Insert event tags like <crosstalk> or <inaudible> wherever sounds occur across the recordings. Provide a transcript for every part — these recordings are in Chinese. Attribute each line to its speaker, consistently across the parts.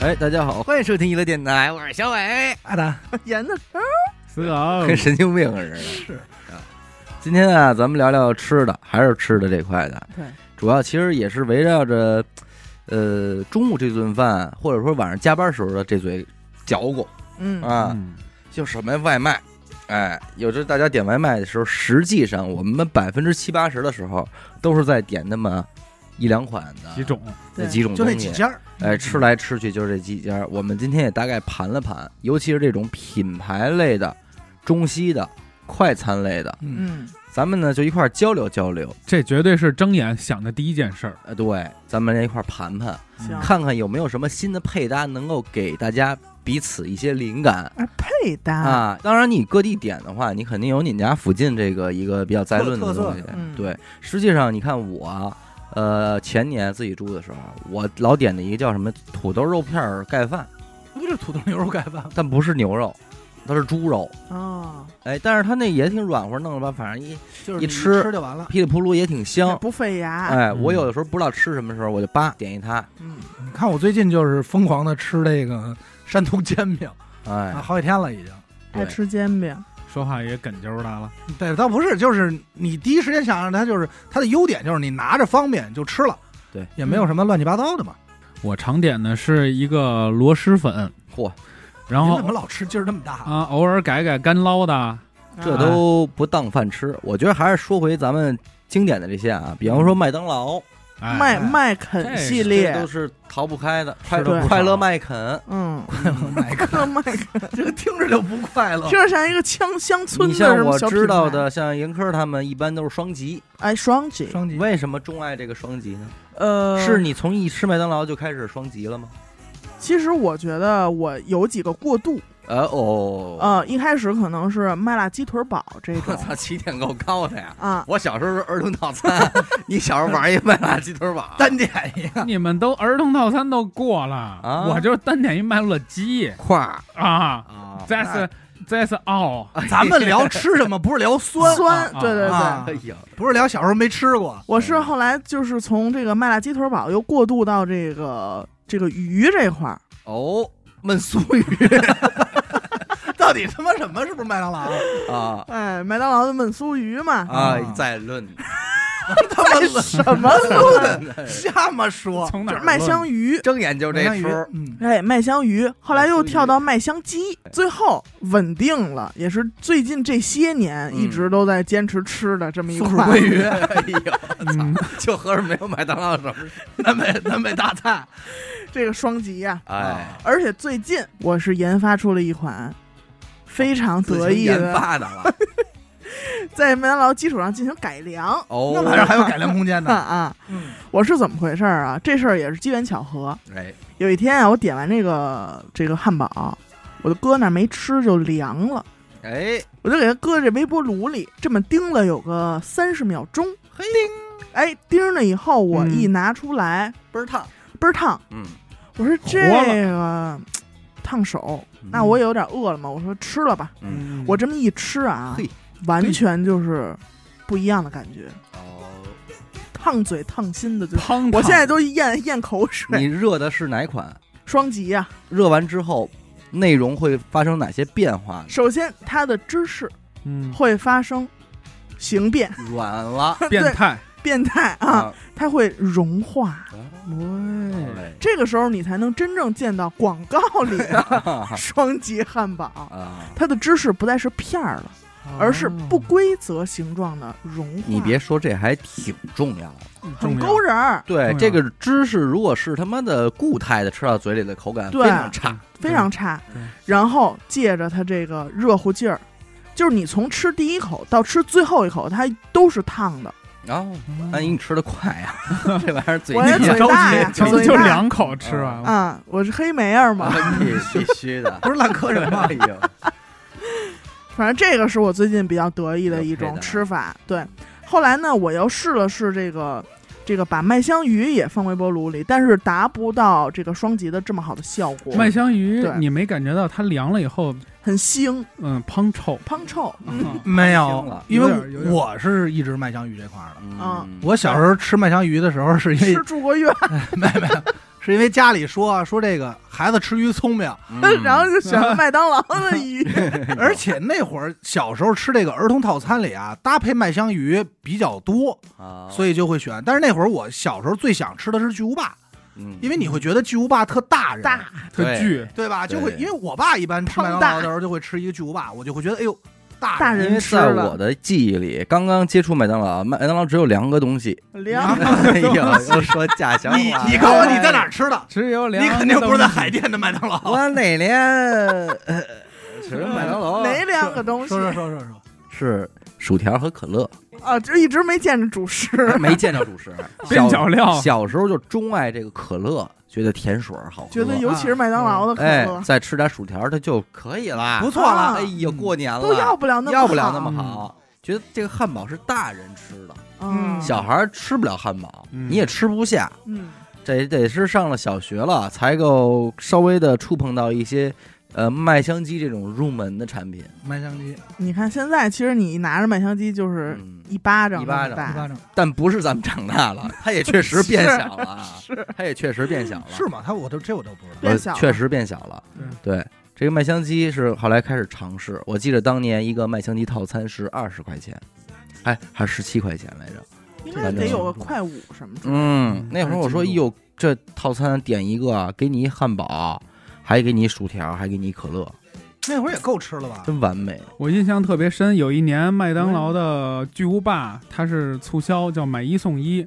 Speaker 1: 哎，大家好，欢迎收听娱乐电台，我是小伟。
Speaker 2: 阿达，
Speaker 1: 演的
Speaker 2: 死狗
Speaker 1: 跟神经病似的。嗯是啊，今天啊，咱们聊聊吃的，还是吃的这块的。
Speaker 3: 对，
Speaker 1: 主要其实也是围绕着，呃，中午这顿饭，或者说晚上加班时候的这嘴嚼过
Speaker 3: 嗯
Speaker 1: 啊，
Speaker 2: 嗯
Speaker 1: 就什么外卖。哎，有时候大家点外卖的时候，实际上我们百分之七八十的时候都是在点那么一两款的
Speaker 2: 几种，
Speaker 1: 那
Speaker 3: 对，
Speaker 1: 几种
Speaker 2: 就
Speaker 1: 东
Speaker 2: 那
Speaker 1: 西
Speaker 2: 几。家儿，
Speaker 1: 哎，吃来吃去就是这几家。我们今天也大概盘了盘，尤其是这种品牌类的、中西的、快餐类的，
Speaker 2: 嗯，
Speaker 3: 嗯，
Speaker 1: 咱们呢就一块儿交流交流。
Speaker 4: 这绝对是睁眼想的第一件事儿。
Speaker 1: 呃，对，咱们一块儿盘盘，
Speaker 3: 行，
Speaker 1: 看看有没有什么新的配搭能够给大家彼此一些灵感。
Speaker 3: 哎，配搭，
Speaker 1: 啊，当然，你各地点的话，你肯定有你家附近这个一个比较在论的
Speaker 2: 特特色
Speaker 1: 东西
Speaker 2: 的。
Speaker 3: 嗯
Speaker 1: 对，实际上你看我，呃，前年自己住的时候，我老点的一个叫什么土豆肉片儿盖饭，
Speaker 2: 不就土豆牛肉盖饭吗？
Speaker 1: 但不是牛肉，它是猪肉。
Speaker 3: 哦，
Speaker 1: 哎，但是它那也挺软和，弄了吧，反正一
Speaker 2: 就是
Speaker 1: 一
Speaker 2: 你
Speaker 1: 吃
Speaker 2: 吃就完了。
Speaker 1: 噼里扑噜也挺
Speaker 3: 也
Speaker 1: 香。
Speaker 3: 不费牙，
Speaker 1: 哎，我有的时候不知道吃什么时候，我就叭点一它。
Speaker 3: 嗯，
Speaker 2: 你看我最近就是疯狂的吃这个山东煎饼，
Speaker 1: 哎
Speaker 2: 啊，，好几天了已经。
Speaker 1: 对
Speaker 3: 爱吃煎饼，
Speaker 4: 说话也哏啾来了，
Speaker 2: 对，倒不是，就是你第一时间想让它，就是它的优点就是你拿着方便就吃了，
Speaker 1: 对，
Speaker 2: 也没有什么乱七八糟的嘛。
Speaker 4: 我常点的是一个螺蛳粉，
Speaker 1: 嚯，
Speaker 4: 嗯然
Speaker 2: 您
Speaker 4: 后
Speaker 2: 怎么老吃劲儿这么大？
Speaker 4: 啊，偶尔改改干捞的，
Speaker 1: 这
Speaker 3: 啊
Speaker 1: 都不当饭吃。我觉得还是说回咱们经典的这些啊，比方说麦当劳，
Speaker 4: 哎，
Speaker 3: 麦麦肯
Speaker 4: 这
Speaker 3: 系
Speaker 1: 这都
Speaker 3: 列，
Speaker 1: 是逃不开的。快
Speaker 4: 是的
Speaker 3: 不
Speaker 1: 快乐
Speaker 4: 少
Speaker 1: 麦肯，
Speaker 3: 嗯，
Speaker 2: 麦
Speaker 1: <laughs>
Speaker 3: <laughs>
Speaker 2: 克，
Speaker 3: 麦肯，
Speaker 2: 这个听着就不快乐
Speaker 3: 听。着像一个乡乡村
Speaker 1: 哦你
Speaker 3: 的什
Speaker 1: 像
Speaker 3: 么
Speaker 1: 我
Speaker 3: 小品
Speaker 1: 知道
Speaker 3: 牌，
Speaker 1: 的，像严科他们一般都是双极。
Speaker 3: 哎，双击，
Speaker 2: 双击
Speaker 1: 为什么钟爱这个双极呢？
Speaker 3: 呃，
Speaker 1: 是你从一吃麦当劳就开始双极了吗？
Speaker 3: 其实我觉得我有几个过渡，
Speaker 1: 呃哦，
Speaker 3: 呃，一开始可能是麦辣鸡腿堡这
Speaker 1: <laughs> 我
Speaker 3: 种
Speaker 1: 操，起点够高的呀！
Speaker 3: 啊，
Speaker 1: <laughs> 我小时候是儿童套餐，你小时候玩一麦辣鸡腿堡，
Speaker 2: 单点一个，
Speaker 4: 你们都儿童套餐都过了，
Speaker 1: 啊
Speaker 4: 我就单点一麦乐鸡
Speaker 1: <laughs> 块儿
Speaker 4: 啊
Speaker 1: 啊
Speaker 4: ，that's that's all，
Speaker 2: <laughs> 咱们聊吃什么，不是聊酸，
Speaker 3: 酸，
Speaker 4: 啊
Speaker 3: 对对
Speaker 2: 啊
Speaker 3: 对。
Speaker 1: <laughs> 哎呀，
Speaker 2: 不是聊小时候没吃过。
Speaker 3: 我是后来就是从这个麦辣鸡腿堡又过渡到这个这个鱼这块儿，
Speaker 1: 哦，焖酥鱼
Speaker 2: 到底他妈什么？是不是麦当劳？
Speaker 1: <laughs> 啊
Speaker 3: 哎，麦当劳的焖酥鱼嘛，
Speaker 1: 啊，再论
Speaker 2: <laughs> 他妈
Speaker 3: 什么
Speaker 1: <laughs>
Speaker 2: 论的，瞎么说。
Speaker 4: 从哪
Speaker 3: 就
Speaker 4: 儿
Speaker 3: 是麦香
Speaker 4: 论
Speaker 3: 鱼，
Speaker 1: 睁眼就这出，
Speaker 2: 嗯，
Speaker 3: 哎，麦香鱼，后来又跳到麦香鸡，最后稳定了，也是最近这些年
Speaker 1: 嗯
Speaker 3: 一直都在坚持吃的这么一
Speaker 2: 松鼠
Speaker 3: 款
Speaker 2: 鳜鱼、
Speaker 1: 哎呦，
Speaker 4: 嗯，
Speaker 1: 就合着没有麦当劳什么事，
Speaker 2: 南北南北大 <laughs> 菜，
Speaker 3: 这个双极呀、
Speaker 2: 啊
Speaker 1: 哎，
Speaker 3: 而且最近我是研发出了一款非常
Speaker 1: 自
Speaker 3: 得
Speaker 1: 行
Speaker 3: 意
Speaker 1: 研
Speaker 3: 的，
Speaker 1: 发的
Speaker 2: <laughs>
Speaker 1: 了，
Speaker 3: 在麦当劳基础上进行改良。
Speaker 1: 哦，
Speaker 2: 那玩意儿还有改良空间
Speaker 3: <laughs> 啊
Speaker 2: 呢。
Speaker 3: 啊！
Speaker 2: 嗯，
Speaker 3: 我是怎么回事儿啊？这事儿也是机缘巧合。
Speaker 1: 哎，
Speaker 3: 有一天啊，我点完这个这个汉堡，我就搁那儿没吃就凉了，
Speaker 1: 哎，
Speaker 3: 我就给它搁这微波炉里，这么叮了有个三十秒钟。
Speaker 1: 嘿，
Speaker 3: 哎，叮了以后，我
Speaker 4: 嗯
Speaker 3: 一拿出来
Speaker 1: 倍儿烫，
Speaker 3: 倍儿烫，
Speaker 1: 嗯，
Speaker 3: 我说这
Speaker 4: 活了
Speaker 3: 个烫手，那我也有点饿了嘛，我说吃了吧。
Speaker 1: 嗯
Speaker 3: 我这么一吃啊
Speaker 1: 嘿，
Speaker 3: 完全就是不一样的感觉，
Speaker 1: 哦，
Speaker 3: 烫嘴烫心的就。
Speaker 4: 汤，
Speaker 3: 我现在都咽咽口
Speaker 1: 你
Speaker 3: 水，
Speaker 1: 热的是哪款？
Speaker 3: 双极啊呀、
Speaker 1: 热完之后，内容会发生哪些变化呢？
Speaker 3: 首先，它的芝士
Speaker 4: 嗯
Speaker 3: 会发生形变，
Speaker 1: 软了
Speaker 4: 变
Speaker 3: 对
Speaker 4: 态，
Speaker 3: 变态啊，！它会融化。
Speaker 2: 嗯
Speaker 4: 对，
Speaker 1: 哎
Speaker 3: 这个时候你才能真正见到广告里的
Speaker 4: <laughs>
Speaker 3: 双极汉堡，
Speaker 1: 啊，
Speaker 3: 它的芝士不再是片儿了，
Speaker 4: 哦
Speaker 3: 而是不规则形状的融化。
Speaker 1: 你别说，这还挺重要的。
Speaker 4: 哦
Speaker 3: 很
Speaker 4: 重要
Speaker 3: 勾人儿，
Speaker 1: 对，
Speaker 4: 重要
Speaker 1: 这个芝士如果是他妈的固态的，吃到嘴里的口感非
Speaker 3: 对
Speaker 1: 常差。
Speaker 3: 非常差
Speaker 4: 对。
Speaker 3: 然后借着它这个热乎劲儿，就是你从吃第一口到吃最后一口，它都是烫的。
Speaker 1: 然后，
Speaker 4: 嗯
Speaker 1: 万哦一你吃的快呀，这玩意儿嘴
Speaker 3: 我也
Speaker 1: 硬
Speaker 3: 嘴大呀，
Speaker 4: 就
Speaker 3: 嘴
Speaker 4: 就
Speaker 3: 大
Speaker 4: 两口吃完了，
Speaker 3: 啊！我是黑莓儿嘛，
Speaker 1: 啊必 <laughs> 必须的，
Speaker 2: 不 <laughs> 是烂磕什么。
Speaker 1: 哎呦，
Speaker 3: 反正这个是我最近比较得意的一
Speaker 1: 有配
Speaker 3: 种
Speaker 1: 的啊
Speaker 3: 吃法。对，后来呢，我又试了试这个这个把麦香鱼也放微波炉里，但是达不到这个双极的这么好的效果，
Speaker 4: 麦香鱼
Speaker 3: 对
Speaker 4: 你没感觉到它凉了以后，
Speaker 3: 很腥
Speaker 4: 嗯，胖臭，
Speaker 3: 胖臭。
Speaker 1: 嗯
Speaker 4: 啊
Speaker 2: 没
Speaker 1: 听
Speaker 2: 有
Speaker 1: 了，
Speaker 2: 因
Speaker 4: 有点有
Speaker 2: 为
Speaker 4: 点
Speaker 2: 我是一直麦香鱼这块儿的。
Speaker 1: 嗯
Speaker 3: 啊
Speaker 1: <laughs>
Speaker 2: 我小时候吃麦香鱼的时候，是因
Speaker 3: 吃
Speaker 2: 为
Speaker 3: 住过院，
Speaker 2: 没没，是因为家里说啊说这个孩子吃鱼聪明，
Speaker 1: 嗯
Speaker 3: <laughs> 然后就选了麦当劳
Speaker 1: <laughs>
Speaker 3: 的鱼，
Speaker 2: 而且那会儿小时候吃这个儿童套餐里啊，搭配麦香鱼比较多，
Speaker 1: 啊，
Speaker 2: 所以就会选。但是那会儿我小时候最想吃的是巨无霸，
Speaker 1: 嗯
Speaker 2: 因为你会觉得巨无霸特大人，
Speaker 3: 大
Speaker 4: 特巨，
Speaker 2: 对吧？就会
Speaker 1: 对
Speaker 2: 因为我爸一般吃
Speaker 3: 胖
Speaker 2: 麦当
Speaker 3: 大
Speaker 2: 劳的时候就会吃一个巨无霸，我就会觉得哎呦，
Speaker 3: 大
Speaker 2: 大
Speaker 3: 人
Speaker 1: 因为
Speaker 3: 吃
Speaker 1: 在
Speaker 3: 了
Speaker 1: 我的记忆里，刚刚接触麦当劳，麦当劳只有两个东
Speaker 3: <laughs>
Speaker 1: 西。
Speaker 3: 凉
Speaker 1: 哎呦，又说家乡
Speaker 2: 你
Speaker 1: 话
Speaker 2: 你告诉我你在哪儿吃的？
Speaker 4: 只有两，
Speaker 2: 你肯定不是在海。淀的麦当 <laughs> 劳。
Speaker 1: 我哪年呃吃麦当劳啊
Speaker 3: 哪两个东西
Speaker 2: 说说说说说，
Speaker 1: 是薯条和可乐，
Speaker 3: 啊？就一直没见着主食，
Speaker 1: 没见着主食。
Speaker 4: 边角料
Speaker 1: 小时候就钟爱这个可乐，觉得甜水儿好喝，
Speaker 3: 觉得尤其是麦当劳的可
Speaker 1: 啊哎，
Speaker 3: 乐
Speaker 1: 再吃点薯条它就可以了。
Speaker 2: 不错了
Speaker 3: 啊
Speaker 1: 哎呦，过年了
Speaker 3: 都要不了那么
Speaker 1: 要不了那
Speaker 3: 好
Speaker 1: 么好，觉得这个汉堡是大人吃的，
Speaker 3: 嗯
Speaker 1: 小孩儿吃不了汉堡，
Speaker 4: 嗯
Speaker 1: 你也吃不下。
Speaker 3: 嗯
Speaker 1: 这得是上了小学了，才够稍微的触碰到一些呃麦香鸡这种入门的产品。
Speaker 2: 麦香鸡
Speaker 3: 你看现在，其实你拿着麦香鸡就是
Speaker 1: 嗯，
Speaker 3: 一巴掌
Speaker 1: 一
Speaker 3: 那
Speaker 1: 巴
Speaker 3: 么
Speaker 1: 掌
Speaker 3: 大
Speaker 2: 一巴掌
Speaker 1: 但不是咱们长大了，它也确实变小了啊，
Speaker 3: <laughs> 是
Speaker 1: 它也确实变小了，
Speaker 2: 是吗？他我都这我都不知道。
Speaker 3: 变小了
Speaker 1: 呃确实变小了。对，这个麦香鸡是后来开始尝试，我记得当年一个麦香鸡套餐是二十块钱，哎，还是十七块钱来着。
Speaker 3: 应该得有个快五什么的。
Speaker 1: 嗯
Speaker 4: 嗯，
Speaker 1: 那会儿我说，
Speaker 4: 还是进
Speaker 1: 哟，这套餐点一个啊，给你一汉堡，还给你薯条，还给你可乐，
Speaker 2: 那会儿也够吃了吧？
Speaker 1: 真完美。
Speaker 4: 我印象特别深，有一年麦当劳的巨无霸，它是促销，叫买一送一，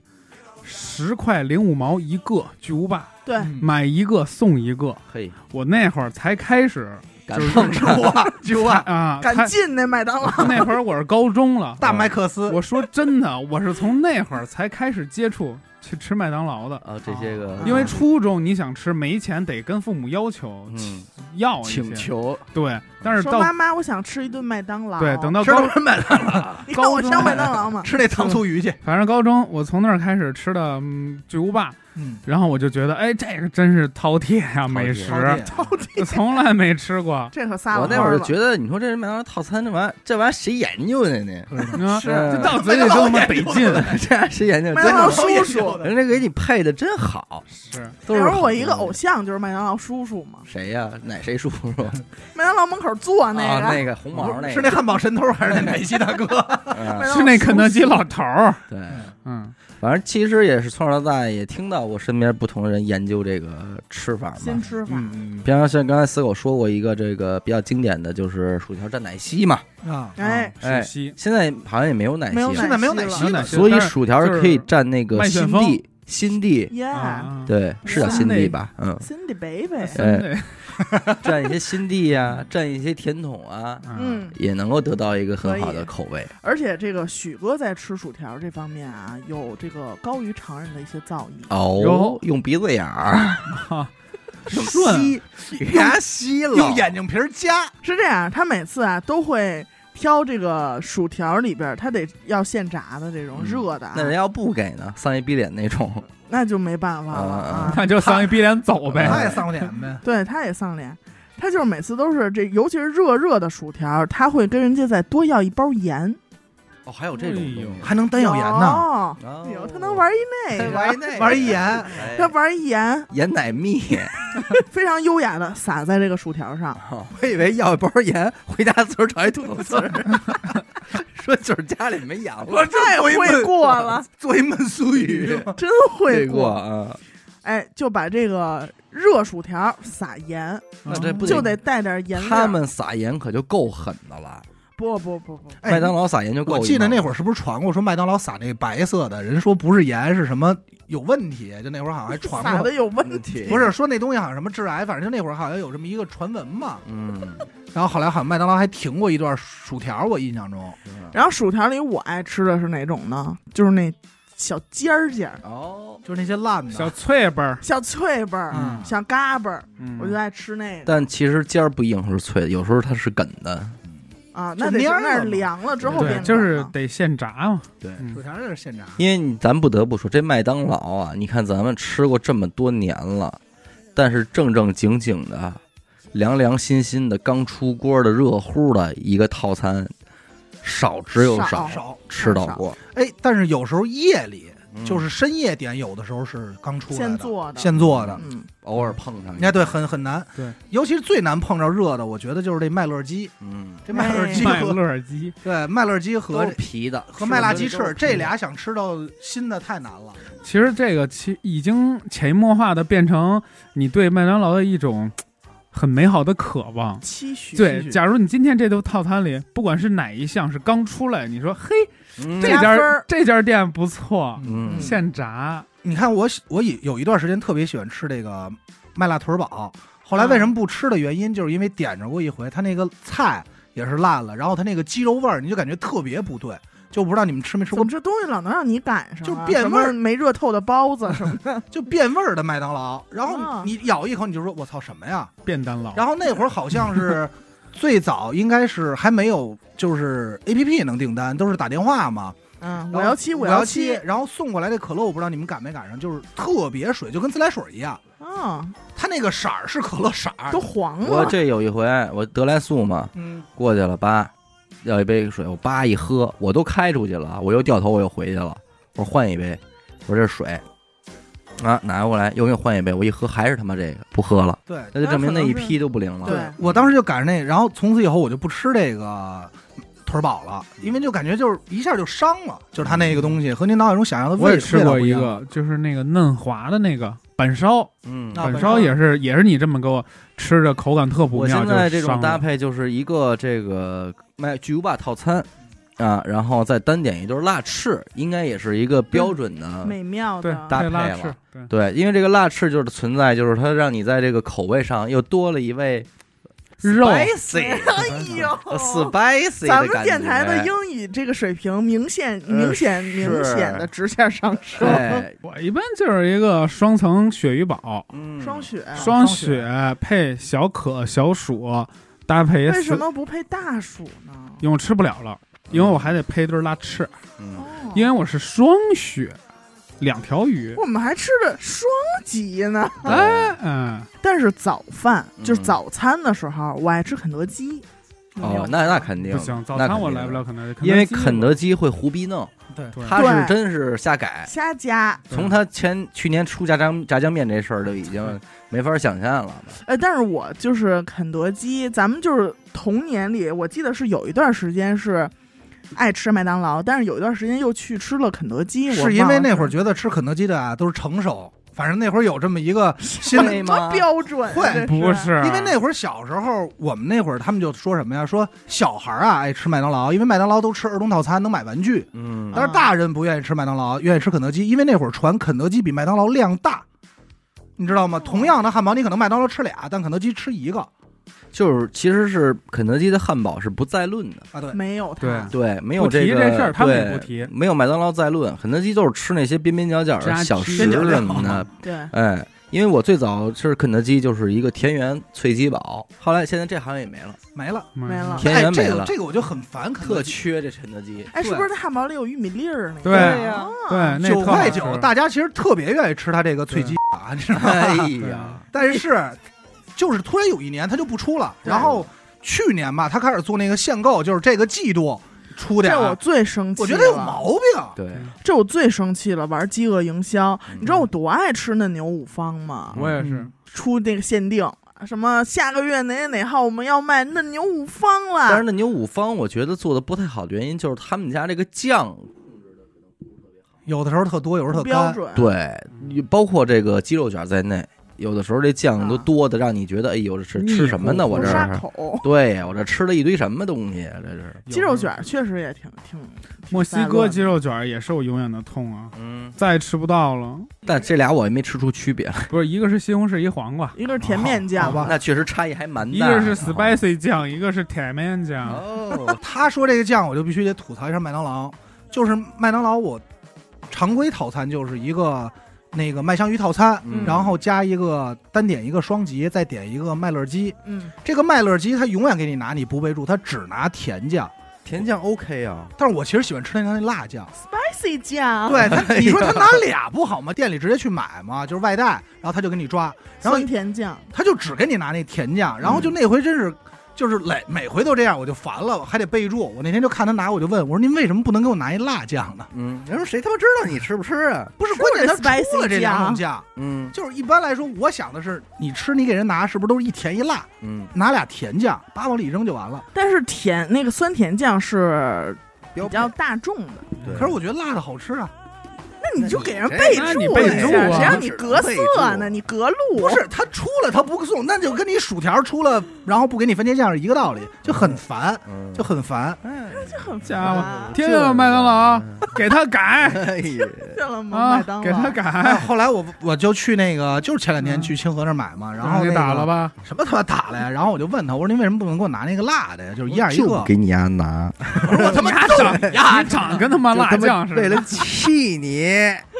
Speaker 4: 十块零五毛一个巨无霸，
Speaker 3: 对，
Speaker 2: 嗯
Speaker 4: 买一个送一个。
Speaker 1: 嘿，
Speaker 4: 我那会儿才开始
Speaker 1: 感
Speaker 4: 就是
Speaker 1: 动
Speaker 2: 巨无霸，巨无 <laughs> 霸，
Speaker 4: 啊，
Speaker 3: 敢
Speaker 4: 才
Speaker 3: 进那麦当劳，
Speaker 4: 那会儿我是高中了。
Speaker 2: 大麦克斯，
Speaker 4: 我说真的，我是从那会儿才开始接触去吃麦当劳的，
Speaker 1: <laughs> 啊，这些个，
Speaker 4: 因为初中你想吃没钱得跟父母要求、
Speaker 1: 嗯，
Speaker 4: 要一些
Speaker 1: 请求
Speaker 4: 对，但是
Speaker 3: 说
Speaker 4: 嗯到
Speaker 3: 妈啊妈，我想吃一顿麦当劳。
Speaker 4: 对等到
Speaker 2: 吃
Speaker 4: 高
Speaker 2: 的不是麦当劳，
Speaker 3: 你看我
Speaker 4: 高中
Speaker 3: 上麦当劳嘛，
Speaker 2: <laughs> 吃那糖醋鱼去。
Speaker 4: 反正高中我从那儿开始吃的、嗯、巨无霸，
Speaker 2: 嗯，
Speaker 4: 然后我就觉得哎，这个真是饕餮呀、美
Speaker 1: 饕
Speaker 4: 食
Speaker 1: 餮
Speaker 2: <laughs> 饕餮
Speaker 3: 到
Speaker 4: <laughs>
Speaker 3: 底。
Speaker 4: 从来没吃过
Speaker 3: 这可撒了
Speaker 1: 我
Speaker 3: 欢
Speaker 1: 那会
Speaker 3: 儿
Speaker 1: 儿
Speaker 3: 了。
Speaker 1: 觉得，你说这人麦当劳套餐这玩意儿，这玩意儿谁研究的呢？ <laughs>
Speaker 4: 你说
Speaker 1: 是
Speaker 4: 这到嘴里嗯就他妈得劲，
Speaker 1: 这玩意儿谁研究？
Speaker 3: 麦
Speaker 1: 真
Speaker 3: 当劳
Speaker 1: 好，
Speaker 3: 叔叔，
Speaker 1: 人家给你配的真好，
Speaker 4: 是
Speaker 1: 都
Speaker 3: 那
Speaker 1: 是
Speaker 3: 时
Speaker 1: 好
Speaker 3: 候我一个
Speaker 1: 东西
Speaker 3: 偶像就是麦当劳叔叔嘛，
Speaker 1: 谁呀？哪谁叔叔？
Speaker 3: 麦当劳门口坐
Speaker 1: 啊，
Speaker 3: 啊个，
Speaker 1: 那个红毛那个
Speaker 2: 是那汉堡神偷还是那奶昔大哥？
Speaker 1: 嗯
Speaker 3: <laughs> 麦当劳
Speaker 4: 是那
Speaker 3: 叔
Speaker 4: 肯德基
Speaker 3: 叔
Speaker 4: 老头儿，
Speaker 1: 对，
Speaker 4: 嗯，
Speaker 1: 反正其实也是从小到大也听到过身边不同人研究这个吃法嘛
Speaker 3: 先。吃法，
Speaker 2: <laughs> <laughs> 嗯
Speaker 1: 平常像刚才死狗说过一个这个比较经典的就是薯条蘸奶昔嘛，
Speaker 2: 啊，
Speaker 3: 哎，
Speaker 1: 哎
Speaker 4: 陕西
Speaker 1: 现在好像也没有奶昔
Speaker 3: 没有
Speaker 1: 了，
Speaker 2: 现在没有
Speaker 3: 奶
Speaker 2: 奶
Speaker 3: 昔
Speaker 2: 昔
Speaker 4: 了
Speaker 2: 了，
Speaker 1: 所以
Speaker 4: 但是
Speaker 1: 薯条
Speaker 4: 就是
Speaker 1: 是可以蘸那个
Speaker 4: 麦旋
Speaker 1: 新
Speaker 4: 风
Speaker 1: 地新地，
Speaker 3: 耶
Speaker 4: 啊，
Speaker 1: 对，哎是叫新地吧？嗯，
Speaker 3: ，Cindy baby，
Speaker 4: 真的
Speaker 1: 蘸一些新地呀、蘸一些甜筒啊，
Speaker 3: 嗯，
Speaker 1: 也能够得到一个很好
Speaker 3: 可以
Speaker 1: 的口味。
Speaker 3: 而且这个许哥在吃薯条这方面啊，有这个高于常人的一些造诣。
Speaker 1: 哦
Speaker 4: 哟，
Speaker 1: 用鼻子眼
Speaker 4: <laughs>
Speaker 1: 儿，
Speaker 4: 顺，
Speaker 1: 牙吸了，
Speaker 2: <laughs> 用眼睛皮儿夹，
Speaker 3: 是这样，他每次啊都会挑这个薯条里边儿，他得要现炸的这种
Speaker 1: 嗯
Speaker 3: 热的啊，
Speaker 1: 那人要不给呢？丧一逼脸那种，
Speaker 3: 那就没办法了
Speaker 1: 啊
Speaker 3: 啊。
Speaker 4: 那就上一逼脸走呗。
Speaker 2: 他也丧过脸呗。
Speaker 3: 对，他也丧脸，他就是每次都是这，尤其是热热的薯条，他会跟人家再多要一包盐，
Speaker 1: 哦，还有这种
Speaker 4: 哎呦
Speaker 1: 东西
Speaker 2: 还能单要盐呢，
Speaker 3: 呢。
Speaker 1: 哦
Speaker 3: 有哎他能玩一那
Speaker 1: 还
Speaker 3: 个，
Speaker 1: 玩那
Speaker 2: 玩一盐，
Speaker 1: 哎
Speaker 3: 他玩一盐，
Speaker 1: 盐奶蜜，
Speaker 3: 非常优雅的撒在这个薯条上。
Speaker 1: 我以为要一包盐，回家自个儿找一土豆丝儿， <laughs> 说就是家里没盐了，
Speaker 3: 太会过了，
Speaker 2: 做一焖酥鱼，
Speaker 3: 真会
Speaker 1: 过啊，
Speaker 3: 哎，就把这个热薯条撒盐，
Speaker 1: 那这不
Speaker 3: 就得带点盐料。
Speaker 1: 嗯他们撒盐可就够狠的了。
Speaker 3: 不不不不，
Speaker 2: 哎
Speaker 1: 麦当劳撒盐就够。
Speaker 2: 我记得那会儿是不是传过说麦当劳撒那白色的？人说不是盐是什么有问题？就那会儿好像还传
Speaker 3: 撒
Speaker 2: 过，
Speaker 3: 的有问题。
Speaker 1: 题
Speaker 2: 不，是说那东西好像什么致癌，反正就那会儿好像有这么一个传闻嘛。
Speaker 1: 嗯，
Speaker 2: 然后后来好像麦当劳还停过一段薯条，我印象中
Speaker 3: 然后薯条里我爱吃的是哪种呢？就是那小尖儿尖儿、
Speaker 1: 哦，
Speaker 2: 就是那些烂
Speaker 4: 小
Speaker 2: 的，
Speaker 4: 脆巴儿，
Speaker 3: 小脆巴儿、
Speaker 4: 嗯
Speaker 3: 小嘎巴儿，
Speaker 4: 嗯
Speaker 3: 我就爱吃那个
Speaker 1: 但其实尖儿不一定是脆的，有时候它是梗的。
Speaker 3: 啊。
Speaker 2: 就
Speaker 3: 那得
Speaker 2: 蔫
Speaker 3: 等
Speaker 2: 儿
Speaker 3: 那儿
Speaker 2: 了嘛
Speaker 3: 凉了之后
Speaker 4: 对，
Speaker 3: 变
Speaker 4: 就是
Speaker 3: 软了
Speaker 4: 得现炸嘛。
Speaker 1: 对
Speaker 4: 嗯
Speaker 2: 薯条就是现炸。
Speaker 1: 因为你咱不得不说，这麦当劳啊，你看咱们吃过这么多年了，但是正正经经的、啊凉凉心心的、刚出锅的、热乎的一个套餐，少之又
Speaker 3: 少
Speaker 1: 少
Speaker 2: 少
Speaker 1: 吃到过。
Speaker 2: 哎，但是有时候夜里
Speaker 1: 嗯
Speaker 2: 就是深夜点有的时候是刚出来的，
Speaker 3: 现做的
Speaker 2: 现做的。
Speaker 3: 嗯，
Speaker 1: 偶尔碰上一
Speaker 2: 哎，
Speaker 1: 个，
Speaker 2: 对，很很难，
Speaker 4: 对，
Speaker 2: 尤其是最难碰着热的，我觉得就是这麦乐鸡，
Speaker 1: 嗯，
Speaker 2: 这麦乐鸡
Speaker 4: 麦
Speaker 2: 和
Speaker 4: 乐尔鸡，
Speaker 2: 对麦乐鸡
Speaker 1: 都
Speaker 2: 和
Speaker 1: 是皮的，
Speaker 2: 和麦辣鸡
Speaker 1: 吃的
Speaker 2: 翅
Speaker 1: 都是皮的嗯
Speaker 2: 这俩想吃到新的太难了，
Speaker 4: 其实这个其已经潜移默化的变成你对麦当劳的一种很美好的渴望。
Speaker 3: 期许
Speaker 4: 对，假如你今天这道套餐里，不管是哪一项是刚出来，你说嘿，
Speaker 1: 嗯
Speaker 4: 这
Speaker 3: 加
Speaker 4: 家
Speaker 3: 分儿
Speaker 4: 这家店不错，
Speaker 1: 嗯
Speaker 4: 现炸，
Speaker 2: 你看我喜我有有一段时间特别喜欢吃这个麦辣腿儿堡，后
Speaker 1: 嗯
Speaker 2: 来为什么不吃的原因，就是因为点着过一回，它那个菜也是烂了，然后它那个鸡肉味儿，你就感觉特别不对，就不知道你们吃没吃
Speaker 3: 怎
Speaker 2: 过
Speaker 3: 么，这东西老能让你赶上啊，
Speaker 2: 就变
Speaker 3: 什
Speaker 2: 味儿
Speaker 3: 么没热透的包子
Speaker 2: <laughs>
Speaker 3: 什么的，
Speaker 2: 就变味儿的麦当劳，然
Speaker 3: 啊
Speaker 1: 哦
Speaker 2: 后你你咬一口你就说我操什么呀，
Speaker 4: 便当老，
Speaker 2: 然
Speaker 4: 后
Speaker 2: 后那会儿好
Speaker 1: <laughs>
Speaker 2: 像是最早应该是还没有就是 A P P 能订单，都是打电话嘛，
Speaker 3: 嗯，
Speaker 2: 然后
Speaker 3: 五幺七
Speaker 2: 五
Speaker 3: 幺
Speaker 2: 幺七，，然后送过来的可乐我不知道你们赶没赶上，就是特别水，就跟自来水一样，
Speaker 3: 啊，
Speaker 2: 它那个色儿是可乐色儿
Speaker 3: 都，黄
Speaker 1: 嗯我
Speaker 3: 了，
Speaker 1: 这有一回，我得来速嘛，
Speaker 2: 嗯。
Speaker 1: 过去了，叭，要一杯水，我叭一喝，我都开出去了，我又掉头，我又回去了，我说换一杯，我说这是水，啊，拿过来又给你换一杯，我一喝还是他妈这个，不喝了，
Speaker 2: 对，
Speaker 1: 那就证明那一
Speaker 3: 那可能是
Speaker 1: 批都不灵了。
Speaker 3: 对
Speaker 2: 我当时就赶上那，然后从此以后我就不吃这个腿儿堡了，因为就感觉就是一下就伤了，就是它那个东西和您脑海中想象的味
Speaker 4: 我也
Speaker 2: 味
Speaker 4: 吃
Speaker 2: 道
Speaker 4: 过
Speaker 2: 不一样
Speaker 4: 个，就是那个嫩滑的那个板烧，
Speaker 1: 嗯，
Speaker 2: 啊
Speaker 4: 板
Speaker 2: 板
Speaker 4: 烧
Speaker 2: 烧
Speaker 4: 也是也是你这么给我吃着，口感特不
Speaker 1: 我
Speaker 4: 妙，
Speaker 1: 现在这
Speaker 4: 就伤
Speaker 1: 种搭
Speaker 4: 了。
Speaker 1: 配就是一个这个卖巨无霸套餐。啊，然后再单点一对辣翅，应该也是一个标准的。
Speaker 3: 美妙
Speaker 4: 对
Speaker 3: 的，哎
Speaker 1: 搭
Speaker 4: 配
Speaker 1: 配
Speaker 4: 拉
Speaker 1: 了
Speaker 4: 翅，对，
Speaker 1: 对，因为这个辣翅就是存在，就是它让你在这个口味上又多了一味
Speaker 4: 肉
Speaker 1: spicy
Speaker 3: 哎呦，
Speaker 1: 呃 spicy
Speaker 3: 咱
Speaker 1: 的
Speaker 3: 们
Speaker 1: 感
Speaker 3: 电台的
Speaker 1: 觉
Speaker 3: 英语这个水平明显、
Speaker 1: 呃
Speaker 3: 明显、
Speaker 1: 是
Speaker 3: 明显的直线上升。
Speaker 1: 对，
Speaker 4: 我一般就是一个双层鳕鱼堡，
Speaker 1: 嗯
Speaker 3: 双雪，
Speaker 4: 双
Speaker 2: 双
Speaker 4: 雪配小可小薯，搭配
Speaker 3: 为什
Speaker 4: 四，
Speaker 3: 么不配大薯呢？
Speaker 4: 因为我吃不了了，因为我还得配一对拉翅，
Speaker 1: 嗯
Speaker 3: 哦，
Speaker 4: 因为我是双雪，两条鱼，
Speaker 3: 我们还吃的双级呢。
Speaker 1: 哎，
Speaker 4: 嗯，
Speaker 3: <laughs> 但是早饭
Speaker 1: 嗯
Speaker 3: 就是早餐的时候，我爱吃肯德基。
Speaker 1: 哦，那那肯定
Speaker 4: 不行，早
Speaker 1: 那
Speaker 4: 餐
Speaker 1: 肯
Speaker 4: 我
Speaker 1: 定
Speaker 4: 来不了肯德基，
Speaker 1: 因为
Speaker 4: 基
Speaker 1: 肯
Speaker 4: 我
Speaker 1: 德基会胡逼弄，
Speaker 2: 对，
Speaker 4: 对
Speaker 1: 他是真是瞎
Speaker 4: 哎
Speaker 1: 改。
Speaker 3: 瞎加，
Speaker 4: 对
Speaker 1: 从他前去年出炸酱炸酱面这事儿就已经没法想象了。
Speaker 3: 呃，但是我就是肯德基，咱们就是童年里，我记得是有一段时间是爱吃麦当劳，但是有一段时间又去吃了肯德基。我
Speaker 2: 是因
Speaker 3: 忘
Speaker 2: 为
Speaker 3: 了
Speaker 2: 那会儿觉得吃肯德基的啊都是成熟，反正那会儿有这么一个新
Speaker 1: 么
Speaker 2: 的。
Speaker 3: 什么标准啊，
Speaker 2: 会
Speaker 3: 这
Speaker 4: 不是，
Speaker 2: 因为那会儿小时候，我们那会儿他们就说什么呀？说小孩儿啊爱吃麦当劳，因为麦当劳都吃儿童套餐，能买玩具。
Speaker 1: 嗯
Speaker 2: 但是大人不愿意吃麦当劳，愿意吃肯德基，因为那会儿传肯德基比麦当劳量大，你知道吗？
Speaker 3: 哦
Speaker 2: 同样的汉堡，你可能麦当劳吃俩，但肯德基吃一个
Speaker 1: 就是其实是肯德基的汉堡是不再论的，
Speaker 2: 啊。对，
Speaker 3: 没有
Speaker 4: 对
Speaker 3: 它。
Speaker 1: 对，没有
Speaker 4: 不提
Speaker 1: 个
Speaker 4: 这事儿他们也
Speaker 1: 对
Speaker 4: 不提
Speaker 1: 没有麦当劳再论，肯德基就是吃那些边边角角的
Speaker 4: 炸鸡
Speaker 1: 小食什么的。
Speaker 3: 对，
Speaker 1: 哎，因为我最早吃肯德基就是一个田园脆鸡堡，后来现在这好像也没了，
Speaker 2: 没了。
Speaker 4: 没
Speaker 3: 没了
Speaker 1: 田园没
Speaker 2: 哎、这
Speaker 1: 了
Speaker 2: 个这个我就很烦肯德
Speaker 1: 特
Speaker 2: 基。
Speaker 1: 缺这肯德基。啊
Speaker 3: 哎，是不是它汉堡里有玉米粒儿那个？啊
Speaker 4: 对对
Speaker 1: 呀
Speaker 4: 对，那
Speaker 2: 九
Speaker 4: 特好
Speaker 1: 啊
Speaker 2: 块
Speaker 4: 吃
Speaker 2: 九，大家其实特别愿意吃它这个脆鸡啊，你知道
Speaker 1: 哎
Speaker 2: 吗？
Speaker 4: 对
Speaker 1: 呀
Speaker 2: <laughs>
Speaker 4: 啊，
Speaker 2: 但是就是突然有一年它就不出了，
Speaker 3: 对
Speaker 2: 然后去年吧，它开始做那个限购，就是这个季度出点
Speaker 3: 这
Speaker 2: 儿，
Speaker 3: 我最生气，
Speaker 2: 啊我觉得有毛，病。
Speaker 1: 对，
Speaker 3: 这我最生气了，玩饥饿营销。
Speaker 1: 嗯
Speaker 3: 你知道我多爱吃那牛五方吗？
Speaker 4: 我也是，
Speaker 3: 出那个限定，什么下个月哪哪哪号我们要卖嫩牛五方
Speaker 1: 但
Speaker 3: 了
Speaker 1: 是。那牛五方我觉得做的不太好的原因就是他们家这个酱，
Speaker 2: 有的时候特多，有时候
Speaker 3: 不
Speaker 2: 特
Speaker 3: 标
Speaker 2: 干。
Speaker 3: 准，
Speaker 1: 对，包括这个鸡肉卷在内，有的时候这酱都
Speaker 3: 啊
Speaker 1: 多的让你觉得，哎呦，这吃吃什么呢？
Speaker 4: 腻
Speaker 2: 嗯
Speaker 4: 乎
Speaker 1: 我
Speaker 3: 不
Speaker 1: 这
Speaker 3: 杀
Speaker 1: 儿
Speaker 3: 口。
Speaker 1: 对我这吃了一堆什么东西啊？这是，
Speaker 3: 鸡肉卷儿确实也挺挺，
Speaker 4: 墨西哥鸡
Speaker 3: 肉
Speaker 4: 肉卷儿也是我永远的痛啊，
Speaker 1: 嗯，
Speaker 4: 再也吃不到了。 <laughs>
Speaker 1: 但这俩我也没吃出区别来，
Speaker 4: 不是，一个是西红柿，一黄瓜，
Speaker 3: 一个是甜面
Speaker 2: 好
Speaker 3: 酱，
Speaker 2: 吧
Speaker 1: 那确实差异还蛮
Speaker 4: 一
Speaker 1: 大的
Speaker 4: 个
Speaker 1: 啊。
Speaker 4: 是 spicy 酱，一个是甜面酱。
Speaker 1: 哦，
Speaker 2: 他说这个酱，我就必须得吐槽一下麦当劳，就是麦当劳我常规套餐就是一个那个麦香鱼套餐，
Speaker 1: 嗯
Speaker 2: 然后加一个单点一个双吉，再点一个麦乐鸡。
Speaker 3: 嗯，
Speaker 2: 这个麦乐鸡它永远给你拿，你不备注，它只拿甜酱。
Speaker 1: 甜酱 OK 啊，
Speaker 2: 但是我其实喜欢吃那它那辣酱。
Speaker 3: ，spicy 酱，，
Speaker 2: 对他，你说他拿俩不好吗？店里直接去买嘛，就是外带，然后他就给你抓，然后
Speaker 3: 酸甜酱，
Speaker 2: 他就只给你拿那甜酱，然后就那回真是就是每每回都这样，我就烦了，我还得备注。我那天就看他拿，我就问我说：“您为什么不能给我拿一辣酱呢
Speaker 1: 嗯，人说谁他妈知道你吃不吃啊？”？
Speaker 2: 不是，
Speaker 3: 是
Speaker 2: 关键
Speaker 3: 不
Speaker 2: 他
Speaker 3: 是
Speaker 2: 出
Speaker 3: spicy
Speaker 2: 了这两种
Speaker 3: 酱
Speaker 2: 酱，
Speaker 1: 嗯
Speaker 2: 就是一般来说，我想的是你吃你给人拿，是不是都是一甜一辣，
Speaker 1: 嗯，
Speaker 2: 拿俩甜酱，叭往里扔就完了。
Speaker 3: 但是甜那个酸甜酱是比
Speaker 1: 标
Speaker 3: 较大众的，
Speaker 1: 对
Speaker 2: 可是我觉得辣的好吃啊，
Speaker 3: 那你就给人
Speaker 1: 那
Speaker 3: 备
Speaker 1: 你
Speaker 3: 注
Speaker 4: 这那你
Speaker 3: 一
Speaker 4: 备注
Speaker 3: 下，
Speaker 4: 啊
Speaker 3: 谁让你隔
Speaker 1: 备
Speaker 3: 色
Speaker 1: 注
Speaker 3: 呢？你隔路啊
Speaker 2: 不是他出了他不送，那就跟你薯条出了然后不给你番茄酱是一个道理，就很烦，
Speaker 1: 嗯，
Speaker 2: 就很烦。
Speaker 1: 哎
Speaker 3: <laughs> 这很
Speaker 4: 家
Speaker 3: 烦
Speaker 4: 伙
Speaker 3: 啊
Speaker 4: 天天有麦当劳，啊给
Speaker 1: <laughs>
Speaker 4: 他改
Speaker 1: <laughs> 哎呀，
Speaker 3: 见了吗？嗯麦
Speaker 4: 啊，
Speaker 3: 当
Speaker 4: 给他
Speaker 3: 劳。
Speaker 2: 哎，
Speaker 4: 改，
Speaker 2: 后来我我就去那个，就是前两天
Speaker 4: 嗯
Speaker 2: 去清河那儿买嘛，然后、那
Speaker 4: 给
Speaker 2: 个、
Speaker 4: 打了吧，
Speaker 2: 什么他妈打
Speaker 1: <laughs>
Speaker 2: 了呀？然后我就问他，我说您为什么不能给我拿那个辣的呀？就是一样一
Speaker 1: 就
Speaker 2: 个，
Speaker 1: 给你丫拿，
Speaker 2: 我说我他妈
Speaker 4: 你
Speaker 2: 揍
Speaker 4: 长
Speaker 2: 你呀！
Speaker 4: 你长得跟他妈
Speaker 1: <laughs>
Speaker 4: 辣
Speaker 1: 就他妈
Speaker 4: 酱似
Speaker 1: 为
Speaker 4: 的，
Speaker 1: 了气你，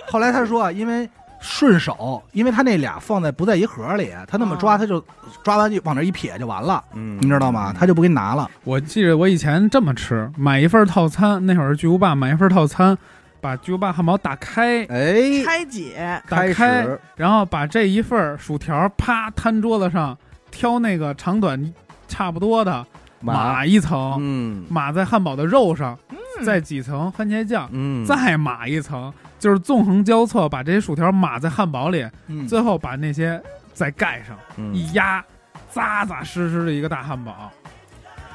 Speaker 2: 后来他说啊，因为顺手，因为他那俩放在不在一盒里，啊他那么抓，
Speaker 3: 哦
Speaker 2: 他就抓完就往那儿一撇就完了，
Speaker 1: 啊嗯
Speaker 2: 你知道吗？他就不给你拿了。
Speaker 4: 我记得我以前这么吃，买一份套餐，那会儿巨无霸买一份套餐，把巨无霸汉堡打开，
Speaker 1: 哎，
Speaker 3: 拆解，
Speaker 4: 打
Speaker 1: 开
Speaker 4: 开
Speaker 1: 始
Speaker 4: 然后把这一份薯条啪摊桌子上，挑那个长短差不多的
Speaker 1: 马，
Speaker 4: 码一层，
Speaker 1: 嗯
Speaker 4: 码在汉堡的肉上，再挤层番茄酱，
Speaker 1: 嗯，
Speaker 4: 再码一层，就是纵横交错，把这些薯条码在汉堡里，
Speaker 2: 嗯
Speaker 4: 最后把那些再盖上，
Speaker 1: 嗯
Speaker 4: 一压，扎扎实实的一个大
Speaker 1: <laughs>
Speaker 4: 汉堡。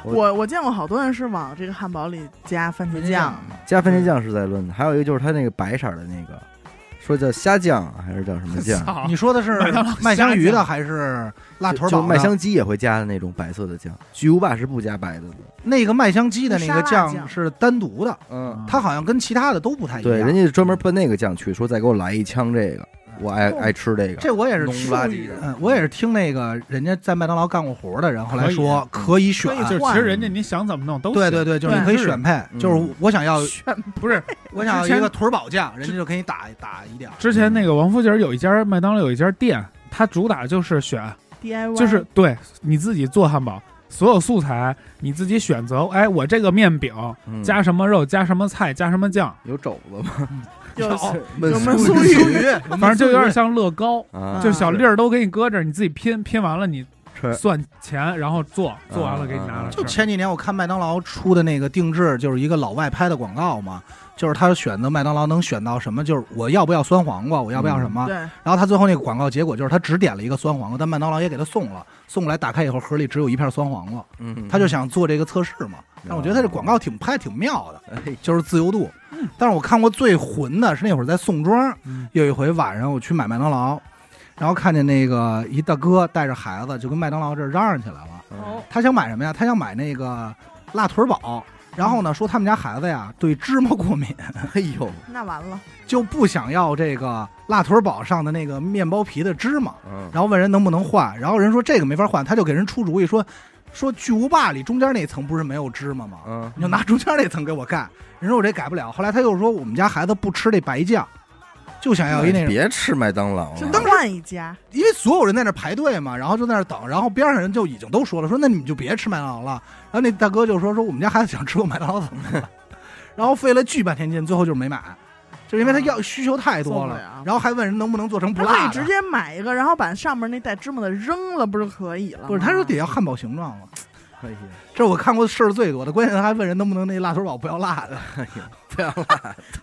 Speaker 3: 我我见过好多人是往这个汉堡里加番茄酱，
Speaker 2: 啊
Speaker 1: 加番茄酱是在论的，还有一个就是它那个白色儿的那个，说叫虾酱还是叫什么
Speaker 4: <laughs>
Speaker 1: 酱？
Speaker 4: 操
Speaker 2: 你说的是
Speaker 4: 麦当劳
Speaker 2: 麦香鱼
Speaker 4: 虾
Speaker 2: 的
Speaker 4: 酱
Speaker 2: 还是辣
Speaker 1: 就
Speaker 2: 腿堡
Speaker 1: 就
Speaker 2: 的？
Speaker 1: 麦香鸡也会加的那种白色的酱，巨无霸是不加白的的。
Speaker 2: 那个麦香鸡的那个
Speaker 3: 沙拉
Speaker 2: 酱
Speaker 3: 酱
Speaker 2: 是单独的，
Speaker 1: 嗯，
Speaker 2: 它好像跟其他的都不太一样。
Speaker 1: 对，人家专门奔那个酱去，说再给我来一腔这个，我爱爱吃这个。
Speaker 2: 这我也是
Speaker 1: 浓不
Speaker 2: 听
Speaker 1: 拉几的，
Speaker 2: 嗯，我也是听那个人家在麦当劳干过活的人后来说
Speaker 1: 啊
Speaker 2: 可以选
Speaker 4: 所以，就是其实人家你想怎么弄都
Speaker 2: 对
Speaker 4: 行
Speaker 2: 对对，就是你可以选配，
Speaker 1: 对
Speaker 2: 就是我想要
Speaker 4: 不是
Speaker 2: 我想要
Speaker 4: 之前
Speaker 2: 一个腿堡酱，人家就给你打打一点儿。
Speaker 4: 之前那个王府井有一家麦当劳有一家店，它主打就是选，
Speaker 2: 嗯
Speaker 3: DIY
Speaker 4: 就是对你自己做汉堡，所有素材你自己选择。哎，我这个面饼
Speaker 1: 嗯啊
Speaker 4: 加什么肉，加什么菜，加什么酱，
Speaker 1: 有肘子吗？
Speaker 3: 就
Speaker 1: <laughs>
Speaker 2: 炒
Speaker 1: 焖
Speaker 3: 哦有焖
Speaker 1: 酥
Speaker 3: 酥
Speaker 1: 鱼
Speaker 3: 鱼
Speaker 2: 鱼，
Speaker 4: 反正就有点像乐高，
Speaker 1: <laughs> 啊，
Speaker 4: 就小粒儿都给你搁这儿，你自己拼拼完了你
Speaker 1: 吃
Speaker 4: 算钱，然后做做完了给你拿
Speaker 1: 啊
Speaker 4: 了
Speaker 2: 就
Speaker 4: 吃。
Speaker 2: 前几年我看麦当劳出的那个定制，就是一个老外拍的广告嘛，就是他选择麦当劳能选到什么，就是我要不要酸黄瓜，我要不
Speaker 1: 嗯
Speaker 2: 要什么。
Speaker 3: 对，
Speaker 2: 然后他最后那个广告结果就是他只点了一个酸黄瓜，但麦当劳也给他送了，送过来打开以后盒里只有一片酸黄瓜，
Speaker 1: 嗯，
Speaker 2: 他就想做这个测试嘛。但我觉得他这广告挺拍得挺妙的，
Speaker 1: 哎嗯
Speaker 2: 就是自由度。但是我看过最混的是那会儿在宋庄，
Speaker 4: 嗯
Speaker 2: 有一回晚上我去买麦当劳，然后看见那个一大哥带着孩子就跟麦当劳这儿嚷嚷起来了。
Speaker 1: 嗯
Speaker 2: 他想买什么呀？他想买那个辣腿堡。然后呢，说他们家孩子呀对芝麻过敏，
Speaker 1: <laughs> 哎呦，
Speaker 3: 那完了，
Speaker 2: 就不想要这个辣腿堡上的那个面包皮的芝麻。 <laughs>
Speaker 1: 嗯，
Speaker 2: 然后问人能不能换，然后人说这个没法换，他就给人出主意说，说巨无霸里中间那层不是没有芝麻吗？ <laughs>
Speaker 1: 嗯，
Speaker 2: 你就拿中间那层给我盖。人说我这改不了。后来他又说我们家孩子不吃这白酱，就想要一那种，
Speaker 1: 哎别吃麦当
Speaker 2: 哦
Speaker 1: 劳
Speaker 3: 就
Speaker 1: 了，
Speaker 3: 换一家，
Speaker 2: 因为所有人在那排队嘛，然后就在那等，然后边上人就已经都说了，说那你们就别吃麦当劳了。然后那大哥就说说我们家孩子想吃过麦当劳怎么办？ <laughs> 然后费了巨半天劲，最后就是没买，就是因为他要需求太
Speaker 3: 啊
Speaker 2: 多
Speaker 3: 做不了
Speaker 2: 然后还问人能不能做成不
Speaker 3: 他可
Speaker 2: 辣
Speaker 3: 以
Speaker 2: 的
Speaker 3: 直接买一个，然后把上面那带芝麻的扔了，不就可以了吗？
Speaker 2: 不是，他说得要汉堡形状嘛。
Speaker 1: 哎呀，
Speaker 2: 这是我看过事儿最多的，关键他还问人能不能那辣腿堡不要辣的，
Speaker 1: 不要了，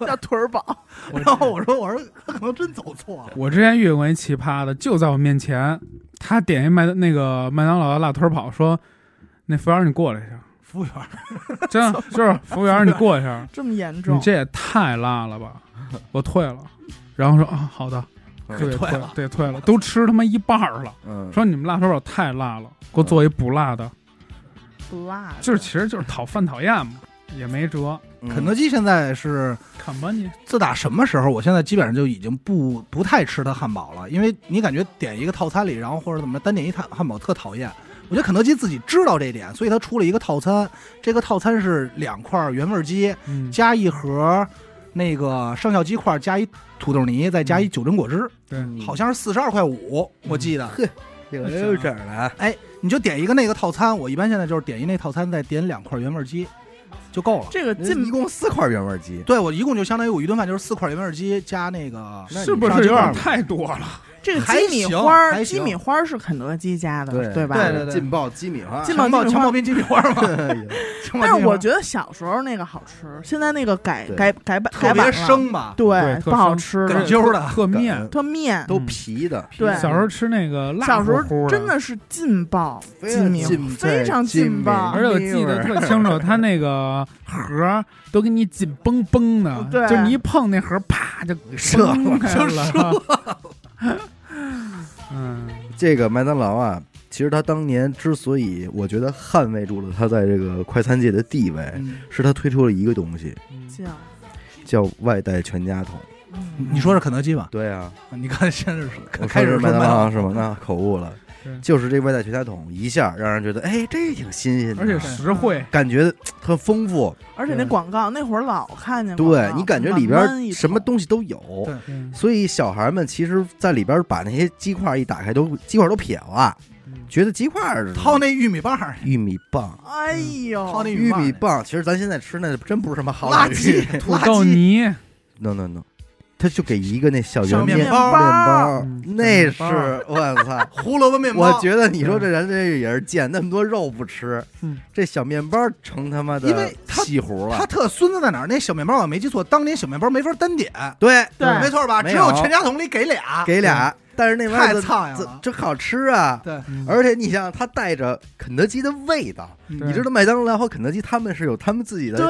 Speaker 3: 叫腿儿堡，
Speaker 2: 然后我说我说他可能真走错了，
Speaker 4: 我之前遇见过一奇葩的，就在我面前，他点一麦那个麦当劳的辣腿堡，说那服务员你过来一下，
Speaker 2: 服务员
Speaker 3: <laughs>
Speaker 4: 真的就是服务员你过来一下，
Speaker 3: 这么严
Speaker 4: 你
Speaker 3: 重，
Speaker 4: 这也太辣了吧！我退了，然后说啊，好的，
Speaker 1: 嗯
Speaker 3: <laughs>
Speaker 4: 就给
Speaker 2: 退
Speaker 4: 退
Speaker 2: 了，
Speaker 4: 对退了，都吃他妈一半儿了。
Speaker 1: 嗯，
Speaker 4: 说你们辣手堡太辣了，给我做一不辣的，
Speaker 3: 嗯不辣的，
Speaker 4: 就是其实就是讨饭讨厌嘛，也没辙，
Speaker 1: 嗯
Speaker 2: 肯德基现在是
Speaker 4: 看吧你。
Speaker 2: 自打什么时候，我现在基本上就已经不不太吃它汉堡了，因为你感觉点一个套餐里，然后或者怎么着单点一汉汉堡特讨厌。我觉得肯德基自己知道这点，所以他出了一个套餐，这个套餐是两块原味鸡
Speaker 4: 嗯，
Speaker 2: 加一盒那个上校鸡块加一土豆泥，再
Speaker 3: 嗯
Speaker 2: 加一九珍果汁，
Speaker 4: 对，
Speaker 1: 基
Speaker 2: 好像是四十二块五，我记
Speaker 3: 嗯
Speaker 2: 得。
Speaker 1: 有有整了，啊
Speaker 2: 你就点一个那个套餐，我一般现在就是点一那套餐，再点两块原味鸡，就够了。
Speaker 3: 这个
Speaker 1: 一
Speaker 3: 进
Speaker 1: 共四块原味鸡，
Speaker 2: 对我一共就相当于我一顿饭就是四块原味鸡加那个，
Speaker 1: 那你
Speaker 4: 是不是有点太多了？
Speaker 3: 这个
Speaker 2: 还
Speaker 3: 鸡米
Speaker 2: 行
Speaker 3: 花儿，
Speaker 2: 还
Speaker 3: 鸡米
Speaker 2: 行
Speaker 3: 花儿是肯德基家的，
Speaker 1: 对
Speaker 3: 吧？
Speaker 2: 对对对
Speaker 1: 劲爆鸡米花，哎
Speaker 3: 劲
Speaker 2: 强
Speaker 3: 爆
Speaker 2: 暴
Speaker 3: 金
Speaker 2: 强
Speaker 3: 花
Speaker 2: 暴冰鸡米花嘛。
Speaker 3: 但是
Speaker 2: 强暴冰激
Speaker 3: 我
Speaker 2: 凌
Speaker 3: 觉得小时候那个好吃，现在那个改
Speaker 1: 对
Speaker 3: 改改版
Speaker 2: 特
Speaker 3: 改
Speaker 2: 别
Speaker 3: 版了，啊
Speaker 2: 生吧，
Speaker 3: 对
Speaker 4: 对，特
Speaker 3: 不好
Speaker 4: 生
Speaker 3: 吃
Speaker 2: 梗
Speaker 3: 了，
Speaker 2: 啾的。
Speaker 4: 特面
Speaker 1: 梗，
Speaker 3: 它面
Speaker 1: 都皮的。
Speaker 3: 对
Speaker 4: 小时候吃那个辣
Speaker 3: 小时
Speaker 4: 乎
Speaker 3: 候
Speaker 4: 乎
Speaker 3: 真的是劲爆
Speaker 1: 非
Speaker 3: 鸡
Speaker 1: 常
Speaker 3: 米
Speaker 1: 劲
Speaker 3: 花，非常
Speaker 1: 对劲
Speaker 3: 劲爆，
Speaker 4: 而且我记得特
Speaker 1: <laughs>
Speaker 4: 清楚，它那个盒儿都给你紧绷绷的，
Speaker 3: 对
Speaker 4: 就是你一碰那盒儿，啪就
Speaker 1: 射了
Speaker 4: 崩开
Speaker 1: <laughs>
Speaker 4: 了。嗯，
Speaker 1: 这个麦当劳啊，其实他当年之所以我觉得捍卫住了他在这个快餐界的地位，
Speaker 2: 嗯
Speaker 1: 是他推出了一个东西
Speaker 3: 酱
Speaker 1: 叫外带全家桶。
Speaker 3: 嗯
Speaker 2: 你说是肯德基吧？
Speaker 1: 对啊，
Speaker 2: 你看现在是
Speaker 1: 我
Speaker 2: 开
Speaker 1: 说是
Speaker 2: 始
Speaker 1: 麦当
Speaker 2: 劳
Speaker 1: 劳是吗？那口误了
Speaker 4: 是，
Speaker 1: 就是这外带全家桶一下让人觉得，哎，这挺新鲜的，
Speaker 4: 而且实惠，
Speaker 1: 感觉很丰富。
Speaker 3: 而且那
Speaker 4: 对
Speaker 3: 广告那会儿老看见广告，
Speaker 1: 对你感觉里
Speaker 3: 满满一
Speaker 1: 边什么
Speaker 3: 桶
Speaker 1: 东西都有
Speaker 2: 对。
Speaker 4: 嗯
Speaker 1: 所以小孩们其实，在里边把那些鸡块一打开都，鸡块都撇了，
Speaker 4: 嗯
Speaker 1: 觉得鸡块儿
Speaker 2: 掏那玉米棒儿，
Speaker 1: 玉米棒，
Speaker 3: 哎呦，
Speaker 2: 掏那
Speaker 1: 玉
Speaker 2: 儿
Speaker 1: 米棒，其实咱现在吃那真不是什么好
Speaker 2: 垃
Speaker 1: 东西 <laughs>
Speaker 2: 圾，
Speaker 4: 土
Speaker 2: 垃
Speaker 4: 豆
Speaker 2: 圾。
Speaker 4: 泥，
Speaker 1: no no no，他就给一个那小
Speaker 2: 小
Speaker 1: 圆
Speaker 2: 面
Speaker 1: 面
Speaker 2: 包！
Speaker 1: 面
Speaker 3: 儿
Speaker 1: 包，
Speaker 4: 嗯
Speaker 1: 那
Speaker 4: 小面
Speaker 1: 是我操
Speaker 2: 胡萝卜面包，
Speaker 1: 我觉得你说这人这也是贱，那么多肉不吃
Speaker 4: 嗯，
Speaker 1: 这小面包成他妈
Speaker 2: 因
Speaker 1: 的
Speaker 2: 为他
Speaker 1: 西糊
Speaker 2: 他
Speaker 1: 了。
Speaker 2: 特孙子在哪儿？那小面包我没记错，当年小面包没法单点，
Speaker 1: 对，
Speaker 3: 对
Speaker 2: 没错吧？
Speaker 1: 哎没
Speaker 2: 只
Speaker 1: 有
Speaker 2: 有全家桶里给俩，
Speaker 1: 给俩，但是那玩意
Speaker 2: 嗯太
Speaker 1: 儿
Speaker 2: 苍
Speaker 1: 怎怎
Speaker 2: 蝇了。
Speaker 1: 真好吃啊！
Speaker 2: 对，
Speaker 4: 嗯
Speaker 1: 而且你想，它带着肯德基的味道，
Speaker 4: 对
Speaker 1: 你知道麦当劳和肯德基他们是有他们自己的
Speaker 3: 对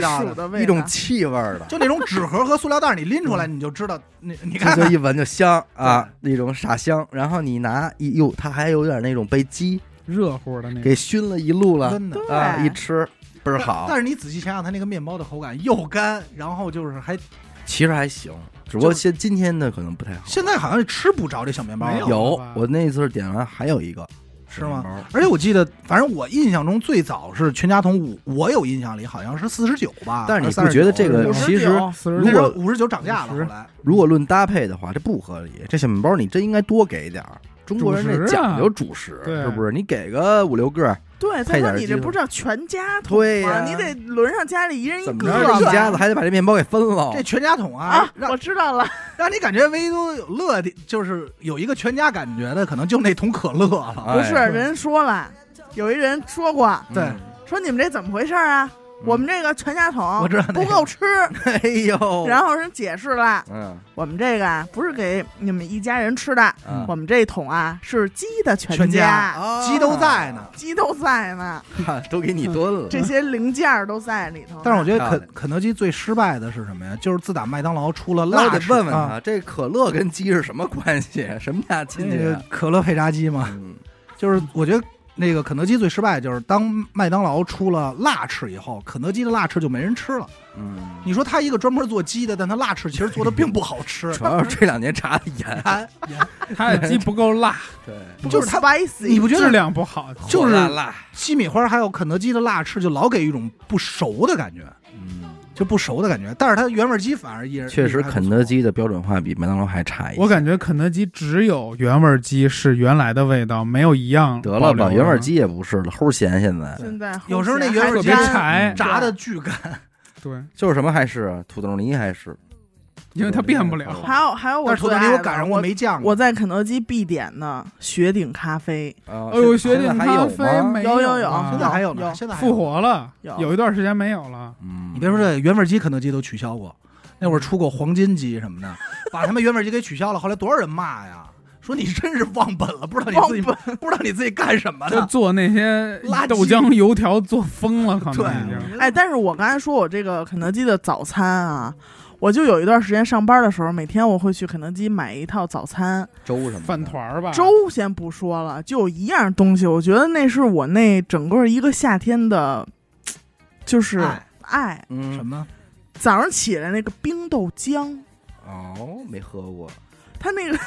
Speaker 3: 专
Speaker 2: 道
Speaker 3: 属的味道，
Speaker 1: 一种气味儿的，
Speaker 2: 就那种纸盒和塑料袋，你拎出来你就知道，你你
Speaker 1: 这
Speaker 2: 看
Speaker 1: 就一闻就香啊，那种傻香。然后你拿一哟，它还有点那种被鸡
Speaker 4: 热乎的那个
Speaker 1: 给熏了一路了
Speaker 2: 真的。
Speaker 3: 对
Speaker 1: 啊，一吃倍儿好
Speaker 2: 但。是你仔细想想，它那个面包的口感又干，然后就是还
Speaker 1: 其实还行，只不过
Speaker 2: 就
Speaker 1: 现今天的可能不太好。
Speaker 2: 现在好像吃不着这小面包
Speaker 4: 没有
Speaker 2: 了，
Speaker 1: 有
Speaker 4: 吧，
Speaker 1: 我那次点完还有一个
Speaker 2: 是
Speaker 1: 面
Speaker 2: 吗？
Speaker 1: 包？
Speaker 2: 而且我记得，反正我印象中最早是全家桶五，我有印象里好像是四十九吧。
Speaker 1: 但是你
Speaker 2: 还
Speaker 1: 不觉得这个
Speaker 3: 59
Speaker 1: 其实
Speaker 4: 四十
Speaker 1: 如
Speaker 2: 那时候
Speaker 1: 果
Speaker 2: 五十九涨价了，后
Speaker 4: 50
Speaker 2: 来
Speaker 1: 如果论搭配的话，这不合理。这小面包你真应该多给点儿。中国人
Speaker 4: 主食
Speaker 1: 这
Speaker 4: 啊
Speaker 1: 讲究主食，
Speaker 4: 对
Speaker 1: 是不是？你给个五六个，
Speaker 3: 对，
Speaker 1: 配
Speaker 3: 再说
Speaker 1: 点
Speaker 3: 你
Speaker 1: 鸡
Speaker 3: 这
Speaker 1: 肉
Speaker 3: 不是叫全家桶
Speaker 1: 对呀
Speaker 3: 吗？你得轮上家里一人一
Speaker 1: 怎么
Speaker 3: 个
Speaker 1: 着
Speaker 3: 吧
Speaker 1: 一家子还得把这面包给分了？
Speaker 2: 这全家桶啊
Speaker 3: 啊，！
Speaker 2: 让
Speaker 3: 我知道了，
Speaker 2: 让你感觉唯独有乐的，就是有一个全家感觉的，可能就那桶可乐了。
Speaker 1: 哎
Speaker 3: 不是人说了，有一人说过，
Speaker 1: 嗯
Speaker 2: 对
Speaker 3: 说你们这怎么回事儿啊？我们这个全家
Speaker 2: 我
Speaker 3: 桶
Speaker 2: 知道那
Speaker 3: 不
Speaker 2: 个
Speaker 3: 够吃，
Speaker 1: 哎呦，
Speaker 3: 然后人解释了，
Speaker 1: 嗯
Speaker 3: 我们这个啊不是给你们一家人吃的，
Speaker 1: 嗯
Speaker 3: 我们这桶啊是鸡的
Speaker 2: 全家
Speaker 3: 家，哦
Speaker 1: 啊
Speaker 2: 鸡都在呢。
Speaker 3: 鸡都在
Speaker 2: <laughs>
Speaker 3: 呢，
Speaker 1: <laughs> 都给你炖了。
Speaker 3: 这些零件儿都在里头呢。
Speaker 2: 但是我觉得
Speaker 1: 漂
Speaker 2: 肯肯德基最失败的是什么呀？就是自打麦当劳出了
Speaker 1: 那我
Speaker 2: 辣
Speaker 1: 得
Speaker 2: 食，
Speaker 1: 问问
Speaker 2: 啊，
Speaker 1: 他，这可乐跟鸡是什么关系？什么家亲
Speaker 2: 那
Speaker 1: 戚
Speaker 2: 个
Speaker 1: 啊？
Speaker 2: 可乐配炸鸡嘛，
Speaker 1: 嗯
Speaker 2: 就是我觉得。那个肯德基最失败就是当麦当劳出了辣翅以后，肯德基的辣翅就没人吃了。
Speaker 1: 嗯，
Speaker 2: 你说他一个专门做鸡的，但他辣翅其实做的并不好
Speaker 1: <laughs>
Speaker 2: 吃
Speaker 1: 主，要是这两年查的
Speaker 2: <laughs>
Speaker 1: 严，
Speaker 2: 哎
Speaker 4: 它的鸡不够辣，
Speaker 1: 对，
Speaker 2: 就是它
Speaker 3: 他 spicy，
Speaker 2: 你不觉
Speaker 4: 质
Speaker 2: 得
Speaker 4: 量不好，
Speaker 2: 就是
Speaker 1: 火辣辣，
Speaker 2: 西米花还有肯德基的辣翅就老给一种不熟的感觉，
Speaker 1: 嗯，
Speaker 2: 就不熟的感觉。但是它原味鸡反而依然
Speaker 1: 确实
Speaker 2: 依然还不
Speaker 1: 肯
Speaker 2: 错
Speaker 1: 德基的标准化比麦当劳还差一些。
Speaker 4: 我感觉肯德基只有原味鸡是原来的味道，没有一样
Speaker 1: 得了
Speaker 4: 保
Speaker 1: 吧，
Speaker 4: 留的
Speaker 1: 原味鸡也不是了，齁咸现在
Speaker 3: 现在
Speaker 2: 有时候那
Speaker 3: 齁咸
Speaker 2: 原
Speaker 4: 特
Speaker 3: 还
Speaker 2: 味儿
Speaker 4: 别
Speaker 2: 鸡
Speaker 3: 干
Speaker 4: 柴，
Speaker 2: 炸的巨干，
Speaker 4: 对，
Speaker 1: 就是什么还是土豆泥还是，
Speaker 4: 因为它变不
Speaker 1: 嗯
Speaker 4: 了。
Speaker 3: 还有还有我
Speaker 2: 但是土豆泥
Speaker 3: 最爱
Speaker 2: 我
Speaker 3: 的
Speaker 2: 赶上
Speaker 3: 我
Speaker 2: 过没酱，
Speaker 3: 我在肯德基必点的雪顶咖啡，
Speaker 1: 啊
Speaker 4: 哎呦，
Speaker 1: 现
Speaker 4: 雪
Speaker 1: 在
Speaker 4: 顶
Speaker 1: 还
Speaker 4: 咖
Speaker 1: 有
Speaker 4: 啡
Speaker 1: 吗？
Speaker 4: 没
Speaker 3: 有有有
Speaker 4: 啊
Speaker 2: 现嗯在还有呢，
Speaker 3: 有
Speaker 2: 现在还有
Speaker 4: 复。活了，
Speaker 3: 有
Speaker 4: 有一段时间没有了。
Speaker 1: 嗯，
Speaker 2: 你别说这原味鸡，肯德基都取消过，那会儿出过黄金鸡什么的，把他们原味鸡给取消了。后来多少人骂呀，说你真是忘本了，不知道你自己不知道你自己干什么
Speaker 4: 就
Speaker 2: 的。
Speaker 4: 做那些
Speaker 2: 垃圾
Speaker 4: 豆浆油条做疯了，可
Speaker 2: 对
Speaker 4: 能已经。
Speaker 3: 哎，但是我刚才说我这个肯德基的早餐啊，我就有一段时间上班的时候，每天我会去肯德基买一套早餐。
Speaker 1: 粥什么的
Speaker 4: 饭团儿吧，
Speaker 3: 粥先不说了，就有一样东西，我觉得那是我那整个一个夏天的，就是
Speaker 2: 爱
Speaker 3: 爱。
Speaker 2: 什
Speaker 1: 嗯，
Speaker 2: 么？
Speaker 3: 早上起来那个冰豆浆， <laughs>
Speaker 1: 哦，没喝过，
Speaker 3: 它那个，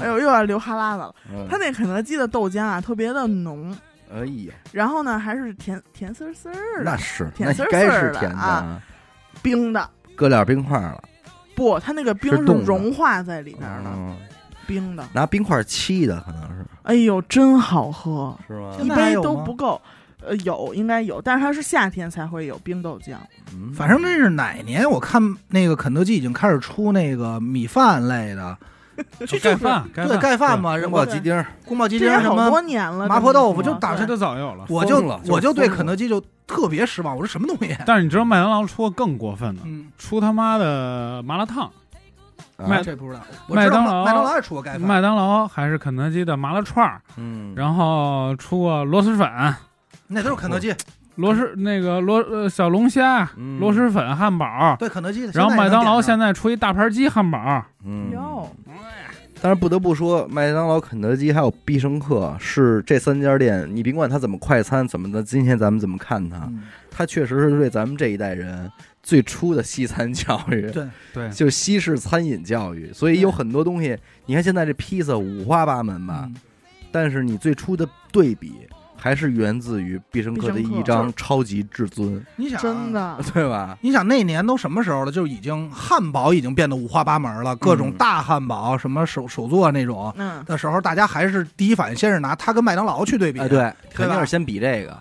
Speaker 3: 哎呦，又要流哈喇子了。
Speaker 1: 嗯
Speaker 3: 它，那肯德基的豆浆啊，特别的浓，
Speaker 1: 哎呦，
Speaker 3: 然后呢还是甜甜丝丝儿
Speaker 1: 那
Speaker 3: 的
Speaker 1: 是，
Speaker 3: 甜
Speaker 1: 那
Speaker 3: 丝儿
Speaker 1: 该
Speaker 3: 丝
Speaker 1: 是
Speaker 3: 儿的
Speaker 1: 甜的
Speaker 3: 啊，冰的。
Speaker 1: 搁点冰块了，
Speaker 3: 不，它那个冰
Speaker 1: 是冻的
Speaker 3: 融化在里边的，
Speaker 1: 嗯，
Speaker 3: 冰的。
Speaker 1: 拿冰块沏的可能是
Speaker 3: 哎呦，真好喝，
Speaker 1: 是吗
Speaker 2: 现
Speaker 3: 一
Speaker 2: 在还
Speaker 3: 杯
Speaker 2: 有
Speaker 3: 都
Speaker 2: 吗
Speaker 3: 不够。呃，有应该有，但是它是夏天才会有冰豆浆。
Speaker 1: 嗯
Speaker 2: 反正这是哪年？我看那个肯德基已经开始出那个米饭类的，就
Speaker 4: 盖
Speaker 2: 就是
Speaker 4: 饭，盖
Speaker 2: 对盖饭嘛，
Speaker 1: 宫
Speaker 2: 什
Speaker 1: 保
Speaker 2: 么
Speaker 1: 鸡丁儿，
Speaker 2: 宫保鸡
Speaker 3: 这
Speaker 2: 丁
Speaker 3: 也
Speaker 2: 儿什
Speaker 3: 好
Speaker 2: 么
Speaker 3: 多年了，
Speaker 2: 麻婆豆腐就打
Speaker 4: 这
Speaker 2: 算
Speaker 3: 对
Speaker 4: 都早有了。
Speaker 2: 我就
Speaker 1: 疯了就是
Speaker 2: 我就对
Speaker 1: 疯了
Speaker 2: 肯德基就特别失望，我说什么东西？啊
Speaker 4: 但是你知道麦当劳出的更过分的，
Speaker 2: 嗯，
Speaker 4: 出他妈的麻辣烫。
Speaker 1: 啊
Speaker 4: 麦
Speaker 2: 这不知道。我
Speaker 4: 麦
Speaker 2: 知道
Speaker 4: 当
Speaker 2: 麦
Speaker 4: 劳
Speaker 2: 麦当劳也出过盖饭，
Speaker 4: 麦当劳还是肯德基的麻辣串儿，
Speaker 1: 嗯，
Speaker 4: 然后出过螺蛳粉、
Speaker 2: 那都是肯德基，
Speaker 4: 螺蛳那个螺呃小龙虾、
Speaker 1: 嗯
Speaker 4: 螺蛳粉汉堡，
Speaker 2: 对肯德基的。
Speaker 4: 然后麦当劳
Speaker 2: 现
Speaker 4: 现在出一大盘鸡汉堡。
Speaker 1: 嗯，
Speaker 3: 哟，
Speaker 1: 但是不得不说，麦当劳、肯德基还有必胜客是这三家店，你甭管它怎么快餐怎么的，今天咱们怎么看
Speaker 2: 在
Speaker 1: 它，
Speaker 2: 能点
Speaker 1: 它确实是对咱们这一代人最初的西餐教育
Speaker 2: 嗯，对，
Speaker 4: 对，
Speaker 1: 就西式餐饮教育。所以有很多东西，你看现在这披萨五花八门吧，
Speaker 2: 嗯
Speaker 1: 但是你最初的对比还是源自于必胜客的一张超级至尊，
Speaker 2: 你想啊
Speaker 3: 真。的，嗯
Speaker 1: 对吧？
Speaker 2: 你想那年都什么时候了？就是已经汉堡已经变得五花八门了，各种
Speaker 1: 嗯
Speaker 2: 大汉堡，什么手手作那种
Speaker 3: 嗯，
Speaker 2: 的时候，大家还是第一反应先是拿它跟麦当劳去对比。
Speaker 1: 哎，，对，肯定
Speaker 2: 吧
Speaker 1: 是先比这个。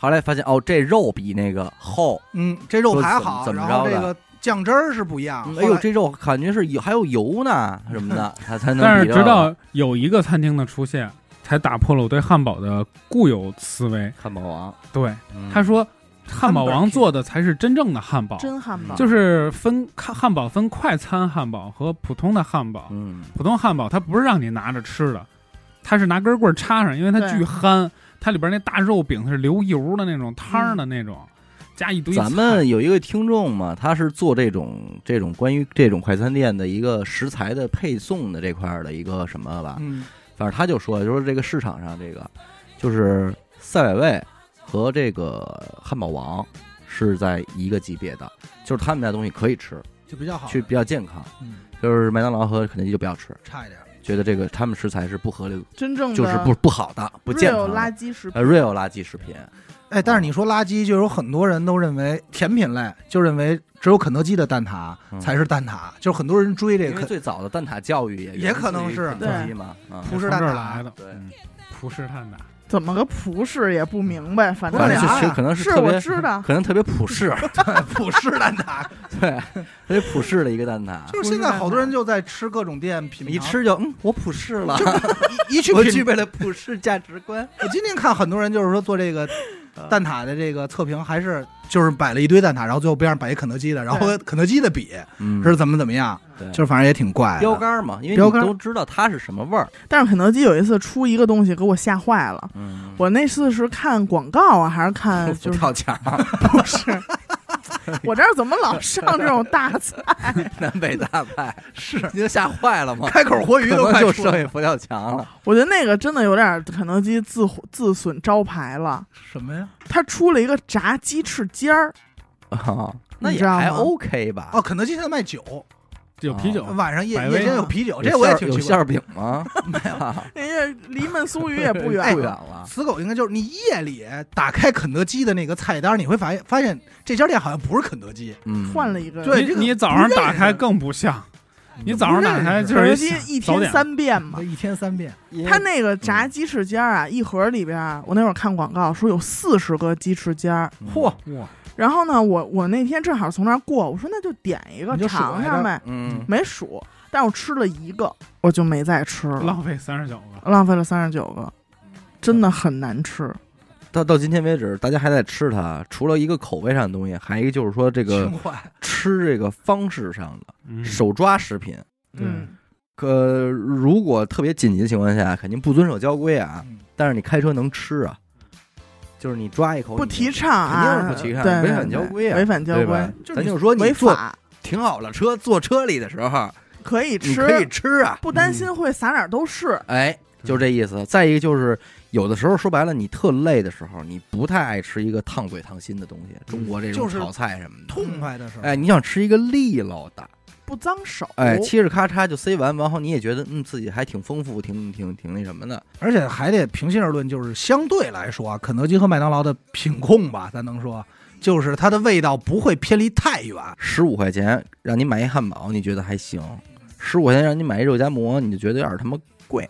Speaker 1: 后来发现哦，这肉比那个厚，
Speaker 2: 嗯，这肉排好，
Speaker 1: 说怎么
Speaker 2: 然
Speaker 1: 怎么
Speaker 2: 后
Speaker 1: 着的
Speaker 2: 这个酱汁儿是不一样。
Speaker 1: 嗯
Speaker 2: 啊后
Speaker 1: 哎呦，
Speaker 2: 来
Speaker 1: 这肉感觉是有还有油呢什么
Speaker 2: <laughs>
Speaker 1: 的，它才能比到。
Speaker 4: 但是直到有一个餐厅的出现，才打破了我对汉堡的固有思维。
Speaker 1: 汉堡王，嗯
Speaker 4: 对，他说汉堡
Speaker 2: Hamburger
Speaker 4: 王做的才是真正的汉堡，
Speaker 3: 真汉堡，
Speaker 4: 就是分汉汉堡分快餐汉堡和普通的汉堡。
Speaker 1: 嗯，
Speaker 4: 普通汉堡它不是让你拿着吃的，它是拿根棍儿插上，因为它
Speaker 3: 对
Speaker 4: 巨憨，它里边那大肉饼它是流油的那种汤儿的那种，加一堆菜。
Speaker 1: 咱们有一个听众嘛，他是做这种这种关于这种快餐店的一个食材的配送的这块儿的一个什么吧，
Speaker 2: 嗯，
Speaker 1: 反正他就说，就说这个市场上这个就是赛百味和这个汉堡王是在一个级别的，就是他们家东西可以吃，
Speaker 2: 就比较好，
Speaker 1: 去比较健康，
Speaker 2: 嗯，
Speaker 1: 就是麦当劳和肯德基就不要吃，
Speaker 2: 差一点。
Speaker 1: 觉得这个他们食材是不合理，
Speaker 3: 真正的
Speaker 1: 就是不不好的，不健
Speaker 3: real
Speaker 1: 康
Speaker 3: 嗯垃
Speaker 1: 的，
Speaker 3: 圾食品
Speaker 1: 呃，real 垃圾食品。
Speaker 2: 哎，
Speaker 1: 哦
Speaker 2: 但是你说垃圾，就有很多人都认为甜品类就认为只有肯德基的蛋挞
Speaker 1: 嗯
Speaker 2: 才是蛋挞，就是很多人追这
Speaker 1: 因为
Speaker 2: 个肯
Speaker 1: 最早的蛋挞教育也
Speaker 2: 也可能是
Speaker 1: 源自于肯德基嘛，啊
Speaker 2: 葡
Speaker 4: 从
Speaker 2: 式蛋
Speaker 4: 这儿来
Speaker 2: 挞。
Speaker 4: 的，
Speaker 1: 对
Speaker 4: 嗯，葡式蛋挞。
Speaker 3: 怎么个葡式也不明白，反正啊
Speaker 1: 反正
Speaker 2: 俩
Speaker 1: 就
Speaker 2: 呀
Speaker 1: 其实可能
Speaker 3: 是
Speaker 1: 特
Speaker 3: 我
Speaker 1: 别，嗯
Speaker 3: 知道，
Speaker 1: 可 <laughs> 能特别普世，
Speaker 2: 普 <laughs> 式
Speaker 1: <laughs>
Speaker 2: 蛋挞，
Speaker 1: 对，特别普世的一个蛋挞，
Speaker 2: 就是现在好多人就在吃各种店品尝，
Speaker 1: 一吃就嗯，我普世了，
Speaker 2: 一去
Speaker 1: 我
Speaker 2: 品
Speaker 1: 具备了普世价值观。
Speaker 2: <laughs> 我今天看很多人就是说做这个
Speaker 1: 呃
Speaker 2: 蛋挞的这个测评，还是就是摆了一堆蛋挞，然后最后边上摆一肯德基的，然后和肯德基的比
Speaker 1: <laughs> 嗯
Speaker 2: 是怎么怎么样，
Speaker 1: 对
Speaker 2: 就是反正也挺怪
Speaker 1: 标
Speaker 2: 的。
Speaker 1: 杆嘛，因为
Speaker 2: 标
Speaker 1: 你
Speaker 2: 杆
Speaker 1: 都知道它是什么味儿。
Speaker 3: 但是肯德基有一次出一个东西给我吓坏了。
Speaker 1: 嗯，
Speaker 3: 我那次是看广告啊，还
Speaker 1: <laughs>
Speaker 3: 是看
Speaker 1: 不
Speaker 3: 就是
Speaker 1: 跳墙，
Speaker 3: 不是？我这儿怎么老上这种大
Speaker 1: <laughs>
Speaker 3: 菜？
Speaker 1: 南北大派
Speaker 3: <laughs>
Speaker 1: 是，你都吓坏了吗？
Speaker 2: 开口活鱼
Speaker 1: 可
Speaker 2: 都
Speaker 1: 能
Speaker 2: 快
Speaker 1: 就
Speaker 2: 出来
Speaker 1: 剩下佛跳墙
Speaker 3: <laughs>
Speaker 1: 了。
Speaker 3: 我觉得那个真的有点肯德基自毁自损招牌了。
Speaker 2: 什么呀？
Speaker 3: 他出了一个炸鸡翅尖儿，
Speaker 1: 啊，那
Speaker 3: 你
Speaker 1: 也
Speaker 3: 知道吗
Speaker 1: 还 OK 吧？
Speaker 2: 哦，肯德基现在卖酒，
Speaker 4: 有啤
Speaker 1: 哦
Speaker 4: 酒，
Speaker 2: 晚上夜
Speaker 4: 百威
Speaker 2: 夜间有
Speaker 3: 吗
Speaker 2: 啤酒，
Speaker 1: 有
Speaker 2: 哦这我也
Speaker 1: 馅儿
Speaker 2: 挺
Speaker 1: 有
Speaker 2: 奇
Speaker 1: 馅
Speaker 2: 怪。
Speaker 1: 儿饼吗？没有，
Speaker 3: 人家离焖酥 <laughs> 鱼也不远。
Speaker 1: 哎不远了。
Speaker 2: 死狗应该就是你夜里打开肯德基的那个菜单，你会发现发现这家店好像不是肯德基，
Speaker 1: 嗯，
Speaker 3: 换了一个，
Speaker 2: 对这个
Speaker 4: 你你早上打
Speaker 2: 不认
Speaker 4: 开
Speaker 2: 识
Speaker 4: 更不像，你早上打开就是
Speaker 2: 不认识
Speaker 3: 肯德
Speaker 4: 一
Speaker 3: 基一
Speaker 4: 早
Speaker 3: 天
Speaker 4: 点
Speaker 3: 三遍嘛。
Speaker 2: 嗯一天三遍，
Speaker 1: 因为
Speaker 3: 他那个炸鸡翅尖儿啊，一盒里边儿，我那会儿看广告说有四十个鸡翅尖儿。
Speaker 1: 嚯，
Speaker 4: 哇，
Speaker 3: 然后呢，我我那天正好从那儿过，我说那就点一个
Speaker 2: 你就数
Speaker 3: 尝
Speaker 2: 来着
Speaker 3: 尝呗，
Speaker 1: 嗯，
Speaker 3: 没数，但我吃了一个，我就没再吃了，
Speaker 4: 浪费三十九个。
Speaker 3: 浪费了三十九个，真的很难吃。
Speaker 1: 到到今天为止，大家还在吃它，除了一个口味上的东西，还有一个就是说这个
Speaker 2: 情怀。
Speaker 1: 吃这个方式上的
Speaker 4: 嗯
Speaker 1: 手抓食品。
Speaker 4: 对
Speaker 3: 嗯，
Speaker 1: 呃，如果特别紧急的情况下，肯定不遵守交规啊。
Speaker 2: 嗯
Speaker 1: 但是你开车能吃啊，就是你抓一口
Speaker 3: 不
Speaker 1: 你
Speaker 3: 提倡啊，
Speaker 1: 嗯肯定是不提倡
Speaker 3: 对
Speaker 1: 违反交规啊
Speaker 3: 违反交
Speaker 1: 对
Speaker 3: 规
Speaker 1: 吧，？
Speaker 2: 就是
Speaker 1: 咱
Speaker 2: 你
Speaker 1: 就说你
Speaker 3: 违
Speaker 1: 坐
Speaker 3: 法
Speaker 1: 停好了车，坐车里的时候，
Speaker 3: 可以
Speaker 1: 你
Speaker 3: 吃，
Speaker 1: 可以吃啊。
Speaker 3: 不担心会撒哪儿都是。
Speaker 1: 哎，就这意思。再一个就是，有的时候说白了，你特累的时候，你不太爱吃一个烫嘴烫心的东西，中国这种
Speaker 2: 就是
Speaker 1: 炒菜什么的。
Speaker 2: 痛快的时候，
Speaker 1: 哎，你想吃一个利落的，
Speaker 3: 不脏手，
Speaker 1: 哎，切着咔嚓就塞完，完后你也觉得嗯自己还挺丰富，挺挺挺那什么的。
Speaker 2: 而且还得平心而论，就是相对来说，肯德基和麦当劳的品控吧，咱能说，就是它的味道不会偏离太远。
Speaker 1: 十五块钱让你买一汉堡，你觉得还行；十五块钱让你买一肉夹馍，你就觉得有点他妈贵。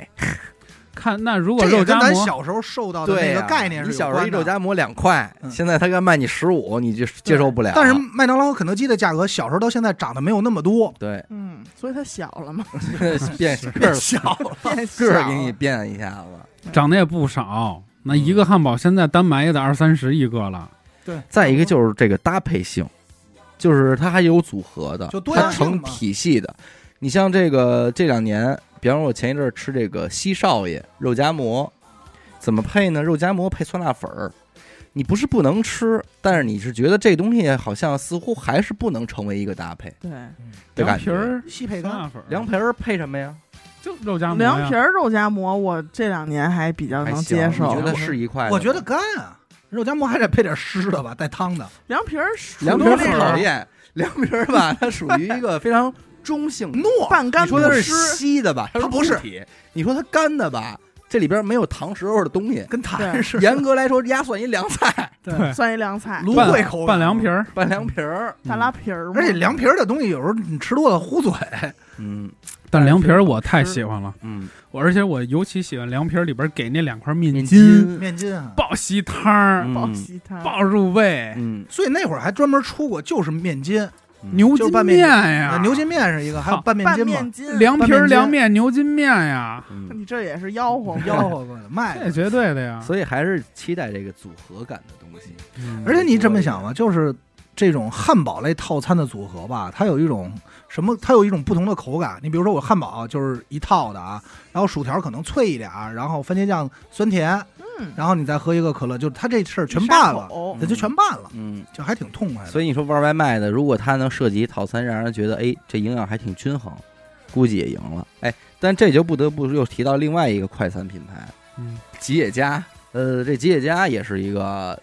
Speaker 4: 看那如果
Speaker 2: 这
Speaker 4: 肉
Speaker 2: 也跟
Speaker 4: 夹
Speaker 2: 咱
Speaker 4: 馍，
Speaker 2: 小时候受到的
Speaker 1: 哦对
Speaker 2: 那
Speaker 1: 呀、
Speaker 2: 个概念是
Speaker 1: 你
Speaker 2: 有
Speaker 1: 小时候
Speaker 2: 关
Speaker 1: 一肉
Speaker 2: 的
Speaker 1: 夹馍两块，
Speaker 2: 嗯
Speaker 1: 现在他敢卖你十五，你就接受不了。
Speaker 2: 但是麦当劳和肯德基的价格，小时候到现在涨得没有那
Speaker 1: <laughs>
Speaker 2: 么多，
Speaker 1: 对
Speaker 3: 嗯，所以它小了 <laughs> 嘛，
Speaker 1: 变个儿
Speaker 2: 小了。
Speaker 3: 变
Speaker 1: 个儿
Speaker 3: 小
Speaker 1: 给你
Speaker 3: 了
Speaker 1: 变一下子。
Speaker 4: 涨得也不少。那一个汉堡现在单买也得二三十一个了，
Speaker 1: 再一个就是这个搭配性，就是它还有组合的，
Speaker 2: 就多
Speaker 1: 它
Speaker 2: 样性
Speaker 1: 成
Speaker 2: 嘛
Speaker 1: 体系的。你像这个这两年，比方说我前一阵儿吃这个西少爷肉夹馍，怎么配呢？肉夹馍配酸辣粉儿。你不是不能吃，但是你是觉得这东西好像似乎还是不能成为一个搭
Speaker 2: <laughs>
Speaker 1: 配
Speaker 3: 对
Speaker 1: 的
Speaker 4: 凉
Speaker 1: 感
Speaker 4: 皮
Speaker 1: 觉。
Speaker 4: 儿、
Speaker 2: 西配
Speaker 4: 酸
Speaker 2: 干
Speaker 4: 辣粉儿、
Speaker 1: 凉皮儿配什么呀？
Speaker 4: 就肉夹馍呀
Speaker 3: 凉皮儿肉夹馍，我这两年还比较
Speaker 1: 还
Speaker 3: 能
Speaker 1: 行
Speaker 3: 接
Speaker 1: 你
Speaker 3: 受
Speaker 1: 觉。得是一块的吗？
Speaker 2: 我觉得干啊，肉夹馍还得配点湿的吧，带汤的。
Speaker 3: 凉皮儿
Speaker 1: 凉皮
Speaker 3: 属
Speaker 1: 儿
Speaker 3: 于那
Speaker 1: 不讨
Speaker 3: 种
Speaker 1: 厌，凉皮儿吧，它属于一个非常中性
Speaker 2: <laughs>
Speaker 1: 的
Speaker 2: 糯
Speaker 3: 半干
Speaker 1: 你说
Speaker 3: 不
Speaker 1: 它是
Speaker 3: 湿，
Speaker 1: 稀的吧？
Speaker 2: 它不是
Speaker 1: 固体。你说它干的吧？这里边没有糖石头的东西。
Speaker 2: 跟
Speaker 3: 对
Speaker 2: 痰似的，
Speaker 1: 严格来说，压算一凉菜，
Speaker 4: 对
Speaker 3: 算一凉菜，
Speaker 2: 芦
Speaker 4: 拌
Speaker 2: 荟口
Speaker 4: 拌
Speaker 2: 感
Speaker 4: 凉皮儿，
Speaker 1: 拌凉皮儿。
Speaker 3: 大拉皮儿嘛，
Speaker 2: 而且凉皮儿的东西有时候你吃多了糊嘴，
Speaker 1: 嗯
Speaker 4: 但凉皮儿我太喜欢了，
Speaker 1: 嗯，
Speaker 4: 我而且我尤其喜欢凉皮儿里边儿给那两块面
Speaker 1: 面
Speaker 4: 筋，
Speaker 1: 筋，
Speaker 2: 面筋啊。
Speaker 4: 爆吸汤儿，
Speaker 3: 爆
Speaker 1: 嗯
Speaker 3: 吸它，
Speaker 4: 爆入味，
Speaker 1: 嗯，
Speaker 2: 所以那会儿还专门出过，就是面筋，
Speaker 4: 牛
Speaker 2: 嗯就是
Speaker 4: 筋
Speaker 2: 拌面
Speaker 4: 面
Speaker 1: 哎
Speaker 4: 呀，
Speaker 2: 牛筋面是一个，还有
Speaker 4: 好
Speaker 2: 拌面
Speaker 3: 拌
Speaker 2: 筋嘛
Speaker 3: 面，筋
Speaker 4: 凉皮
Speaker 2: 拌面
Speaker 4: 儿、
Speaker 2: 筋
Speaker 4: 凉面、牛筋面呀，
Speaker 1: 嗯。
Speaker 3: 你这也是吆喝吗
Speaker 2: 吆喝过的卖
Speaker 4: 这
Speaker 2: 的。
Speaker 4: 绝对的呀。
Speaker 1: 所以还是期待这个组合感的东西。
Speaker 4: 嗯
Speaker 2: 而且你这么想吧，就是这种汉堡类套餐的组合吧，它有一种什么？它有一种不同的口感。你比如说我汉堡就是一套的啊，然后薯条可能脆一点儿，然后番茄酱酸甜，
Speaker 3: 嗯
Speaker 2: 然后你再喝一个可乐，就是它这事儿全
Speaker 3: 一
Speaker 2: 办
Speaker 3: 沙
Speaker 2: 了，
Speaker 3: 口
Speaker 2: 它就全办了，
Speaker 1: 嗯，
Speaker 2: 就还挺痛快的。
Speaker 1: 所以你说玩外卖的，如果它能涉及套餐，让人觉得哎，这营养还挺均衡，估计也赢了。哎，但这就不得不又提到另外一个快餐品牌，
Speaker 4: 嗯
Speaker 1: 吉野家。呃，这吉野家也是一个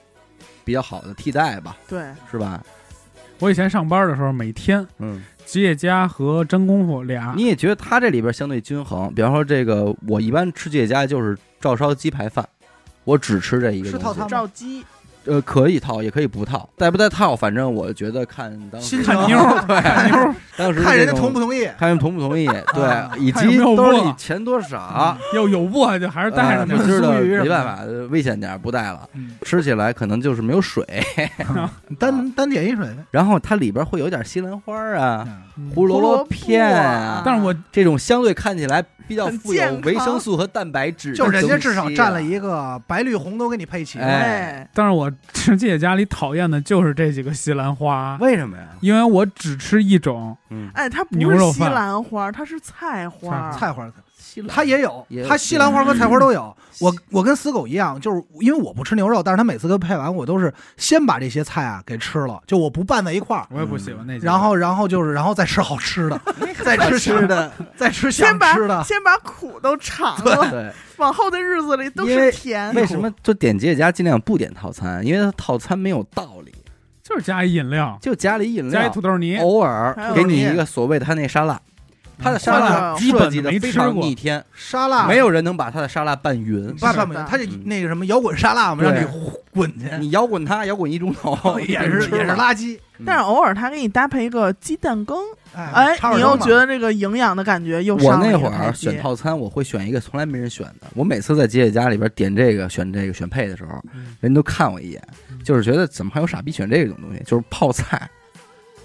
Speaker 1: 比较好的替代吧，
Speaker 3: 对，
Speaker 1: 是吧？
Speaker 4: 我以前上班的时候，每天
Speaker 1: 嗯，
Speaker 4: 吉野家和真功夫
Speaker 2: 啊
Speaker 4: 俩，
Speaker 1: 你也觉得它这里边相对均衡。比方说这个，我一般吃吉野家就是照烧鸡排饭，我只吃这一个
Speaker 2: 是
Speaker 1: 东西。
Speaker 2: 套餐吗
Speaker 3: 照鸡
Speaker 1: 呃，可以套，也可以不套，带不带套，反正我觉得看当时
Speaker 2: 心情
Speaker 4: 看妞
Speaker 1: <laughs>
Speaker 4: 儿，看妞儿
Speaker 1: 当时
Speaker 2: 看人家
Speaker 1: 这种
Speaker 2: 同不同意，
Speaker 1: 看人同不
Speaker 2: <laughs>
Speaker 1: 同意，
Speaker 2: 啊
Speaker 1: 对，以
Speaker 4: 看有
Speaker 1: 及
Speaker 4: 没有
Speaker 1: 兜
Speaker 4: 货
Speaker 1: 里钱多
Speaker 2: 嗯
Speaker 1: 少。
Speaker 4: 要有货就还是带着
Speaker 1: 呃
Speaker 4: 呢
Speaker 1: 我。知道
Speaker 2: 苏鱼什么的
Speaker 1: 没办法，呃危险点儿不带了，
Speaker 2: 嗯，
Speaker 1: 吃起来可能就是没有水。啊
Speaker 2: 单单点一水呗。
Speaker 1: 然后它里边会有点西兰花啊、
Speaker 2: 嗯
Speaker 4: 嗯
Speaker 1: 胡萝卜片
Speaker 3: 胡萝卜啊
Speaker 4: 但是我
Speaker 1: 这种相对看起来比较
Speaker 3: 很
Speaker 1: 富有
Speaker 3: 健康
Speaker 1: 维生素和蛋白质的
Speaker 2: 就
Speaker 1: 东西啊，
Speaker 2: 是人家至少占了一个白绿红都给你配齐了，
Speaker 1: 哎
Speaker 3: 哎，
Speaker 4: 但是我吃吉野家里讨厌的就是这几个西兰花，
Speaker 1: 为什么呀？
Speaker 4: 因为我只吃一种，
Speaker 1: 嗯，
Speaker 3: 哎，它不
Speaker 4: 牛
Speaker 3: 是
Speaker 4: 肉
Speaker 3: 西
Speaker 4: 饭
Speaker 3: 兰花，它是菜花，
Speaker 2: 菜花儿
Speaker 1: 西兰
Speaker 2: 它也有
Speaker 1: 嗯也，有嗯
Speaker 2: 它西兰花和菜花都有。我我跟死狗一样，就是因为我不吃牛肉，但是他每次跟配完，我都是先把这些菜啊给吃了，就我不拌在一块儿，
Speaker 4: 我也不喜欢
Speaker 3: 嗯
Speaker 4: 那几个。
Speaker 2: 然后然后就是然后再吃好吃
Speaker 3: <laughs>
Speaker 2: 的，再
Speaker 1: 吃
Speaker 2: 吃想
Speaker 1: 的，
Speaker 2: 再吃
Speaker 3: 先
Speaker 2: 想
Speaker 3: 把
Speaker 2: 吃的。
Speaker 3: 先把苦都尝
Speaker 1: <laughs>
Speaker 3: 了，
Speaker 1: 对。
Speaker 3: 往后的日子里都
Speaker 1: 因为
Speaker 3: 是甜。
Speaker 1: 为什么就点吉野家尽量不点套餐？因为它套餐没有道理，
Speaker 4: 就是加一饮料，
Speaker 1: 就家里饮
Speaker 4: 加一
Speaker 1: 料
Speaker 4: 土，豆泥，
Speaker 1: 偶尔
Speaker 3: 还有
Speaker 1: 给你
Speaker 3: 面
Speaker 1: 一个所谓的它那沙拉，它的沙拉
Speaker 3: 或者
Speaker 4: 基本
Speaker 1: 设计的
Speaker 4: 没
Speaker 1: 非
Speaker 4: 吃
Speaker 1: 常
Speaker 4: 过
Speaker 1: 逆天，
Speaker 2: 沙拉
Speaker 1: 没有人能把它的沙拉拌匀。
Speaker 2: 拌拌
Speaker 3: 是
Speaker 2: 啊不
Speaker 3: 的
Speaker 2: 它就
Speaker 1: 嗯
Speaker 2: 那个什么摇滚沙拉嘛，让
Speaker 1: 对
Speaker 2: 你滚去，
Speaker 1: 你摇滚它，摇滚一钟头
Speaker 2: <laughs>
Speaker 1: <laughs>
Speaker 2: 也是也是
Speaker 1: 拉。
Speaker 2: 垃圾。
Speaker 1: 嗯
Speaker 3: 但是偶尔他给你搭配一个鸡蛋羹，哎，
Speaker 2: 啊插耳
Speaker 3: 你
Speaker 2: 朵
Speaker 3: 又
Speaker 2: 嘛
Speaker 3: 觉得这个营养的感觉又
Speaker 1: 我
Speaker 3: 上了一
Speaker 1: 那
Speaker 3: 个
Speaker 1: 会
Speaker 3: 台
Speaker 1: 儿
Speaker 3: 阶
Speaker 1: 选套餐，我会选一个从来没人选的。我每次在吉野家里边点这个、选这个、选配的时候，
Speaker 4: 嗯
Speaker 1: 人都看我一眼，就是觉得怎么还有傻逼选这种东西？就是泡菜，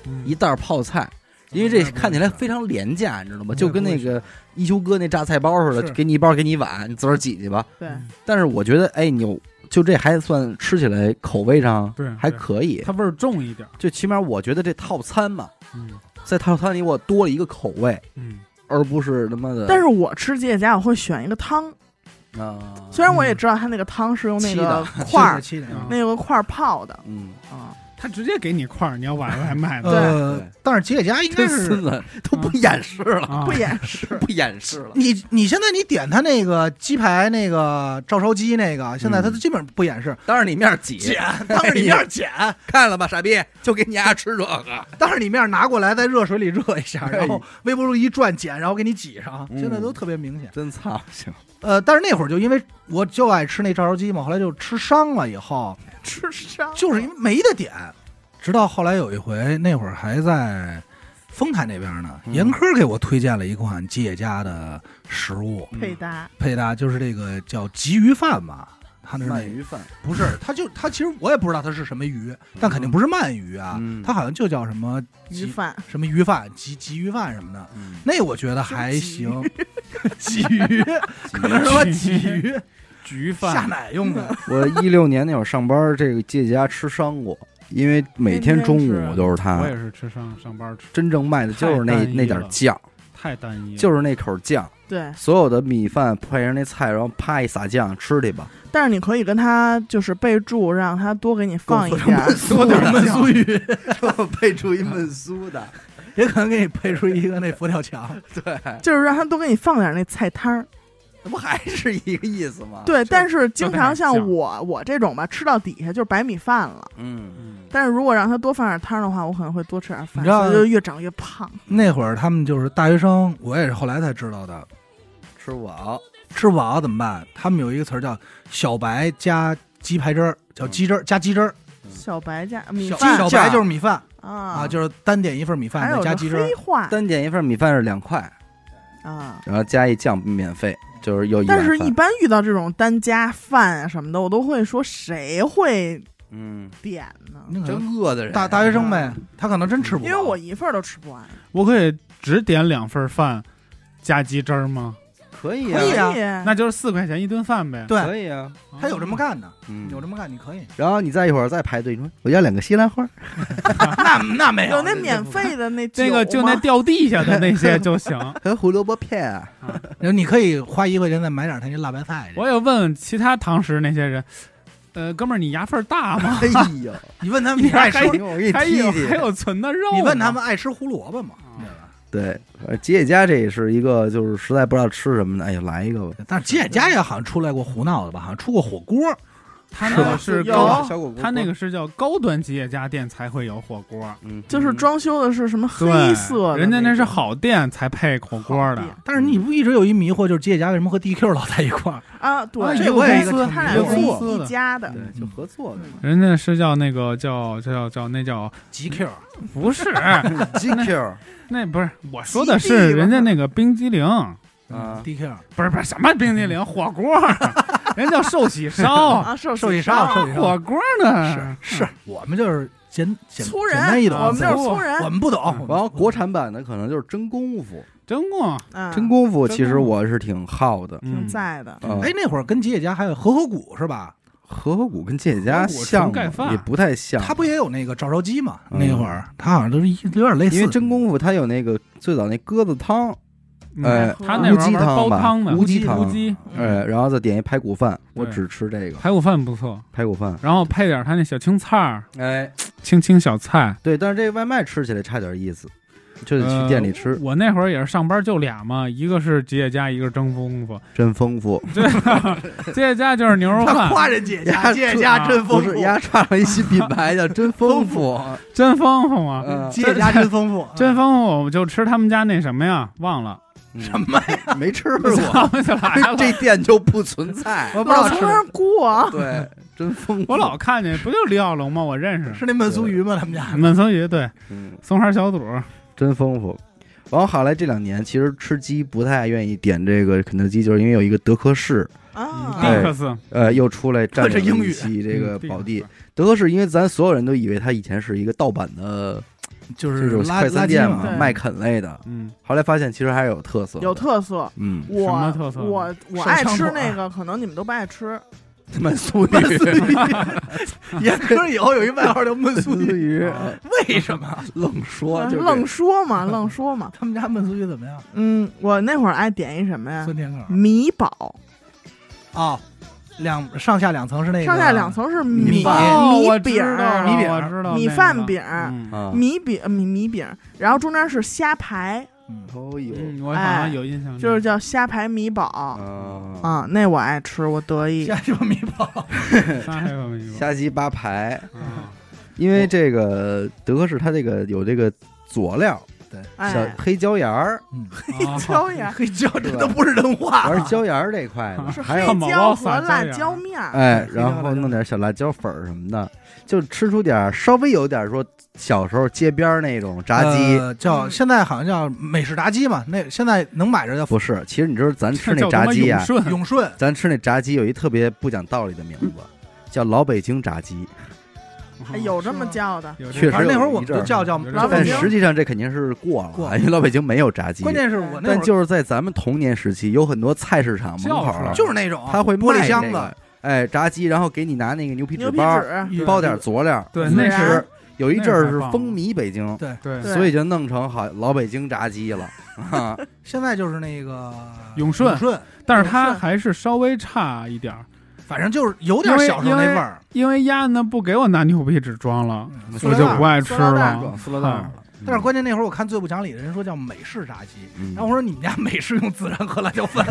Speaker 4: 嗯
Speaker 1: 一袋泡菜，因为这看起来非常廉价，你知道吗？就跟那个一休哥那榨菜包似的，
Speaker 4: 是
Speaker 1: 就给你一包，给你一碗，你自个儿挤去吧。
Speaker 3: 对
Speaker 4: 嗯
Speaker 1: 但是我觉得，哎，你有就这还算吃起来口味上
Speaker 4: 对
Speaker 1: 还可以，
Speaker 4: 它味儿重一点儿。
Speaker 1: 最起码我觉得这套餐嘛，
Speaker 4: 嗯
Speaker 1: 在套餐里我多了一个口味，
Speaker 4: 嗯，
Speaker 1: 而不是他妈的。
Speaker 3: 但是我吃吉野家，我会选一个汤，
Speaker 1: 是啊，
Speaker 3: 虽然我也知道它那个汤是用那个块儿、
Speaker 2: 七点七点
Speaker 4: 嗯
Speaker 3: 那个块儿泡的
Speaker 1: 嗯，
Speaker 3: 啊，
Speaker 4: 它直接给你块儿，你要往外
Speaker 2: <laughs>
Speaker 4: 卖的
Speaker 3: 嗯对
Speaker 2: 呃
Speaker 1: 对，
Speaker 2: 但是吉野家应该
Speaker 1: 这
Speaker 2: 是
Speaker 1: 孙子都不掩饰了，
Speaker 4: 啊
Speaker 3: <laughs> 不，掩饰。
Speaker 1: 不掩饰了。
Speaker 2: 你你现在你点他那个鸡排那个照烧鸡那个，现在他
Speaker 1: 嗯
Speaker 2: 基本上不掩饰，
Speaker 1: 当着你面挤，
Speaker 2: 当着你面捡，
Speaker 1: 看了吧，傻逼，就给你丫吃这个。
Speaker 2: <laughs> 当着你面拿过来，在热水里热一下，
Speaker 1: 哎
Speaker 2: 然后微波炉一转剪，然后给你挤上，
Speaker 1: 嗯
Speaker 2: 现在都特别明显。
Speaker 1: 真操 <laughs> 心，
Speaker 2: 呃，但是那会儿就因为我就爱吃那照烧鸡嘛，后来就吃伤了，以后
Speaker 3: 吃伤，
Speaker 2: <laughs> 就是因为没得点。直到后来有一回，那会儿还在丰台那边呢，
Speaker 1: 嗯
Speaker 2: 严科给我推荐了一款吉野家的食物，
Speaker 1: 嗯
Speaker 3: 配搭，
Speaker 2: 配搭就是这个叫鲫鱼饭吧。它那是那
Speaker 1: 鳗鱼饭，
Speaker 2: 不是，它就它其实我也不知道它是什么鱼，但肯定不是鳗鱼啊，
Speaker 1: 嗯
Speaker 2: 它好像就叫什么
Speaker 3: 鱼
Speaker 2: 鲫
Speaker 3: 饭，
Speaker 2: 什么鱼饭、鲫鲫鱼饭什么的。
Speaker 1: 嗯，
Speaker 2: 那我觉得还
Speaker 3: 是
Speaker 2: 行，鲫鱼可能是吧，鲫 <laughs>
Speaker 4: 鲫
Speaker 2: 鱼
Speaker 4: 焗
Speaker 2: 下
Speaker 4: 饭，
Speaker 2: 奶用的。
Speaker 1: 我一六年那会儿上班，这个借家吃伤过，因为每天中午都是
Speaker 4: 我
Speaker 1: 它。
Speaker 4: 也是吃上上班吃，
Speaker 1: 真正卖的就是那
Speaker 4: 太单一了
Speaker 1: 那点酱，
Speaker 4: 太单一了，
Speaker 1: 就是是那口酱，
Speaker 3: 对。
Speaker 1: 所有的米饭配上那菜，然后啪一撒酱，吃去 <laughs> 吧。
Speaker 3: 但是你可以跟他就是备注，让他多给你放一点儿，
Speaker 2: 多 <laughs> 点焖酥鱼，
Speaker 1: 配出一焖酥的，
Speaker 2: 也可能给你配出一个那佛跳墙。
Speaker 1: 对，
Speaker 3: <laughs> 就是让他多给你放点儿那菜摊儿。
Speaker 1: 这不还是一个意思吗？，
Speaker 3: 对，但是经
Speaker 4: 就那
Speaker 3: 常
Speaker 4: 点
Speaker 3: 像
Speaker 4: 酱
Speaker 3: 我我这种吧，吃到底下就是白米饭了。
Speaker 1: 嗯，
Speaker 4: 嗯
Speaker 3: 但是如果让他多放点摊儿的话，我可能会多吃点饭，
Speaker 2: 你知道
Speaker 3: 所以就越长越胖。
Speaker 2: 那会儿他们就是大学生，我也是后来才知道的。
Speaker 1: 吃不饱，
Speaker 2: 吃不饱怎么办？他们有一个词儿叫“小白加鸡排汁儿”，叫鸡汁儿加鸡汁儿。
Speaker 3: 小白加米
Speaker 2: 小
Speaker 3: 饭
Speaker 2: 小白就是米饭
Speaker 3: 啊
Speaker 2: 啊，
Speaker 3: 啊
Speaker 2: 就是单点一份米
Speaker 3: 还
Speaker 2: 饭再
Speaker 3: 有
Speaker 2: 加
Speaker 3: 这
Speaker 2: 鸡汁儿
Speaker 3: 黑。化
Speaker 1: 单点一份米饭是两块，
Speaker 3: 啊。
Speaker 1: 然后加一酱免费，就是又一碗
Speaker 3: 但是，
Speaker 1: 饭。
Speaker 3: 一般遇到这种单加饭啊什么的，我都会说谁会
Speaker 1: 嗯，
Speaker 3: 点呢？
Speaker 2: 那可能
Speaker 1: 真饿的人，
Speaker 2: 大大学生呗，他可能真吃不饱。
Speaker 3: 因为我一份儿都吃不完，
Speaker 4: 我可以只点两份饭加鸡汁儿吗？
Speaker 1: 可以
Speaker 2: 可以
Speaker 1: 啊，
Speaker 2: 啊
Speaker 4: 那就是四块钱一顿饭呗。哦
Speaker 2: 对
Speaker 1: 可以啊，
Speaker 2: 他有这么干的，
Speaker 1: 嗯
Speaker 2: 有这么干你可以。
Speaker 1: 然后你再一会儿再排队，你说我要两个西兰花，
Speaker 4: <laughs>
Speaker 2: 那那没
Speaker 3: 有那免费的那
Speaker 4: 这个就
Speaker 3: 酒吗
Speaker 4: 那掉地下的那些就
Speaker 3: <laughs>
Speaker 4: 行。
Speaker 1: 和胡萝卜片、
Speaker 4: <laughs>
Speaker 1: 啊。
Speaker 2: 你可以花一块钱再买点他那辣白菜去。
Speaker 4: 我也问问其他堂食那些人，呃，哥们儿，你牙缝儿大
Speaker 2: <laughs>
Speaker 4: 吗？
Speaker 1: 哎呦，
Speaker 2: 你问他们
Speaker 4: 你
Speaker 2: 你爱吃
Speaker 4: 还，
Speaker 1: 我给你
Speaker 4: 还
Speaker 1: 踢
Speaker 4: 有
Speaker 1: 踢
Speaker 4: 还。有存的肉？
Speaker 2: 哎你问他们，爱吃胡萝卜吗？
Speaker 4: 啊
Speaker 2: 对吧？
Speaker 1: 对，呃吉野家这也是一个，就是实在不知道吃什么的，哎呀，来一个吧。
Speaker 2: 但是吉野家也好像出来过胡闹的吧？好像出过火锅，
Speaker 4: 他那个是
Speaker 3: 有
Speaker 4: 高，
Speaker 1: 小果
Speaker 4: 他那个是叫高端吉野家店才会有火锅，
Speaker 1: 嗯，
Speaker 3: 就是装修的是什么黑
Speaker 4: 对
Speaker 3: 色的种，
Speaker 4: 人家那是好店才配火锅
Speaker 3: 好店
Speaker 4: 的。
Speaker 2: 但是你不一直有一迷惑，就是吉野家为什么和 DQ 老在一块儿？
Speaker 3: 啊，对，
Speaker 2: 啊
Speaker 4: 这
Speaker 3: 这
Speaker 4: 我也
Speaker 3: 公司他
Speaker 2: 一
Speaker 3: 俩
Speaker 2: 个
Speaker 3: 是
Speaker 4: 公
Speaker 3: 一
Speaker 4: 司的
Speaker 3: 一家的，
Speaker 1: 对，就合作的嘛。
Speaker 4: 人家是叫那个叫叫叫叫那叫
Speaker 2: GQ
Speaker 4: 不
Speaker 3: <laughs>
Speaker 4: 是
Speaker 1: GQ
Speaker 4: 那不是我说的
Speaker 3: 基地
Speaker 4: 是
Speaker 3: 吧
Speaker 4: 人家那个冰激凌，
Speaker 1: 啊，
Speaker 2: DQ
Speaker 4: 不是不是什么冰激
Speaker 3: <laughs>
Speaker 4: 凌火锅，人家叫寿喜烧
Speaker 3: 啊，寿
Speaker 2: 寿喜
Speaker 3: 烧，
Speaker 2: 烧，寿喜
Speaker 4: 火
Speaker 2: 烧
Speaker 4: 锅呢嗯
Speaker 2: 是，是，我们就是简简
Speaker 3: 粗
Speaker 2: 简单
Speaker 3: 人，
Speaker 2: 易懂，
Speaker 3: 我们就是
Speaker 4: 走
Speaker 3: 粗人
Speaker 2: 我，们不懂。我们
Speaker 1: 然后国产版的可能就是真功夫，
Speaker 4: 真过，
Speaker 3: 嗯
Speaker 1: 真功夫其
Speaker 4: 真
Speaker 1: 实
Speaker 4: 功夫
Speaker 1: 我是挺好的。
Speaker 2: 嗯
Speaker 3: 挺在的。
Speaker 1: 啊，
Speaker 2: 哎，那会儿跟吉野家还有和合谷是吧？
Speaker 1: 和合谷跟吉野家
Speaker 4: 和合谷
Speaker 1: 像
Speaker 4: 纯盖
Speaker 1: 吗
Speaker 4: 饭
Speaker 1: 也不太像，
Speaker 2: 他不也有那个照烧鸡嘛？
Speaker 1: 嗯
Speaker 2: 那会儿他好像都是一有点类似，
Speaker 1: 因为真功夫它有那个最早那鸽子汤，
Speaker 4: 嗯
Speaker 1: 哎
Speaker 4: 他那会儿
Speaker 1: 乌鸡
Speaker 4: 玩
Speaker 1: 汤
Speaker 4: 煲
Speaker 1: 吧
Speaker 4: 汤的
Speaker 1: 乌鸡汤
Speaker 4: 乌鸡
Speaker 3: 嗯
Speaker 2: 哎
Speaker 1: 呃，然后再点一排骨饭，我
Speaker 4: 对
Speaker 1: 只吃这个
Speaker 4: 排骨饭不错，
Speaker 1: 排骨饭。
Speaker 4: 然后配点他那小青菜儿，
Speaker 1: 哎，
Speaker 4: 青青小菜。
Speaker 1: 对，但是这个外卖吃起来差点意思，就得
Speaker 4: 呃
Speaker 1: 去店里吃，
Speaker 4: 我那会儿也是上班就俩嘛，一个是吉野家，一个是蒸功夫。
Speaker 1: 真丰富。
Speaker 4: 对， <laughs> 吉野家就是牛肉
Speaker 1: <laughs>
Speaker 2: 他
Speaker 4: 饭，
Speaker 2: 夸人吉野家，
Speaker 1: 呀
Speaker 2: 吉野家真丰
Speaker 1: 啊不
Speaker 2: 富
Speaker 1: 是，，丫创了一新品牌叫“真丰富
Speaker 4: 真丰富”，嘛，
Speaker 1: 嗯
Speaker 2: 吉野家真丰富，啊
Speaker 4: 真丰富。我们就吃他们家那什么呀，忘了，
Speaker 1: 什
Speaker 2: 什么呀？
Speaker 1: 没吃过，
Speaker 4: <laughs> 想不起来了。
Speaker 1: 这店就不存在。
Speaker 2: 我不知
Speaker 3: 老
Speaker 2: 道
Speaker 3: 从
Speaker 2: 吃
Speaker 3: 那儿过，啊
Speaker 1: 对，真丰富。
Speaker 4: 我老看见，不就李小龙吗？我认识
Speaker 2: 是那焖酥鱼吗？他们家
Speaker 4: 满松鱼，对，
Speaker 1: 嗯，
Speaker 4: 松花小肚，
Speaker 1: 真丰富。然后后来这两年，其实吃鸡不太愿意点这个肯德基，就是因为有一个德克士，
Speaker 2: 嗯
Speaker 3: 啊，
Speaker 1: 哎
Speaker 4: 迪克斯，
Speaker 1: 呃，又出来占
Speaker 2: 这
Speaker 1: 领
Speaker 2: 英
Speaker 1: 了
Speaker 2: 语
Speaker 1: 一席这个宝地
Speaker 4: 嗯。，
Speaker 1: 德克士，因为咱所有人都以为它以前是一个盗版的
Speaker 2: 就
Speaker 1: 嗯这
Speaker 2: 是
Speaker 1: 种
Speaker 2: 垃
Speaker 1: 快
Speaker 2: 垃
Speaker 1: 餐
Speaker 2: 圾
Speaker 1: 店
Speaker 2: 嘛
Speaker 3: 对
Speaker 1: 嘛，卖啃类的。
Speaker 4: 嗯，
Speaker 1: 后来发现其实还是有特色，
Speaker 3: 有，特色。
Speaker 1: 嗯，
Speaker 4: 什么
Speaker 3: 我
Speaker 4: 特色呢
Speaker 3: 我我
Speaker 2: 手
Speaker 3: 爱
Speaker 2: 枪
Speaker 3: 吃
Speaker 2: 火
Speaker 3: 那个，可能你们都不爱吃。
Speaker 1: 焖酥
Speaker 2: 焖
Speaker 1: 鱼，
Speaker 2: 酥鱼，严科以后有一外号叫焖酥
Speaker 1: <laughs> 酥
Speaker 2: 鱼，
Speaker 1: 鱼，
Speaker 4: 嗯
Speaker 2: 为什么？
Speaker 1: 愣说就是
Speaker 3: 愣说嘛，愣说嘛。
Speaker 2: 他们家焖酥鱼怎么样？
Speaker 3: 嗯，我那会儿爱点一什么呀
Speaker 2: 酸？甜口
Speaker 3: 米堡，
Speaker 2: 啊，两上下两层是那个
Speaker 3: 上下两，层是
Speaker 2: 米
Speaker 3: 包、
Speaker 4: 哦我
Speaker 3: 米
Speaker 4: 知
Speaker 3: 饼儿、
Speaker 4: 道了
Speaker 2: 米饼
Speaker 4: 我知道
Speaker 3: 米
Speaker 4: 那个
Speaker 3: 饭饼
Speaker 4: 嗯
Speaker 1: 啊，
Speaker 3: 米饼、米米饼，然后中间是虾排，
Speaker 2: 嗯
Speaker 1: 哦呦，
Speaker 4: 嗯，我好像有印象，
Speaker 3: 就是叫虾排米堡
Speaker 1: 啊，
Speaker 3: 啊，那我爱吃，我得意
Speaker 2: 下。什么米包？
Speaker 4: 上海有没有？
Speaker 1: 虾鸡八排，
Speaker 4: 啊
Speaker 1: 因为这个德克士它这个有这个佐料，小
Speaker 4: <laughs>
Speaker 3: 哎，
Speaker 1: 黑椒盐儿，
Speaker 4: 啊 <laughs>
Speaker 3: 椒盐
Speaker 2: 黑椒
Speaker 1: 对
Speaker 2: <laughs> 这都不是人话
Speaker 1: 我，是椒盐儿这块的，
Speaker 3: 是
Speaker 1: 还
Speaker 3: 黑
Speaker 1: 有
Speaker 4: 汉堡
Speaker 3: 椒
Speaker 4: 包
Speaker 3: 和
Speaker 4: 撒椒
Speaker 3: 辣
Speaker 4: 盐儿
Speaker 3: 椒面儿，
Speaker 1: 哎，
Speaker 2: 黑椒
Speaker 1: 然后
Speaker 2: 辣椒
Speaker 1: 弄点小辣椒粉儿什么的，就吃出点儿稍微有点儿说小时候街边儿那种炸鸡，
Speaker 2: 呃叫
Speaker 3: 嗯
Speaker 2: 现在好像叫美式炸鸡嘛，那现在能
Speaker 1: <laughs>
Speaker 2: 买着叫
Speaker 1: 不是，其实你知道咱吃那
Speaker 4: 这叫
Speaker 1: 炸
Speaker 4: 什么
Speaker 1: 鸡
Speaker 4: 永
Speaker 1: 啊，
Speaker 2: <laughs>
Speaker 4: 顺
Speaker 2: 永顺，
Speaker 1: 咱吃那炸鸡有一特别不讲道理的名字，叫老北京炸鸡，
Speaker 3: 哎有这么叫的，
Speaker 4: 啊有这
Speaker 1: 确实
Speaker 4: 个
Speaker 2: 反正那会儿我
Speaker 1: 有一
Speaker 2: 们
Speaker 1: 阵
Speaker 2: 就
Speaker 1: 儿
Speaker 2: 叫叫
Speaker 4: 有一阵
Speaker 2: 老
Speaker 4: 儿
Speaker 2: 北
Speaker 1: 但
Speaker 2: 京
Speaker 1: 实际上这肯定是过
Speaker 2: 过
Speaker 1: 了，啊因为老北京没有炸鸡。
Speaker 2: 关键是我那会
Speaker 1: 但
Speaker 2: 儿
Speaker 1: 就是在咱们童年时期，有很多菜市场门
Speaker 4: 叫出来
Speaker 1: 口，
Speaker 2: 就是那种
Speaker 1: 他会
Speaker 2: 玻璃
Speaker 1: 卖
Speaker 2: 箱
Speaker 1: 这
Speaker 2: 子
Speaker 1: 个，哎，炸鸡，然后给你拿那个牛皮
Speaker 3: 牛
Speaker 1: 纸
Speaker 3: 皮
Speaker 1: 包
Speaker 2: 呃
Speaker 1: 儿，
Speaker 3: 纸，
Speaker 4: 纸
Speaker 2: 嗯
Speaker 1: 包点佐料，
Speaker 4: 对
Speaker 1: 你
Speaker 4: 那
Speaker 1: 吃
Speaker 3: 是
Speaker 1: 有一阵
Speaker 4: 那
Speaker 1: 儿
Speaker 4: 是
Speaker 1: 是
Speaker 4: 棒
Speaker 1: 风靡北京，
Speaker 2: 啊对，
Speaker 4: 对
Speaker 3: 对
Speaker 1: 所以就弄成好老北京炸鸡了。啊
Speaker 2: 现在就是那个
Speaker 4: 永顺
Speaker 2: 永顺，
Speaker 4: 但是它还是稍微差一点儿，
Speaker 2: 反正就是有点小时候那味儿，
Speaker 4: 因为鸭呢不给我拿牛皮纸装了，
Speaker 2: 嗯
Speaker 1: 塑
Speaker 4: 我
Speaker 1: 料
Speaker 4: 就
Speaker 1: 袋儿
Speaker 4: 不爱吃
Speaker 3: 塑料袋
Speaker 1: 装
Speaker 4: 了。
Speaker 1: 塑料袋儿了，
Speaker 2: 但是关键那会儿我看最不讲理的人说叫美式炸鸡，
Speaker 1: 嗯
Speaker 2: 然后我说你哎们家美式用孜然和辣椒粉，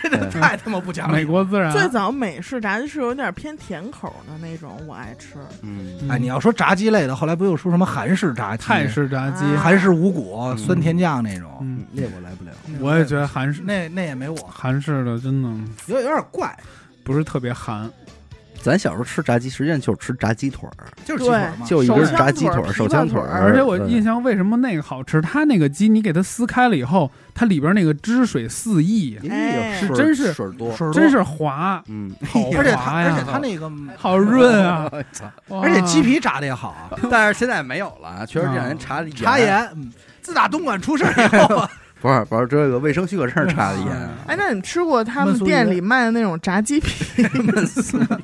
Speaker 2: 真的太他妈不讲理了。
Speaker 4: 美国孜然，
Speaker 3: 最早美式炸鸡是有点偏甜口的那种，我爱吃。
Speaker 1: <laughs> 嗯
Speaker 4: 嗯
Speaker 2: 哎，你要说炸鸡类的，后来不又说什么韩式炸鸡、
Speaker 4: 泰式炸鸡，
Speaker 3: 啊
Speaker 2: 韩式五谷、
Speaker 1: 嗯
Speaker 2: 酸甜酱那种？
Speaker 4: 嗯，
Speaker 1: 那我来不了。
Speaker 4: 我也觉得韩式
Speaker 2: 那那也没我，
Speaker 4: 韩式的真的
Speaker 2: 有有点怪，
Speaker 4: 不是特别韩，
Speaker 1: 咱小时候吃炸鸡，实际上就是吃炸鸡腿儿，
Speaker 2: 就是鸡腿嘛。
Speaker 1: 就一
Speaker 3: 手
Speaker 1: 根
Speaker 3: 枪
Speaker 1: 炸鸡
Speaker 3: 腿儿
Speaker 1: 腿儿、
Speaker 3: 琵
Speaker 1: 手
Speaker 3: 琶
Speaker 1: 枪
Speaker 3: 腿
Speaker 1: 腿
Speaker 3: 儿
Speaker 1: 儿，嗯
Speaker 4: 而且我印
Speaker 1: 象
Speaker 4: 象为什么那个好吃，它那个鸡你给它撕开了以后，它里边那个汁水四溢，
Speaker 3: 哎
Speaker 4: 是真是
Speaker 1: 水儿多，
Speaker 2: 水儿多
Speaker 4: 真是滑，
Speaker 1: 嗯，
Speaker 4: 好
Speaker 2: 而且它
Speaker 4: 滑
Speaker 2: 而且它
Speaker 4: 呀，
Speaker 2: 那个，嗯
Speaker 4: 好润啊，哇
Speaker 2: 而且鸡皮炸的也好啊，
Speaker 1: 但是现在没有了，确实这两年查的
Speaker 2: 查
Speaker 1: 严，
Speaker 2: 盐。嗯自打东莞出事儿以后啊，
Speaker 1: 不是不是这个卫生许可证查的严，
Speaker 3: 哎，那你吃过他们店里卖的那种炸鸡皮？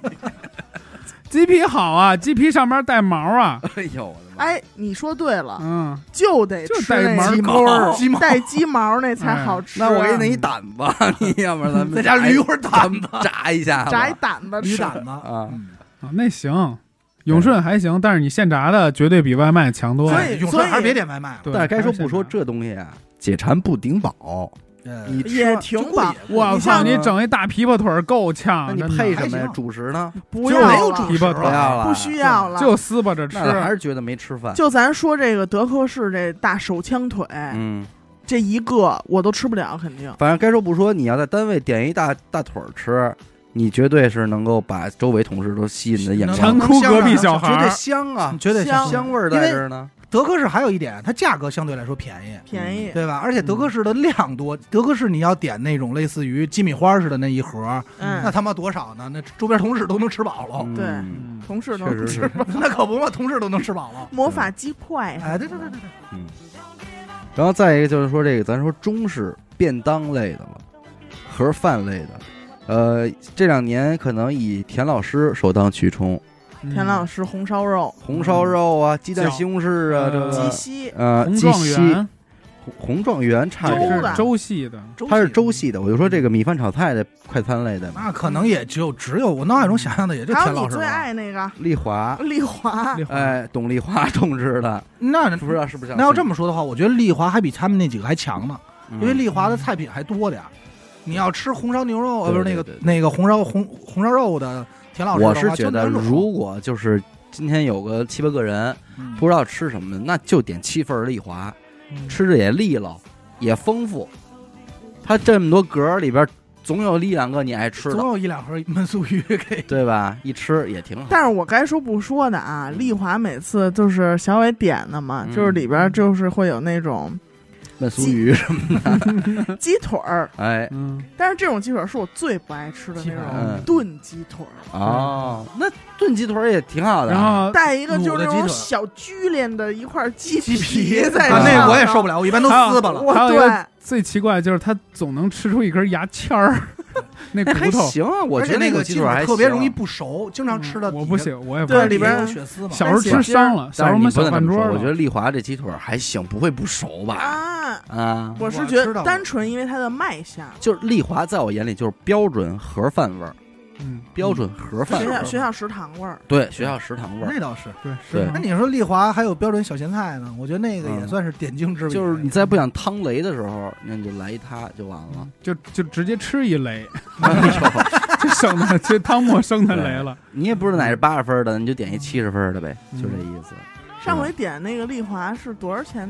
Speaker 3: <laughs>
Speaker 4: 鸡皮好啊，鸡皮上面带毛啊，
Speaker 1: <laughs> 哎呦我的妈！
Speaker 3: 哎，你说对了，
Speaker 4: 嗯，
Speaker 3: 就得
Speaker 4: 就
Speaker 3: 吃
Speaker 4: 带
Speaker 3: 那
Speaker 4: 毛
Speaker 3: 个
Speaker 4: 儿儿
Speaker 2: 鸡毛鸡毛
Speaker 3: 带鸡毛哎那才好吃。
Speaker 1: 那我给你弄一胆子，你要不然咱们
Speaker 2: 在家
Speaker 1: 炸
Speaker 2: 捋一会儿
Speaker 1: 咱
Speaker 2: 胆
Speaker 1: 们
Speaker 2: 子，
Speaker 1: 炸一下吧，
Speaker 3: 炸一胆子
Speaker 2: 捋
Speaker 3: 吃。
Speaker 2: 胆子。
Speaker 1: 啊！
Speaker 2: 嗯
Speaker 4: 啊，那行，永顺还行，但是你现炸的绝对比外卖强多了。
Speaker 3: 所以
Speaker 2: 哎永顺还是别点外卖了，
Speaker 4: 对
Speaker 1: 但是该说
Speaker 4: 还现
Speaker 1: 不说，
Speaker 4: 炸
Speaker 1: 这东西啊，解馋不顶饱，
Speaker 2: 呃
Speaker 1: 你吃
Speaker 3: 也
Speaker 1: 完
Speaker 3: 挺
Speaker 2: 就过
Speaker 3: 饱
Speaker 2: 瘾，
Speaker 4: 我
Speaker 3: 你
Speaker 4: 操，
Speaker 3: 像
Speaker 4: 你整一大琵琶腿儿够
Speaker 1: 那
Speaker 4: 呛，
Speaker 1: 你
Speaker 4: 真的
Speaker 1: 配什么呀
Speaker 2: 还？行
Speaker 1: 主食呢？
Speaker 3: 不
Speaker 2: 就没
Speaker 3: 要
Speaker 2: 有
Speaker 3: 了
Speaker 2: 主
Speaker 4: 皮
Speaker 2: 食
Speaker 4: 包
Speaker 1: 不
Speaker 4: 对
Speaker 1: 要了，
Speaker 3: 不需要了。
Speaker 4: 就撕巴着吃，
Speaker 1: 那还是觉得没吃饭。
Speaker 3: 就咱说这个德克士这大手枪腿，
Speaker 1: 嗯，
Speaker 3: 这一个我都吃不了，肯定。
Speaker 1: 反正该说不说，你要在单位点一大大腿儿吃，你绝对是能够把周围同事都吸引的眼
Speaker 2: 能嗯
Speaker 1: 光
Speaker 4: 馋，
Speaker 2: 能
Speaker 4: 哭
Speaker 2: 香
Speaker 4: 隔
Speaker 2: 啊
Speaker 4: 壁
Speaker 2: 能
Speaker 4: 小孩
Speaker 1: 绝对
Speaker 4: 儿。
Speaker 1: 香啊，
Speaker 2: 绝对
Speaker 3: 香
Speaker 1: 香味儿在这儿呢。
Speaker 2: 德克士还有一点，它价格相对来说便宜，嗯
Speaker 3: 便宜，
Speaker 2: 对吧？而且德克士的量多，德克士你要点那种类似于鸡米花似的那一盒，那
Speaker 3: 嗯，
Speaker 2: 他妈多少呢？那周边同事都能吃饱了，
Speaker 1: 嗯
Speaker 3: 对
Speaker 1: 嗯
Speaker 3: 同事都
Speaker 1: 确实是。
Speaker 2: <laughs> 那可不嘛，同事都能吃饱了。
Speaker 3: 魔法鸡块
Speaker 2: 哎，对对对对对，
Speaker 1: 然后再一个就是说这个，咱说中式便当类的了，盒饭类的，呃，这两年可能以田老师首当其冲，
Speaker 3: <laughs> 田老师红烧肉、
Speaker 1: 红烧肉啊，鸡蛋西红柿啊，
Speaker 4: 呃
Speaker 1: 这
Speaker 3: 鸡
Speaker 1: 个
Speaker 3: 西、
Speaker 1: 呃
Speaker 4: 嗯红
Speaker 1: 鸡
Speaker 4: 状
Speaker 1: 西
Speaker 4: 元
Speaker 1: 红红状元差
Speaker 3: 周
Speaker 1: 点儿，
Speaker 4: 这
Speaker 3: 的
Speaker 4: 是周系的，
Speaker 1: 它是周，系的，我就说这个米饭炒菜的快餐类的嘛，
Speaker 2: 那可能也就只有我脑海中想象的也就
Speaker 3: 还有
Speaker 2: 田
Speaker 3: 你
Speaker 2: 老师
Speaker 3: 最
Speaker 2: 吧。
Speaker 3: 爱那个 <laughs>
Speaker 1: 丽华，
Speaker 3: 丽华，
Speaker 4: 那会儿
Speaker 1: 哎，董丽华同志
Speaker 2: <laughs>
Speaker 1: 的，
Speaker 2: 那
Speaker 1: 不知道是不是想
Speaker 2: 那要
Speaker 1: 起
Speaker 2: 这么说的话，我觉得丽华还比他们那几个还强呢，
Speaker 1: 嗯
Speaker 2: 因为丽华的菜品还多点儿。你要吃红烧牛肉，呃，不是
Speaker 1: 对对
Speaker 2: 那个
Speaker 1: 对对
Speaker 2: 那个红烧红红烧肉的田老师的
Speaker 1: 我
Speaker 2: 话，
Speaker 1: 是觉
Speaker 2: 就那
Speaker 1: 得，
Speaker 2: 种
Speaker 1: 如果就是今天有个七八个人
Speaker 2: 嗯
Speaker 1: 不知道吃什么，那就点七份儿丽华，
Speaker 2: 嗯
Speaker 1: 吃着也利落，也丰富。它这么多格儿里边儿，总有一两个你爱吃的，
Speaker 2: 总有一两盒焖酥鱼
Speaker 1: <laughs>
Speaker 2: 给
Speaker 1: 对吧？一吃也挺好。
Speaker 3: 但是我该说不说的啊，
Speaker 2: 嗯
Speaker 3: 丽华每次就是小伟点的嘛，
Speaker 1: 嗯
Speaker 3: 就是里边就是会有那
Speaker 2: <laughs>
Speaker 3: 种
Speaker 1: 焖酥鱼什么，
Speaker 3: 鸡腿儿，
Speaker 1: 哎，
Speaker 4: 嗯，
Speaker 3: 但是这种鸡腿儿是我最不爱吃的那
Speaker 2: 鸡腿
Speaker 1: 儿
Speaker 3: 种
Speaker 1: 嗯
Speaker 3: 炖鸡腿儿，
Speaker 2: 嗯
Speaker 1: 哦，那炖鸡腿儿也挺好的
Speaker 4: 然
Speaker 1: 啊。
Speaker 4: 后
Speaker 3: 带一个
Speaker 2: 卤
Speaker 3: 就是
Speaker 2: 的
Speaker 3: 那
Speaker 2: 鸡
Speaker 3: 种
Speaker 2: 腿儿
Speaker 3: 小绢连的一块鸡
Speaker 2: 鸡皮
Speaker 3: 在
Speaker 1: 啊
Speaker 3: 上，
Speaker 2: 那我也受不。了，我一般都
Speaker 4: 还有
Speaker 2: 撕巴了。
Speaker 3: 我
Speaker 4: 还有一
Speaker 3: 对
Speaker 4: 个最奇怪就是他总能吃出一根牙签儿，那
Speaker 3: <laughs>
Speaker 1: 还
Speaker 4: 骨头
Speaker 1: 行啊，我
Speaker 2: 而
Speaker 1: 觉
Speaker 2: 且
Speaker 1: 得
Speaker 2: 那
Speaker 1: 个
Speaker 2: 个
Speaker 1: 鸡
Speaker 2: 鸡
Speaker 1: 腿儿还
Speaker 2: 腿特别
Speaker 1: 行啊
Speaker 2: 容易不熟，经常吃的
Speaker 4: 嗯我不，行，我也不
Speaker 3: 对
Speaker 4: 爱吃
Speaker 3: 里边儿
Speaker 2: 有血丝嘛。
Speaker 4: 小时候吃伤了，小
Speaker 1: 但是
Speaker 4: 时候
Speaker 1: 你
Speaker 4: 们
Speaker 1: 不
Speaker 4: 小
Speaker 1: 能这
Speaker 4: 饭
Speaker 1: 么
Speaker 4: 桌
Speaker 1: 说，
Speaker 4: 儿了，
Speaker 1: 我觉得丽华这鸡腿儿还行，不会不熟吧？
Speaker 3: 啊，
Speaker 1: 啊，
Speaker 3: 我是
Speaker 2: 我
Speaker 3: 觉
Speaker 2: 知
Speaker 3: 得
Speaker 2: 道
Speaker 3: 单纯因为它的卖相。
Speaker 1: 就是丽华在我眼里就是标准盒饭味儿，
Speaker 4: 嗯，
Speaker 1: 标准盒饭
Speaker 3: 学
Speaker 1: 味
Speaker 3: 校
Speaker 1: 儿，
Speaker 3: 学校食堂味儿，
Speaker 1: 对学校食堂味儿。
Speaker 2: 那倒是。
Speaker 4: 对
Speaker 1: 对
Speaker 4: 是
Speaker 2: 那
Speaker 4: 吗
Speaker 2: 你说丽华还有标准小咸菜呢？我觉得那个也算是点睛之笔。
Speaker 1: 嗯就是你在不想汤雷的时候，那你就来一它就完
Speaker 3: 嗯
Speaker 1: 了。
Speaker 4: 就就直接吃一雷，
Speaker 1: <laughs> 哎呦
Speaker 4: 就省的这汤莫生的雷了。
Speaker 1: 你也不知道哪是八十分的，你就
Speaker 3: 嗯
Speaker 2: 嗯
Speaker 1: 点一七十分的呗，就这意思。
Speaker 3: 上回点那个丽华是多少钱？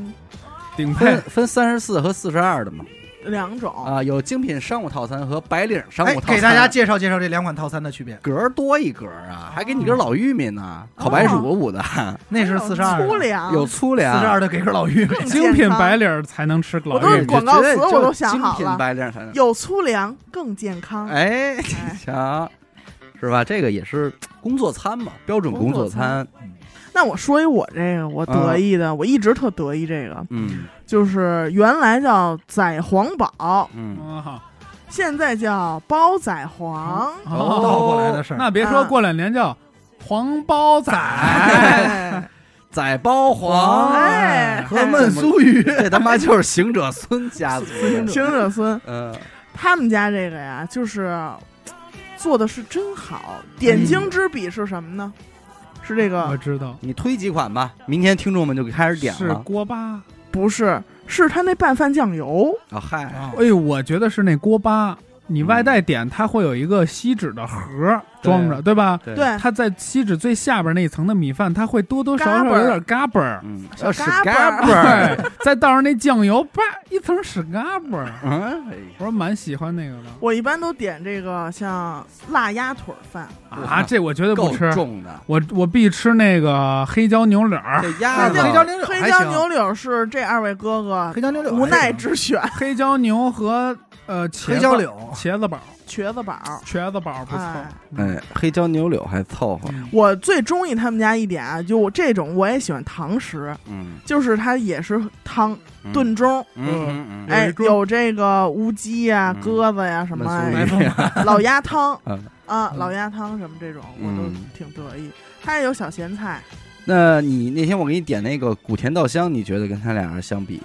Speaker 4: 顶配
Speaker 1: 分分三十四和四十二的嘛，
Speaker 3: 两种。
Speaker 1: 啊，有精品商务套餐和白领
Speaker 3: 哎
Speaker 1: 商务套餐，
Speaker 2: 哎给大家介绍介绍这两款套餐的区别。
Speaker 1: 格儿多一格儿啊，还给
Speaker 3: 嗯
Speaker 1: 你根老玉米呢，烤
Speaker 3: 哦
Speaker 1: 白薯捂的，
Speaker 2: 那是
Speaker 3: 还有
Speaker 2: 四十二，
Speaker 3: 哎
Speaker 2: 啊
Speaker 3: 粗
Speaker 2: 四
Speaker 3: 粮
Speaker 1: 有粗粮，
Speaker 2: 十二的给根老玉米，
Speaker 3: 更
Speaker 4: 精品
Speaker 3: 健康
Speaker 4: 白领儿才能吃老
Speaker 3: 我
Speaker 1: 哎
Speaker 3: 都
Speaker 4: 玉
Speaker 3: 是
Speaker 4: 米。
Speaker 3: 广告词
Speaker 1: 就
Speaker 3: 我都想好了
Speaker 1: 精品白领才能。
Speaker 3: 有粗粮更健
Speaker 1: <laughs>
Speaker 3: 康。
Speaker 1: 哎，
Speaker 3: 哎
Speaker 1: 瞧，是吧？这个也是工作餐嘛，标准工作餐。
Speaker 3: 那我说一我这个，我得意的，我一直特得意这个，
Speaker 1: 嗯
Speaker 3: 就是原来叫仔皇堡，
Speaker 1: 嗯，
Speaker 4: 啊，
Speaker 3: 现在叫煲仔皇。
Speaker 1: 哦
Speaker 2: 倒过来的事儿。
Speaker 4: 那别说
Speaker 3: 啊
Speaker 4: 过两年叫黄包仔，
Speaker 3: 哎，
Speaker 1: 宰包皇，
Speaker 3: 哎
Speaker 1: 和焖酥鱼，这他妈就是行者孙家族
Speaker 3: 行
Speaker 1: 的。
Speaker 3: 者哎孙
Speaker 1: 嗯，
Speaker 3: 他们家这个呀，就是做的是真好。点睛之笔是什么呢？是这
Speaker 4: 我
Speaker 3: 个
Speaker 4: 知道，
Speaker 1: 你推几款吧，明天听众们就开始点
Speaker 4: 是
Speaker 1: 了。
Speaker 4: 锅巴。
Speaker 3: 不是？是他那拌饭酱油，
Speaker 1: 啊嗨，
Speaker 2: 啊
Speaker 4: 哎呦，我觉得是那锅巴。你外带点，它会有一个锡纸的盒儿装着，对吧？
Speaker 1: 对
Speaker 3: 对，
Speaker 4: 它在锡纸最下边那一层的米饭，它会多多少少
Speaker 3: 嘎嘣儿
Speaker 4: 有点嘎嘣儿。
Speaker 1: 嗯，
Speaker 3: 小
Speaker 1: 是
Speaker 3: 嘎
Speaker 1: 嘎
Speaker 3: 嘣
Speaker 1: 嘣儿，
Speaker 4: 对，再倒上那酱油，叭一层屎嘎嘣儿。
Speaker 1: 嗯，哎呀
Speaker 4: 我说蛮喜欢那个的
Speaker 3: 我一般都点这个像辣鸭腿儿饭，
Speaker 4: 啊，这我绝对
Speaker 1: 够
Speaker 4: 不吃，
Speaker 1: 重的。
Speaker 4: 我我必吃那个黑椒牛柳儿， <laughs>
Speaker 1: 这鸭子
Speaker 2: 黑椒牛柳
Speaker 3: 哎黑
Speaker 2: 还
Speaker 3: 椒
Speaker 2: 行
Speaker 3: 牛柳是这二位哥哥
Speaker 2: 黑椒牛柳还行，
Speaker 3: 无奈之选，
Speaker 4: 黑椒牛和呃茄子
Speaker 2: 黑椒柳，
Speaker 4: 茄子堡，
Speaker 3: 瘸子堡。
Speaker 4: 茄子堡不错
Speaker 3: 哎。
Speaker 1: 哎，黑椒牛柳还凑合。
Speaker 4: 嗯，
Speaker 3: 我最中意他们家一点啊，就我这种我也喜欢堂食，
Speaker 1: 嗯，
Speaker 3: 就是它也是汤炖盅，
Speaker 1: 嗯，嗯嗯
Speaker 3: 哎
Speaker 4: 有一，盅
Speaker 3: 有这个乌鸡呀、
Speaker 1: 嗯
Speaker 3: 鸽子呀什么
Speaker 1: 焖酥
Speaker 4: 白
Speaker 1: 鱼
Speaker 3: 哎
Speaker 4: 凤
Speaker 3: 老鸭汤
Speaker 1: 嗯
Speaker 3: 啊，
Speaker 4: 嗯
Speaker 3: 老鸭汤什么这种我都
Speaker 1: 嗯
Speaker 3: 挺得意。它也有小咸菜，
Speaker 1: 那你那天我给你点那个古田稻香，你觉得跟他俩相比，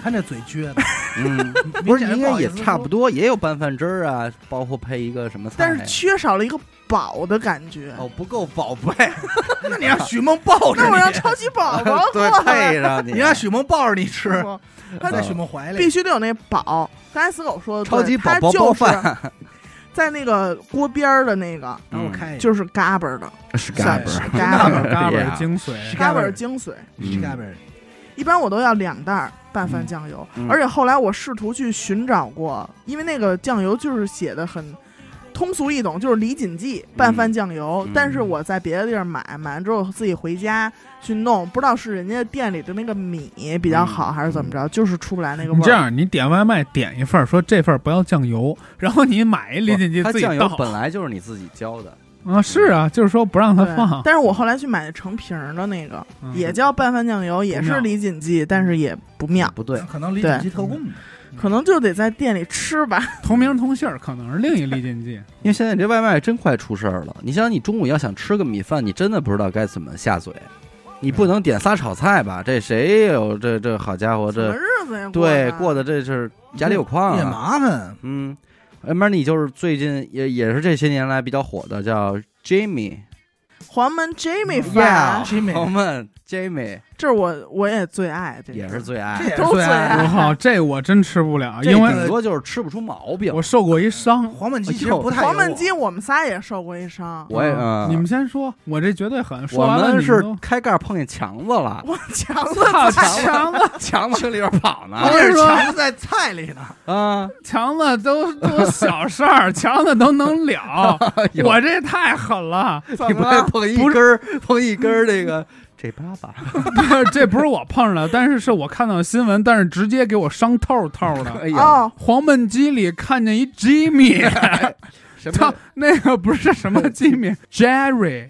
Speaker 2: 看这嘴撅的，
Speaker 1: <laughs> 嗯，不是应该也差不多，也有拌饭汁儿啊，包括配一个什么菜，
Speaker 3: 但是缺少了一个饱的感觉。
Speaker 1: 哎哦不够宝贝，啊
Speaker 2: 那你让许梦抱着
Speaker 3: <laughs> 那我让
Speaker 2: 你，
Speaker 3: 超级 <laughs>
Speaker 1: <laughs>
Speaker 3: 宝宝
Speaker 1: 对
Speaker 3: 过来
Speaker 1: 配上你，啊
Speaker 2: 你让许梦抱着
Speaker 3: <laughs>
Speaker 2: 你吃，
Speaker 3: 不他
Speaker 2: 在许梦怀
Speaker 3: 必
Speaker 2: 里。
Speaker 3: 须得有那饱。刚才死狗说的对，
Speaker 1: 哎超级宝
Speaker 3: 它
Speaker 1: 宝包
Speaker 3: 就是
Speaker 1: 饭，
Speaker 3: <laughs> 在那个锅边儿的那个，
Speaker 2: 然后我开一
Speaker 3: 就是嘎嘣儿的，
Speaker 1: 嗯是哎嘎 <laughs>
Speaker 3: 是
Speaker 1: 嘣，
Speaker 3: 嘎嘣儿，
Speaker 4: 嘎
Speaker 1: 哎
Speaker 4: 嘣
Speaker 1: 呀
Speaker 4: 儿精髓，
Speaker 3: 嘎嘣儿精髓。
Speaker 1: 嗯
Speaker 2: 嘎嘣儿，
Speaker 3: 一般我都要两袋儿拌饭酱油，
Speaker 1: 嗯嗯
Speaker 3: 而且后来我试图去寻找过，因为那个酱油就是写的很通俗易懂，就是李锦记拌饭酱油。
Speaker 1: 嗯
Speaker 3: 但是我在别的地儿买，买完之后自己回家去弄，不知道是人家店里的那个米比较好，
Speaker 1: 嗯
Speaker 3: 还是怎么着，就是出不来那个
Speaker 4: 你
Speaker 3: 味
Speaker 4: 这
Speaker 3: 儿。
Speaker 4: 样，你点外卖点一份儿，说这份儿不要酱油， <laughs> 然后你买一李锦记
Speaker 1: 哦它
Speaker 4: 自己
Speaker 1: 酱油
Speaker 4: 倒。
Speaker 1: 本来就是你自己浇的，
Speaker 4: 啊，是啊，就是说不让它
Speaker 3: 对
Speaker 4: <laughs> 放，
Speaker 3: 但是我后来去买的成瓶儿的那个，
Speaker 4: 嗯
Speaker 3: 也叫拌饭酱油，也是
Speaker 4: 妙
Speaker 3: 李锦记，但是也不妙，
Speaker 1: 不对，
Speaker 2: 可能李锦记特供的，
Speaker 4: 嗯
Speaker 3: 可能就得在店里吃吧。
Speaker 4: 同名同姓儿，可能是另一李锦记。
Speaker 1: 因为现在你这外卖真快出事儿了。你想，你中午要想吃个米饭，你真的不知道该怎么下嘴，你不能点仨炒菜吧？这谁有这这好家伙
Speaker 3: 什么
Speaker 1: 这
Speaker 3: 日子呀？
Speaker 1: 对
Speaker 3: 过
Speaker 1: 过
Speaker 3: 的
Speaker 1: 的这是家里有矿
Speaker 2: 也
Speaker 1: 啊。
Speaker 2: 麻烦。
Speaker 1: 嗯，要不然你就是最近也也是这些年来比较火的叫 Jamie，
Speaker 3: 黄焖 Jamie
Speaker 2: 嗯
Speaker 3: 饭，啊
Speaker 1: 我
Speaker 2: Jimmy，
Speaker 1: 们 Jamie
Speaker 3: 这是我我也最爱，这个
Speaker 1: 也是最
Speaker 2: 这
Speaker 1: 爱，
Speaker 2: 也是
Speaker 3: 都
Speaker 2: 最
Speaker 3: 最
Speaker 2: 爱
Speaker 3: 爱
Speaker 4: 哎啊我靠，这我真吃不了，
Speaker 1: 这
Speaker 4: 因为
Speaker 1: 顶多就是吃不出毛病
Speaker 4: 我。受过一伤。
Speaker 2: 黄焖鸡其实不太啊
Speaker 3: 黄
Speaker 2: 有
Speaker 3: 焖鸡，我们仨也受过一伤。
Speaker 1: <laughs> 我也
Speaker 4: 啊
Speaker 1: 嗯
Speaker 4: 你们先说，我这绝对狠。说
Speaker 1: 我
Speaker 4: 完了
Speaker 1: 们
Speaker 4: 你
Speaker 1: 是
Speaker 4: 都
Speaker 1: 开盖碰见强子
Speaker 4: <laughs>
Speaker 1: 了，
Speaker 3: 我强
Speaker 1: <laughs>
Speaker 3: 子
Speaker 4: 操
Speaker 3: 在
Speaker 4: 强子，
Speaker 1: 强子去里边跑呢
Speaker 2: 我也是强在菜里
Speaker 1: <laughs>
Speaker 2: 呢。
Speaker 1: 啊！
Speaker 4: 强子都都小
Speaker 1: <laughs>
Speaker 4: 事儿，强子都能了。
Speaker 1: 哎呦
Speaker 4: 我这太狠了， <laughs> 啊
Speaker 1: 你不会碰一根儿，碰一根儿这个这粑粑，
Speaker 4: 这不是我碰上的，但是是我看到新闻，但是直接给我伤透透
Speaker 1: <laughs>
Speaker 4: 的。
Speaker 1: 哎呀，
Speaker 3: 哦，
Speaker 4: 黄焖鸡里看见一 Jimmy，
Speaker 1: 什
Speaker 4: 他
Speaker 1: 么
Speaker 4: 那个不是什么 Jimmy，Jerry，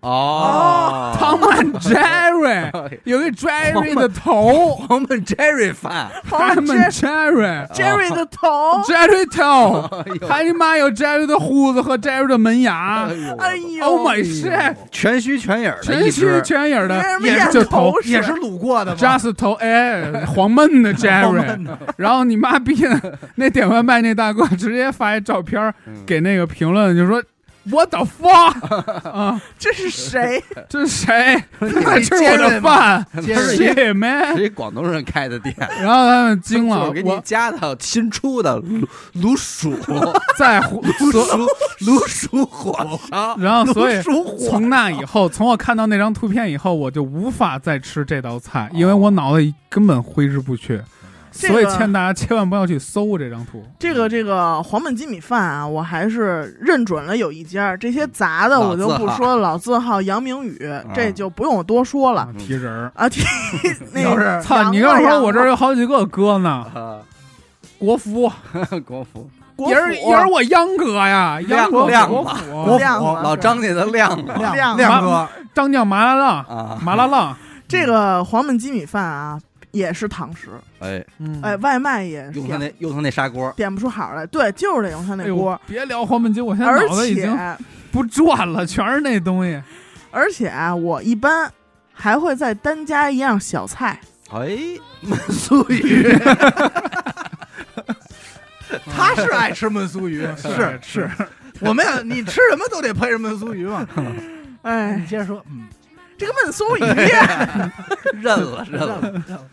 Speaker 1: 哦，
Speaker 4: 汤曼 Jerry 有个 Jerry 的
Speaker 1: <laughs>
Speaker 4: 头，
Speaker 1: 黄焖 Jerry 饭，
Speaker 3: 黄
Speaker 4: 汤
Speaker 3: 焖
Speaker 4: 曼
Speaker 1: <laughs>
Speaker 4: Jerry，Jerry
Speaker 1: 哦
Speaker 3: Jerry 的头，
Speaker 4: 头，
Speaker 1: 哎呦
Speaker 4: 还你妈有 Jerry 的胡子和 Jerry 的门牙
Speaker 1: 哎呦
Speaker 3: 哎呦
Speaker 4: ，Oh my shit，
Speaker 1: 全须全影儿的
Speaker 4: 啊全
Speaker 1: 一
Speaker 4: 虚
Speaker 1: 只，
Speaker 4: 全影的
Speaker 3: 为什，么
Speaker 4: 也
Speaker 3: 咽
Speaker 4: 就头
Speaker 3: 口。水？
Speaker 2: 也是卤过的吗？
Speaker 4: just 头哎，黄焖的 Jerry，然后你妈逼的那点外卖那大哥直接发一照片儿
Speaker 1: 嗯
Speaker 4: 给那个评论，就说我的发啊，
Speaker 3: 这
Speaker 4: <laughs>
Speaker 3: 是谁？
Speaker 4: 这是谁在 <laughs>
Speaker 2: <laughs> 你
Speaker 4: 吃我的饭？ <laughs>
Speaker 2: 接着
Speaker 1: 是一
Speaker 4: 谢没？
Speaker 1: 是一广东人开的店，
Speaker 4: <laughs> 然后他们惊
Speaker 1: 就是
Speaker 4: 了
Speaker 1: 我给，你
Speaker 4: 我
Speaker 1: 加的新出的卤卤
Speaker 4: <laughs>
Speaker 1: 鼠，
Speaker 4: 在
Speaker 3: <laughs>
Speaker 4: 胡
Speaker 1: 卤
Speaker 4: <laughs>
Speaker 1: 鼠卤鼠火烧，
Speaker 4: 然后所以
Speaker 3: <laughs>
Speaker 1: 卤鼠火
Speaker 4: 从那以后，从我看到那张图片以后，我就无法再吃这道菜，因为我脑袋根本挥之不去。
Speaker 3: 哦这个
Speaker 4: 所以劝大家千万不要去搜这张图。
Speaker 3: 这个这个黄焖鸡米饭啊，我还是认准了有一家儿，这些杂的我就不说了，老字号杨明宇，这就不用我多说了
Speaker 4: 啊提人儿，
Speaker 3: 啊。提那
Speaker 2: 要
Speaker 3: 个
Speaker 2: 是
Speaker 4: 操！你要说我这儿有好几个哥呢，
Speaker 1: 啊，
Speaker 4: 国服，
Speaker 1: <laughs> 国服
Speaker 3: 国啊
Speaker 4: 也是
Speaker 3: 府
Speaker 4: 也是我央哥呀，央哥
Speaker 1: 亮
Speaker 4: 国
Speaker 1: 吧
Speaker 4: 服，啊
Speaker 3: 亮了
Speaker 1: 老
Speaker 3: 是
Speaker 1: 张家的亮子
Speaker 2: 亮
Speaker 3: 亮
Speaker 2: 亮哥，
Speaker 4: 张酱麻辣浪，
Speaker 1: <laughs> 啊，
Speaker 4: 麻辣浪，
Speaker 3: 这个黄焖鸡米饭啊，也是堂食，
Speaker 1: 哎，
Speaker 4: 嗯
Speaker 3: 哎，外卖也
Speaker 1: 用他
Speaker 3: 点
Speaker 1: 那用他那砂锅，
Speaker 3: 点不出好来，对，就是得用他
Speaker 4: 哎
Speaker 3: 那
Speaker 4: 呦
Speaker 3: 锅，
Speaker 4: 别聊黄焖鸡，我现在
Speaker 3: 而
Speaker 4: 脑子已经
Speaker 3: 且
Speaker 4: 不转了，全是那东西。
Speaker 3: 而且啊，我一般还会再单加一样小菜，
Speaker 1: 哎，焖酥鱼，
Speaker 2: 他是爱吃焖酥鱼，
Speaker 4: 爱
Speaker 2: <laughs> 是
Speaker 4: 吃
Speaker 2: 是，我们要你吃什么都得配上焖酥鱼 <laughs> 嘛。你 <laughs>
Speaker 3: 哎，
Speaker 2: 接着说，嗯，
Speaker 3: 这个焖酥鱼，
Speaker 1: 认 <laughs> 了认了，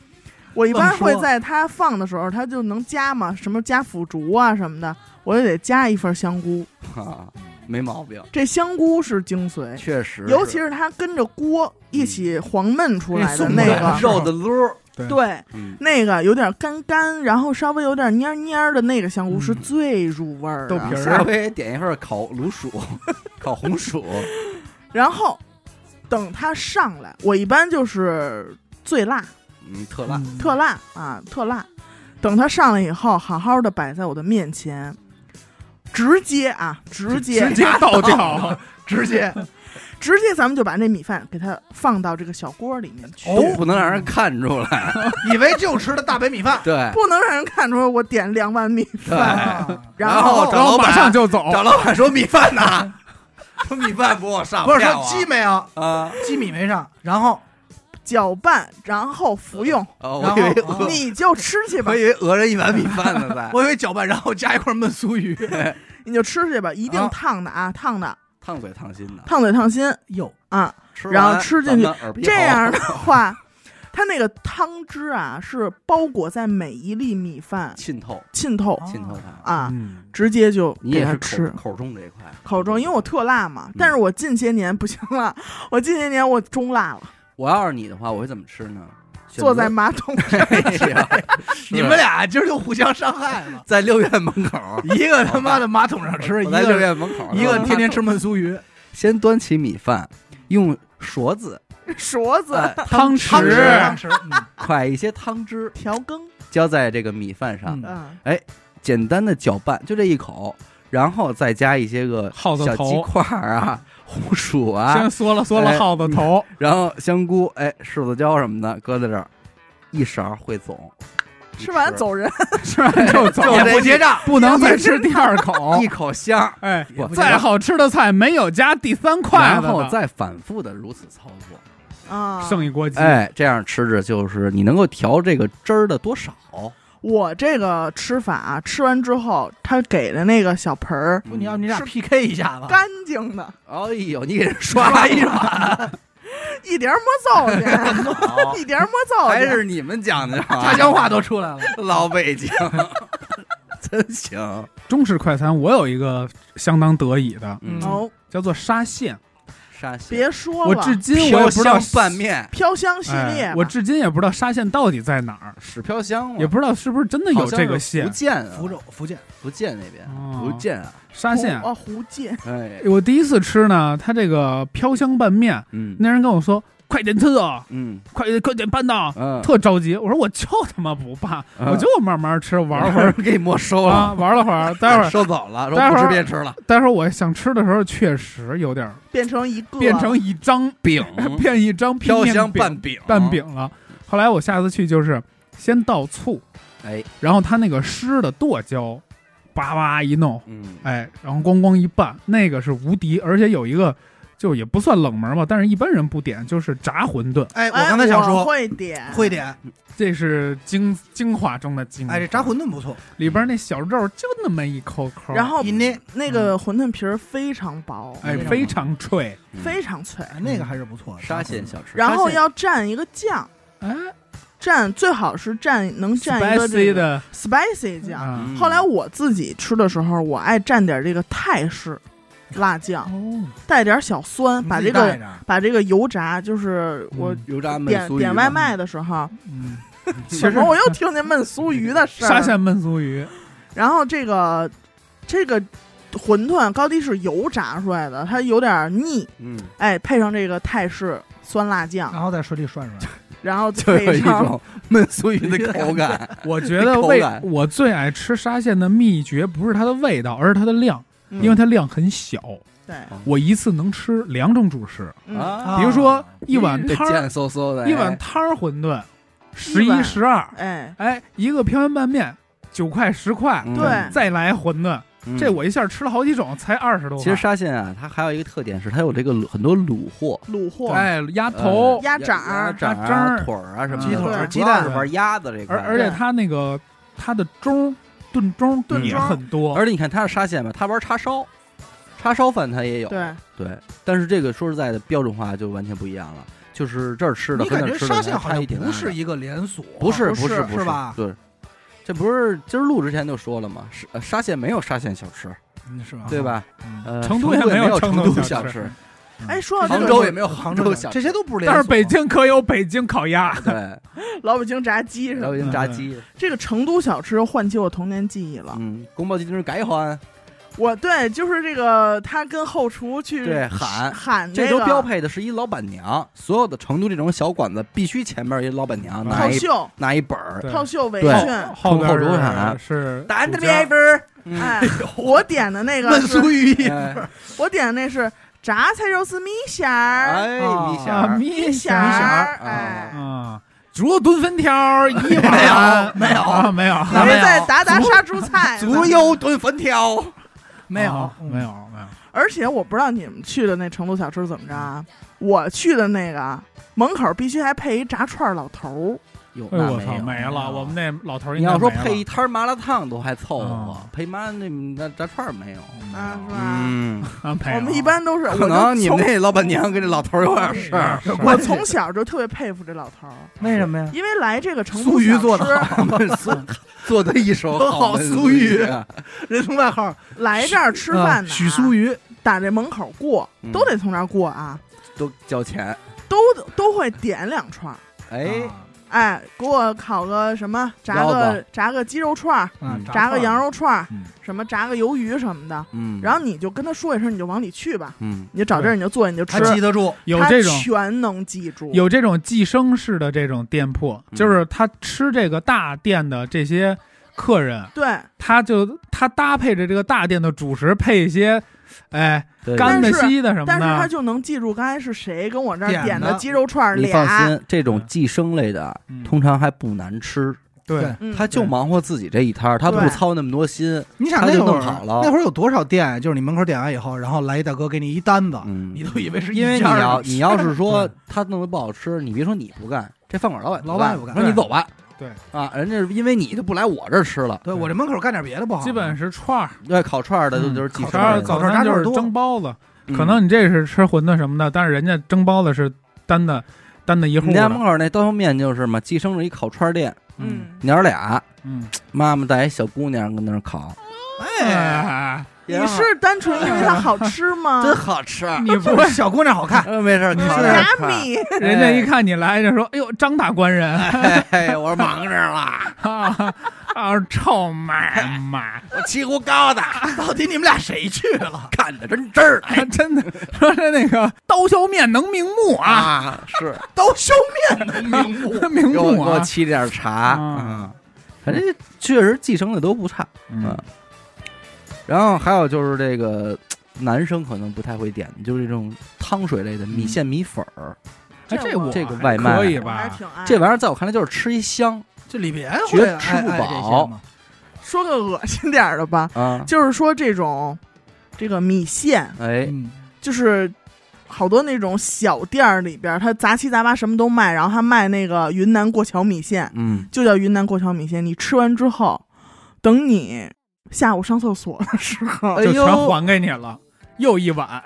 Speaker 3: 我一般
Speaker 2: 这么
Speaker 3: 会
Speaker 2: 说
Speaker 3: 在它放的时候，它就能加嘛，什么加腐竹啊什么的，我就得加一份香菇。
Speaker 1: 啊，没毛病，
Speaker 3: 这香菇是精髓，
Speaker 1: <laughs> 确实，
Speaker 3: 尤其是它跟着锅一起黄焖出来的
Speaker 4: 嗯
Speaker 3: 那
Speaker 4: 哎送过来
Speaker 3: 个，
Speaker 1: <laughs> 肉的撸儿，
Speaker 3: 对，
Speaker 1: 嗯，
Speaker 3: 那个有点干干，然后稍微有点蔫蔫的那个香菇
Speaker 4: 嗯
Speaker 3: 是最入味儿
Speaker 4: 豆
Speaker 3: 的。
Speaker 4: 皮儿
Speaker 1: 嗯下回点一份烤卤 <laughs> 鼠，烤红薯，
Speaker 3: 然后等它上来，我一般就是最辣。
Speaker 1: 嗯，特辣，
Speaker 4: 嗯
Speaker 3: 特辣啊，特辣。等它上来以后，好好的摆在我的面前，直接啊，直接
Speaker 4: 直接倒
Speaker 1: <laughs>
Speaker 4: 掉，
Speaker 2: <laughs> 直 <laughs> 接
Speaker 3: 直接，咱们就把那米饭给它放到这个小锅里面
Speaker 4: 嗯
Speaker 3: 去，
Speaker 4: 哦
Speaker 1: 都不能让人看出来，，
Speaker 2: 以为就吃的大白米饭
Speaker 1: 对，
Speaker 3: 不能让人看出我点两碗米
Speaker 1: 对
Speaker 3: 饭。
Speaker 2: 啊
Speaker 3: 然
Speaker 1: 然后
Speaker 4: 然后马上就走。
Speaker 1: 找老板说米饭呢，说米饭不给我上，
Speaker 2: 不是
Speaker 1: 骗我
Speaker 2: 说鸡没有，
Speaker 1: 啊，
Speaker 2: 鸡米没上，然后
Speaker 3: 搅拌，然后服
Speaker 1: <laughs>
Speaker 3: 用，
Speaker 1: 哦，
Speaker 2: 然
Speaker 1: 我
Speaker 2: 后
Speaker 1: 以为
Speaker 2: 啊
Speaker 1: 讹
Speaker 3: 你就吃去吧
Speaker 1: 我，以为讹人一碗米饭呢，在
Speaker 2: 我以为搅拌，然后加一块焖酥鱼，
Speaker 3: 你就吃去吧，一定
Speaker 2: 啊
Speaker 3: 烫的啊，烫的，
Speaker 1: 烫嘴烫心的，
Speaker 3: 烫嘴烫心
Speaker 2: 哟，
Speaker 3: 啊。
Speaker 1: 吃
Speaker 3: 然后
Speaker 1: 完
Speaker 3: 吃进去
Speaker 1: 咱们耳鼻喉
Speaker 3: 这样的话，它那个汤汁啊是包裹在每一粒米饭
Speaker 1: 浸透
Speaker 3: 浸透
Speaker 2: 啊
Speaker 1: 浸透它，
Speaker 3: 啊。
Speaker 4: 嗯，
Speaker 3: 直接就
Speaker 1: 你
Speaker 3: 给
Speaker 1: 也
Speaker 3: 它
Speaker 1: 是
Speaker 3: 吃
Speaker 1: 口嗯口中这一块，
Speaker 3: 口中，因为我特辣嘛。但是我近些年不行了，我近些年我中辣了，
Speaker 1: 我要是你的话，我会怎么吃呢？ <laughs> 选择
Speaker 3: 坐在马桶 <laughs>
Speaker 1: 哎呀，
Speaker 2: 你们俩今儿就互相伤害 <laughs> 了
Speaker 1: 在六院门口，
Speaker 2: 一个他妈的马桶上吃，一
Speaker 1: 我在六
Speaker 2: 个
Speaker 1: 院门口，嗯
Speaker 2: 一个天天吃焖酥鱼，
Speaker 1: 先端起米饭，用勺子、
Speaker 3: 勺子
Speaker 1: 哎
Speaker 4: 汤
Speaker 2: 汤
Speaker 1: 是
Speaker 2: 匙
Speaker 4: 匙
Speaker 2: 汤匙，嗯
Speaker 1: 蒯一些汤汁
Speaker 3: 调羹，
Speaker 1: 浇在这个米饭上，
Speaker 2: 嗯
Speaker 3: 嗯，
Speaker 1: 简单的搅拌，就这一口，然后再加一些个
Speaker 4: 耗子
Speaker 1: 小
Speaker 4: 头
Speaker 1: 鸡块儿啊、红薯啊
Speaker 4: 先，缩了缩
Speaker 1: 哎
Speaker 4: 了耗子
Speaker 1: <laughs>
Speaker 4: 头，
Speaker 1: 然后香菇、哎柿子椒什么的搁在这儿，一勺汇总，
Speaker 3: 吃完
Speaker 1: 一
Speaker 3: 走人，
Speaker 4: 吃完就走，
Speaker 1: 就
Speaker 2: 也
Speaker 1: 这
Speaker 2: 不结账，
Speaker 4: 不能再吃第二口
Speaker 1: <laughs> 一。口香，
Speaker 4: 哎
Speaker 1: 我，
Speaker 4: 再好吃的菜没有加第三筷
Speaker 1: 然
Speaker 4: 子的，
Speaker 1: 后再反复的如此操作，
Speaker 3: 啊，
Speaker 4: 剩一锅鸡。
Speaker 1: 哎，这样吃着就是你能够调这个汁儿的多少，
Speaker 3: 我这个吃法啊，吃完之后他给的那个小盆儿
Speaker 2: 不，你要你俩 PK 一下吧，
Speaker 3: 干净的，
Speaker 1: 哎呦，你给人刷一刷，
Speaker 3: 一点儿没糟践， <laughs> 一点儿没糟
Speaker 1: 还
Speaker 3: 践。
Speaker 1: 是你们讲的
Speaker 2: 家乡话都出来了。 <laughs>
Speaker 1: 老北京， <laughs> 真行。
Speaker 4: 中式快餐我有一个相当得意的，
Speaker 1: 嗯，
Speaker 3: 哦，
Speaker 4: 叫做沙县。
Speaker 1: 沙县
Speaker 3: 别说
Speaker 4: 我至
Speaker 3: 了，
Speaker 4: 今我也不知道
Speaker 1: 飘香拌面，啊
Speaker 3: 飘香系列
Speaker 4: 哎
Speaker 3: 吧，
Speaker 4: 我至今也不知道沙县到底在哪儿，
Speaker 1: 屎飘香嘛
Speaker 4: 也不知道是不是真的有
Speaker 1: 好像是
Speaker 4: 这个
Speaker 1: 福
Speaker 4: 县。
Speaker 1: 建啊，
Speaker 2: 福州、福建，
Speaker 1: 福建那边，
Speaker 4: 哦
Speaker 1: 福建啊，
Speaker 4: 沙县
Speaker 3: 胡，啊，胡
Speaker 1: <laughs>
Speaker 3: 建
Speaker 1: 哎，
Speaker 4: 我第一次吃呢，它这个飘香拌面，
Speaker 1: 嗯
Speaker 4: 那人跟我说快点吃啊，
Speaker 1: 嗯
Speaker 4: 快点快点拌呐，
Speaker 1: 嗯，
Speaker 4: 特着急。我说我就他妈不拌，
Speaker 1: 嗯
Speaker 4: 我就慢慢吃，玩
Speaker 1: <laughs>
Speaker 4: 会儿
Speaker 1: 给你没收
Speaker 4: 啊，
Speaker 1: 了，
Speaker 4: 玩了会儿，待会儿 <laughs>
Speaker 1: 收走了，说
Speaker 4: 待会
Speaker 1: 不
Speaker 4: 儿
Speaker 1: 吃别吃了，
Speaker 4: 待会儿我想吃的时候确实有点儿
Speaker 3: 变成一个
Speaker 4: 变成一张 <laughs>
Speaker 1: 饼
Speaker 4: 变一张
Speaker 1: 嗯飘香哦
Speaker 4: 拌
Speaker 1: 拌饼，
Speaker 4: <laughs> 拌，饼了。后来我下次去就是先倒醋，
Speaker 1: 哎，
Speaker 4: 然后它那个湿的剁椒，叭叭一弄，
Speaker 1: 嗯，
Speaker 4: 哎，然后咣咣一拌，那个是无敌，而且有一个就也不算冷门吧，但是一般人不点，就是炸馄饨，
Speaker 2: 哎，我
Speaker 3: 哎
Speaker 2: 刚才想
Speaker 3: 我
Speaker 2: 说
Speaker 3: 会点，
Speaker 2: 会点，
Speaker 4: 这是精精华中的精华。
Speaker 2: 哎，这炸馄饨不错，
Speaker 4: 里边那小肉就那么一抠抠，
Speaker 3: 然后
Speaker 2: 一捏，
Speaker 3: 那个馄饨皮儿非常薄，
Speaker 4: 哎
Speaker 1: 嗯
Speaker 4: 非常脆，
Speaker 3: 非常脆，
Speaker 2: 哎那个还是不错的。
Speaker 1: 沙县小吃，
Speaker 3: 然后
Speaker 1: 沙县
Speaker 3: 要蘸一个酱，
Speaker 4: 哎
Speaker 3: 蘸最好是蘸能蘸一个
Speaker 4: ，spicy
Speaker 3: 这个
Speaker 4: 的
Speaker 3: spicy 酱。
Speaker 4: 啊，
Speaker 1: 嗯
Speaker 3: 后来我自己吃的时候，我爱蘸点这个泰式辣酱，
Speaker 4: 哦，
Speaker 3: 带点小酸，
Speaker 2: 你
Speaker 3: 把
Speaker 2: 自
Speaker 3: 这
Speaker 2: 己带
Speaker 3: 个
Speaker 2: 着
Speaker 3: 把这个油炸，就是我
Speaker 4: 嗯
Speaker 1: 油炸焖
Speaker 3: 点
Speaker 1: 酥鱼
Speaker 3: 点
Speaker 1: 嘛
Speaker 3: 外卖的时候，
Speaker 4: 嗯，其
Speaker 3: 怎
Speaker 4: 实
Speaker 3: 么我又听见焖酥鱼的事
Speaker 4: 沙
Speaker 3: 儿？
Speaker 4: 县焖酥鱼，
Speaker 3: 然后这个这个馄饨高低是油炸出来的，它有点腻，
Speaker 1: 嗯，
Speaker 3: 哎，配上这个泰式酸辣酱，
Speaker 2: 然后再水里涮涮。
Speaker 3: 然后
Speaker 1: 就有
Speaker 3: 配
Speaker 1: 一
Speaker 3: 上
Speaker 1: 种 <laughs> 焖酥鱼的口
Speaker 4: <laughs>
Speaker 1: 感。
Speaker 4: 我觉得
Speaker 1: 口
Speaker 4: 味
Speaker 1: 感
Speaker 4: 我最爱吃沙县的秘诀不是它的味道，而是它的量，
Speaker 3: 嗯
Speaker 4: 因为它量很小，
Speaker 3: 对，
Speaker 4: 我一次能吃两种主食，
Speaker 3: 嗯
Speaker 1: 啊
Speaker 2: 啊
Speaker 4: 比如说一碗
Speaker 1: 这
Speaker 4: 汤
Speaker 1: 贱
Speaker 4: 儿
Speaker 1: 嗖嗖的，
Speaker 4: 一
Speaker 1: 哎
Speaker 4: 碗汤儿馄饨，十
Speaker 3: 一碗
Speaker 4: 一十二，
Speaker 3: 哎，
Speaker 4: 哎，一个平安拌面九块十块，
Speaker 1: 嗯
Speaker 3: 对
Speaker 4: 再来馄饨，
Speaker 1: 嗯
Speaker 4: 这我一下吃了好几种，才二十多
Speaker 1: 其
Speaker 4: 块。
Speaker 1: 实沙县啊，它还有一个特点是它有这个卤很多卤货，呃
Speaker 3: 卤货，
Speaker 4: 哎，鸭头，
Speaker 3: 鸭掌
Speaker 1: 鸭
Speaker 3: 儿
Speaker 1: 掌
Speaker 4: 鸭汁
Speaker 1: 啊、
Speaker 4: 儿
Speaker 1: 腿儿啊什么的，
Speaker 4: 鸡
Speaker 2: 腿
Speaker 1: 主
Speaker 2: 儿
Speaker 1: 要
Speaker 2: 鸡蛋
Speaker 1: 是玩鸭子这块
Speaker 4: 而
Speaker 1: 儿。
Speaker 4: 而且它那个它的盅炖盅
Speaker 1: 炖
Speaker 4: 也
Speaker 1: 盅
Speaker 4: 很多，
Speaker 1: 而且你看它是沙县吧，它玩叉烧，叉烧饭它也有。
Speaker 3: 对，
Speaker 1: 对但是这个说实在的，标准化就完全不一样了，就是这儿吃的
Speaker 2: 你
Speaker 1: 和那
Speaker 2: 感
Speaker 1: 儿
Speaker 2: 觉
Speaker 1: 吃的
Speaker 2: 沙县好
Speaker 1: 差
Speaker 2: 像
Speaker 1: 异挺大
Speaker 2: 不
Speaker 1: 的。
Speaker 2: 是一个连锁，
Speaker 1: 不是
Speaker 3: 不
Speaker 1: 不
Speaker 3: 是
Speaker 1: 不是
Speaker 2: 是吧
Speaker 1: 对，这不是今儿录之前就说了嘛，是呃沙县没有沙县小吃，
Speaker 2: 嗯是吧？
Speaker 1: 对吧？
Speaker 2: 嗯？
Speaker 1: 呃，
Speaker 4: 成
Speaker 1: 都
Speaker 4: 也
Speaker 1: 没
Speaker 4: 没有
Speaker 1: 成
Speaker 4: 成都
Speaker 1: 小
Speaker 4: 小吃
Speaker 1: 吃，
Speaker 3: 哎，说到这
Speaker 1: 杭
Speaker 3: 个，
Speaker 1: 州也没有
Speaker 2: 杭
Speaker 1: 杭
Speaker 2: 州
Speaker 1: 州
Speaker 2: 的
Speaker 1: 小吃，
Speaker 2: 这些都不是连
Speaker 4: 但是 <laughs>
Speaker 2: 锁。
Speaker 4: 北京可有北京烤鸭，
Speaker 1: 对，
Speaker 3: 老北京炸鸡是吧
Speaker 1: 辽？宁炸鸡，
Speaker 3: 这个成都小吃又唤起我童年记忆了。
Speaker 1: 嗯，宫保鸡丁改款，
Speaker 3: 我对，就是这个他跟后厨去
Speaker 1: 对，喊。
Speaker 3: 喊
Speaker 1: 这
Speaker 3: 个
Speaker 1: 都标配的是一老板娘，所有的成都这种小馆子必须前面一老板娘拿
Speaker 3: 套
Speaker 1: 一
Speaker 3: 袖、
Speaker 1: 拿一本儿，
Speaker 4: 对
Speaker 3: 套袖围
Speaker 1: 对
Speaker 3: 裙。
Speaker 4: 后边
Speaker 1: 后厨
Speaker 4: 是
Speaker 1: 喊
Speaker 4: 是
Speaker 1: 打
Speaker 4: 主
Speaker 1: 的
Speaker 4: 家
Speaker 1: 面粉儿，
Speaker 3: 哎，我点的那个
Speaker 2: 焖
Speaker 3: 是，
Speaker 2: 酥鱼，
Speaker 1: 哎
Speaker 3: 我点的那是炸菜肉丝米线儿，哦
Speaker 1: 哎，米
Speaker 2: 啊
Speaker 1: 线
Speaker 4: 啊
Speaker 1: 儿，
Speaker 4: 米
Speaker 3: 线
Speaker 4: 儿
Speaker 3: 儿，
Speaker 1: 米线儿哦
Speaker 3: 哎，
Speaker 4: 啊，猪肉炖粉条儿一碗
Speaker 2: 没有没有
Speaker 4: 啊没有
Speaker 3: 还
Speaker 2: 没有
Speaker 3: 在打打杀猪菜呢。
Speaker 1: 足油炖粉条，
Speaker 2: <laughs> 没有嗯
Speaker 4: 啊没有没有，
Speaker 3: 而且我不知道你们去的那成都小吃怎么着啊？我去的那个啊门口必须还配一炸串老头
Speaker 1: 哟，
Speaker 4: 哎
Speaker 1: 那
Speaker 4: 我操
Speaker 1: 有
Speaker 4: 没了，我们那老头儿
Speaker 1: 你
Speaker 4: 应该
Speaker 1: 要说
Speaker 4: 没了
Speaker 1: 配一摊麻辣烫都还凑合
Speaker 4: 啊，
Speaker 1: 配麻那那炸串儿没有。
Speaker 3: 儿啊，是吧？
Speaker 1: 嗯，
Speaker 4: 啊没
Speaker 3: 我们
Speaker 4: 了
Speaker 3: 一般都是，
Speaker 1: 可
Speaker 3: 我
Speaker 1: 能
Speaker 3: 就
Speaker 1: 你
Speaker 3: 从
Speaker 1: 们那老板娘跟这老头儿有点事儿。
Speaker 4: 是
Speaker 3: 我从小就特别佩服这老头儿，
Speaker 2: 为什么呀？
Speaker 3: 因为来这个成都
Speaker 2: 酥鱼
Speaker 3: 小
Speaker 2: 做
Speaker 3: 吃
Speaker 2: 的好，
Speaker 1: 做的一手
Speaker 2: 好
Speaker 1: 的啊
Speaker 2: 酥鱼人称外 <laughs> 号
Speaker 3: 来这儿吃饭呢，
Speaker 2: 嗯许酥鱼，
Speaker 3: 打这门口过
Speaker 1: 嗯，
Speaker 3: 都得从啊这儿过啊，
Speaker 1: 都交钱。
Speaker 3: 都都会点两串儿，
Speaker 1: 哎，
Speaker 2: 啊
Speaker 3: 哎，给我烤个什么，炸
Speaker 1: 腰
Speaker 3: 个炸个鸡肉串儿，
Speaker 2: 啊
Speaker 1: 嗯
Speaker 3: 炸个羊
Speaker 2: 肉，
Speaker 3: 肉串儿
Speaker 2: 嗯，
Speaker 3: 什么炸个鱿鱼什么的，
Speaker 1: 嗯，
Speaker 3: 然后你就跟他说一声，你就往里去吧，
Speaker 1: 嗯，
Speaker 3: 你就找地儿你就坐你就吃
Speaker 2: 他，记得住，
Speaker 4: 有
Speaker 3: 他
Speaker 4: 这种
Speaker 3: 全能记住，
Speaker 4: 有这种寄生式的这种店铺，
Speaker 1: 嗯
Speaker 4: 就是他吃这个大店的这些客人，
Speaker 3: 对，
Speaker 4: 他就他搭配着这个大店的主食配一些，哎，
Speaker 1: 对
Speaker 4: 干的
Speaker 3: 但是
Speaker 4: 稀的什么
Speaker 3: 但是他
Speaker 4: 的，
Speaker 3: 就能记住刚才是谁跟我这
Speaker 2: 点
Speaker 3: 儿点的
Speaker 2: 的
Speaker 3: 鸡肉串儿
Speaker 1: 你放
Speaker 3: 俩，
Speaker 1: 心，这种寄生类的
Speaker 4: 嗯
Speaker 1: 通常还不难吃，
Speaker 4: 对
Speaker 2: 对，
Speaker 3: 嗯
Speaker 1: 他就忙活自己这一摊儿，他不
Speaker 3: 对
Speaker 1: 操那么多心。
Speaker 2: 你想
Speaker 1: 他就
Speaker 2: 那会
Speaker 1: 弄好
Speaker 2: 儿
Speaker 1: 了
Speaker 2: 那会儿有多少店？啊就是你门口点完以后，然后来一大哥给你一单子，
Speaker 1: 嗯
Speaker 2: 你， <laughs> 都以为是一
Speaker 1: 因为你
Speaker 2: 家儿
Speaker 1: 要
Speaker 2: 的
Speaker 1: 你要是说
Speaker 4: 啊 <laughs> 对
Speaker 1: 他弄得不好吃，你别说你不干，这饭馆老板
Speaker 2: 老板也不
Speaker 1: 不
Speaker 2: 干
Speaker 1: 说你走吧。
Speaker 4: 对
Speaker 1: 啊，人家是因为你就不来我这儿吃了。
Speaker 2: <laughs> 对我这门口干点别的不好吗，啊
Speaker 4: 基本是串儿，
Speaker 1: 对，烤串儿的就
Speaker 4: 嗯
Speaker 1: 就是寄
Speaker 2: 烤
Speaker 1: 生
Speaker 4: 串
Speaker 2: 串
Speaker 1: 类
Speaker 4: 儿
Speaker 1: 的
Speaker 2: 烤
Speaker 4: 早
Speaker 2: 串儿
Speaker 4: 餐
Speaker 2: 炸
Speaker 4: 就
Speaker 2: 串
Speaker 4: 是
Speaker 2: 儿多
Speaker 4: 蒸包子，
Speaker 1: 嗯
Speaker 4: 可能你这是吃馄饨什么的，但是人家蒸包子是单的单的一
Speaker 1: 你
Speaker 4: 户
Speaker 1: 们家门
Speaker 4: 的，
Speaker 1: 口那刀削面就是嘛，寄生着一烤串儿店，
Speaker 3: 嗯，
Speaker 1: 娘儿俩，
Speaker 4: 嗯，
Speaker 1: 妈妈带一小姑娘跟那儿
Speaker 2: <laughs>
Speaker 1: 烤，
Speaker 2: 哎，
Speaker 4: 哎，
Speaker 3: 你是单纯因为它好吃 <laughs> 吗？嗯
Speaker 1: 真好吃，
Speaker 4: 你不
Speaker 2: 就是小姑娘好看，
Speaker 1: 呃没事儿烤
Speaker 2: 啊是
Speaker 1: 点
Speaker 3: 拿
Speaker 1: 儿串
Speaker 3: 米，
Speaker 1: 儿，
Speaker 4: 人家一看你来就说，哎呦，张大官人， <laughs>
Speaker 1: 哎，哎我说忙着了，
Speaker 4: 啊啊，臭妈妈。
Speaker 1: 我气呼高的，
Speaker 2: 到底你们俩谁去了？
Speaker 1: 看的真真儿的
Speaker 4: 啊， <laughs> 真的说是那个刀削面能明目啊，
Speaker 1: 啊，是
Speaker 2: 刀削面能明目，
Speaker 4: 明
Speaker 1: 给我给
Speaker 4: 目
Speaker 1: 我
Speaker 4: 啊，
Speaker 1: 沏点儿茶，嗯
Speaker 4: 啊，
Speaker 1: 反正确实寄生的都不差。
Speaker 4: 嗯
Speaker 1: 然后还有就是这个男生可能不太会点，就是这种汤水类的米线米粉儿，
Speaker 4: 哎，
Speaker 3: 这
Speaker 4: 这我
Speaker 1: 这个
Speaker 4: 还
Speaker 1: 外卖啊
Speaker 4: 可以
Speaker 3: 我还
Speaker 4: 吧？
Speaker 3: 挺爱。
Speaker 1: 这玩意儿在我看来就是吃一香
Speaker 2: 这里边
Speaker 1: 绝
Speaker 2: 会
Speaker 1: 吃不
Speaker 2: 爱爱这些
Speaker 1: 饱
Speaker 2: 吗
Speaker 3: 说个恶心点儿的吧， <laughs>
Speaker 1: 啊，
Speaker 3: 就是说这种这个米线，
Speaker 1: 哎，
Speaker 2: 嗯，
Speaker 3: 就是好多那种小店儿里边儿，它杂七杂八什么都卖，然后它卖那个云南过桥米线，
Speaker 1: 嗯，
Speaker 3: 就叫云南过桥米线。你吃完之后，等你下午上厕所的时候，
Speaker 1: 哎
Speaker 3: <laughs>
Speaker 4: 就全
Speaker 3: 呦，
Speaker 4: 还给你了，又一碗。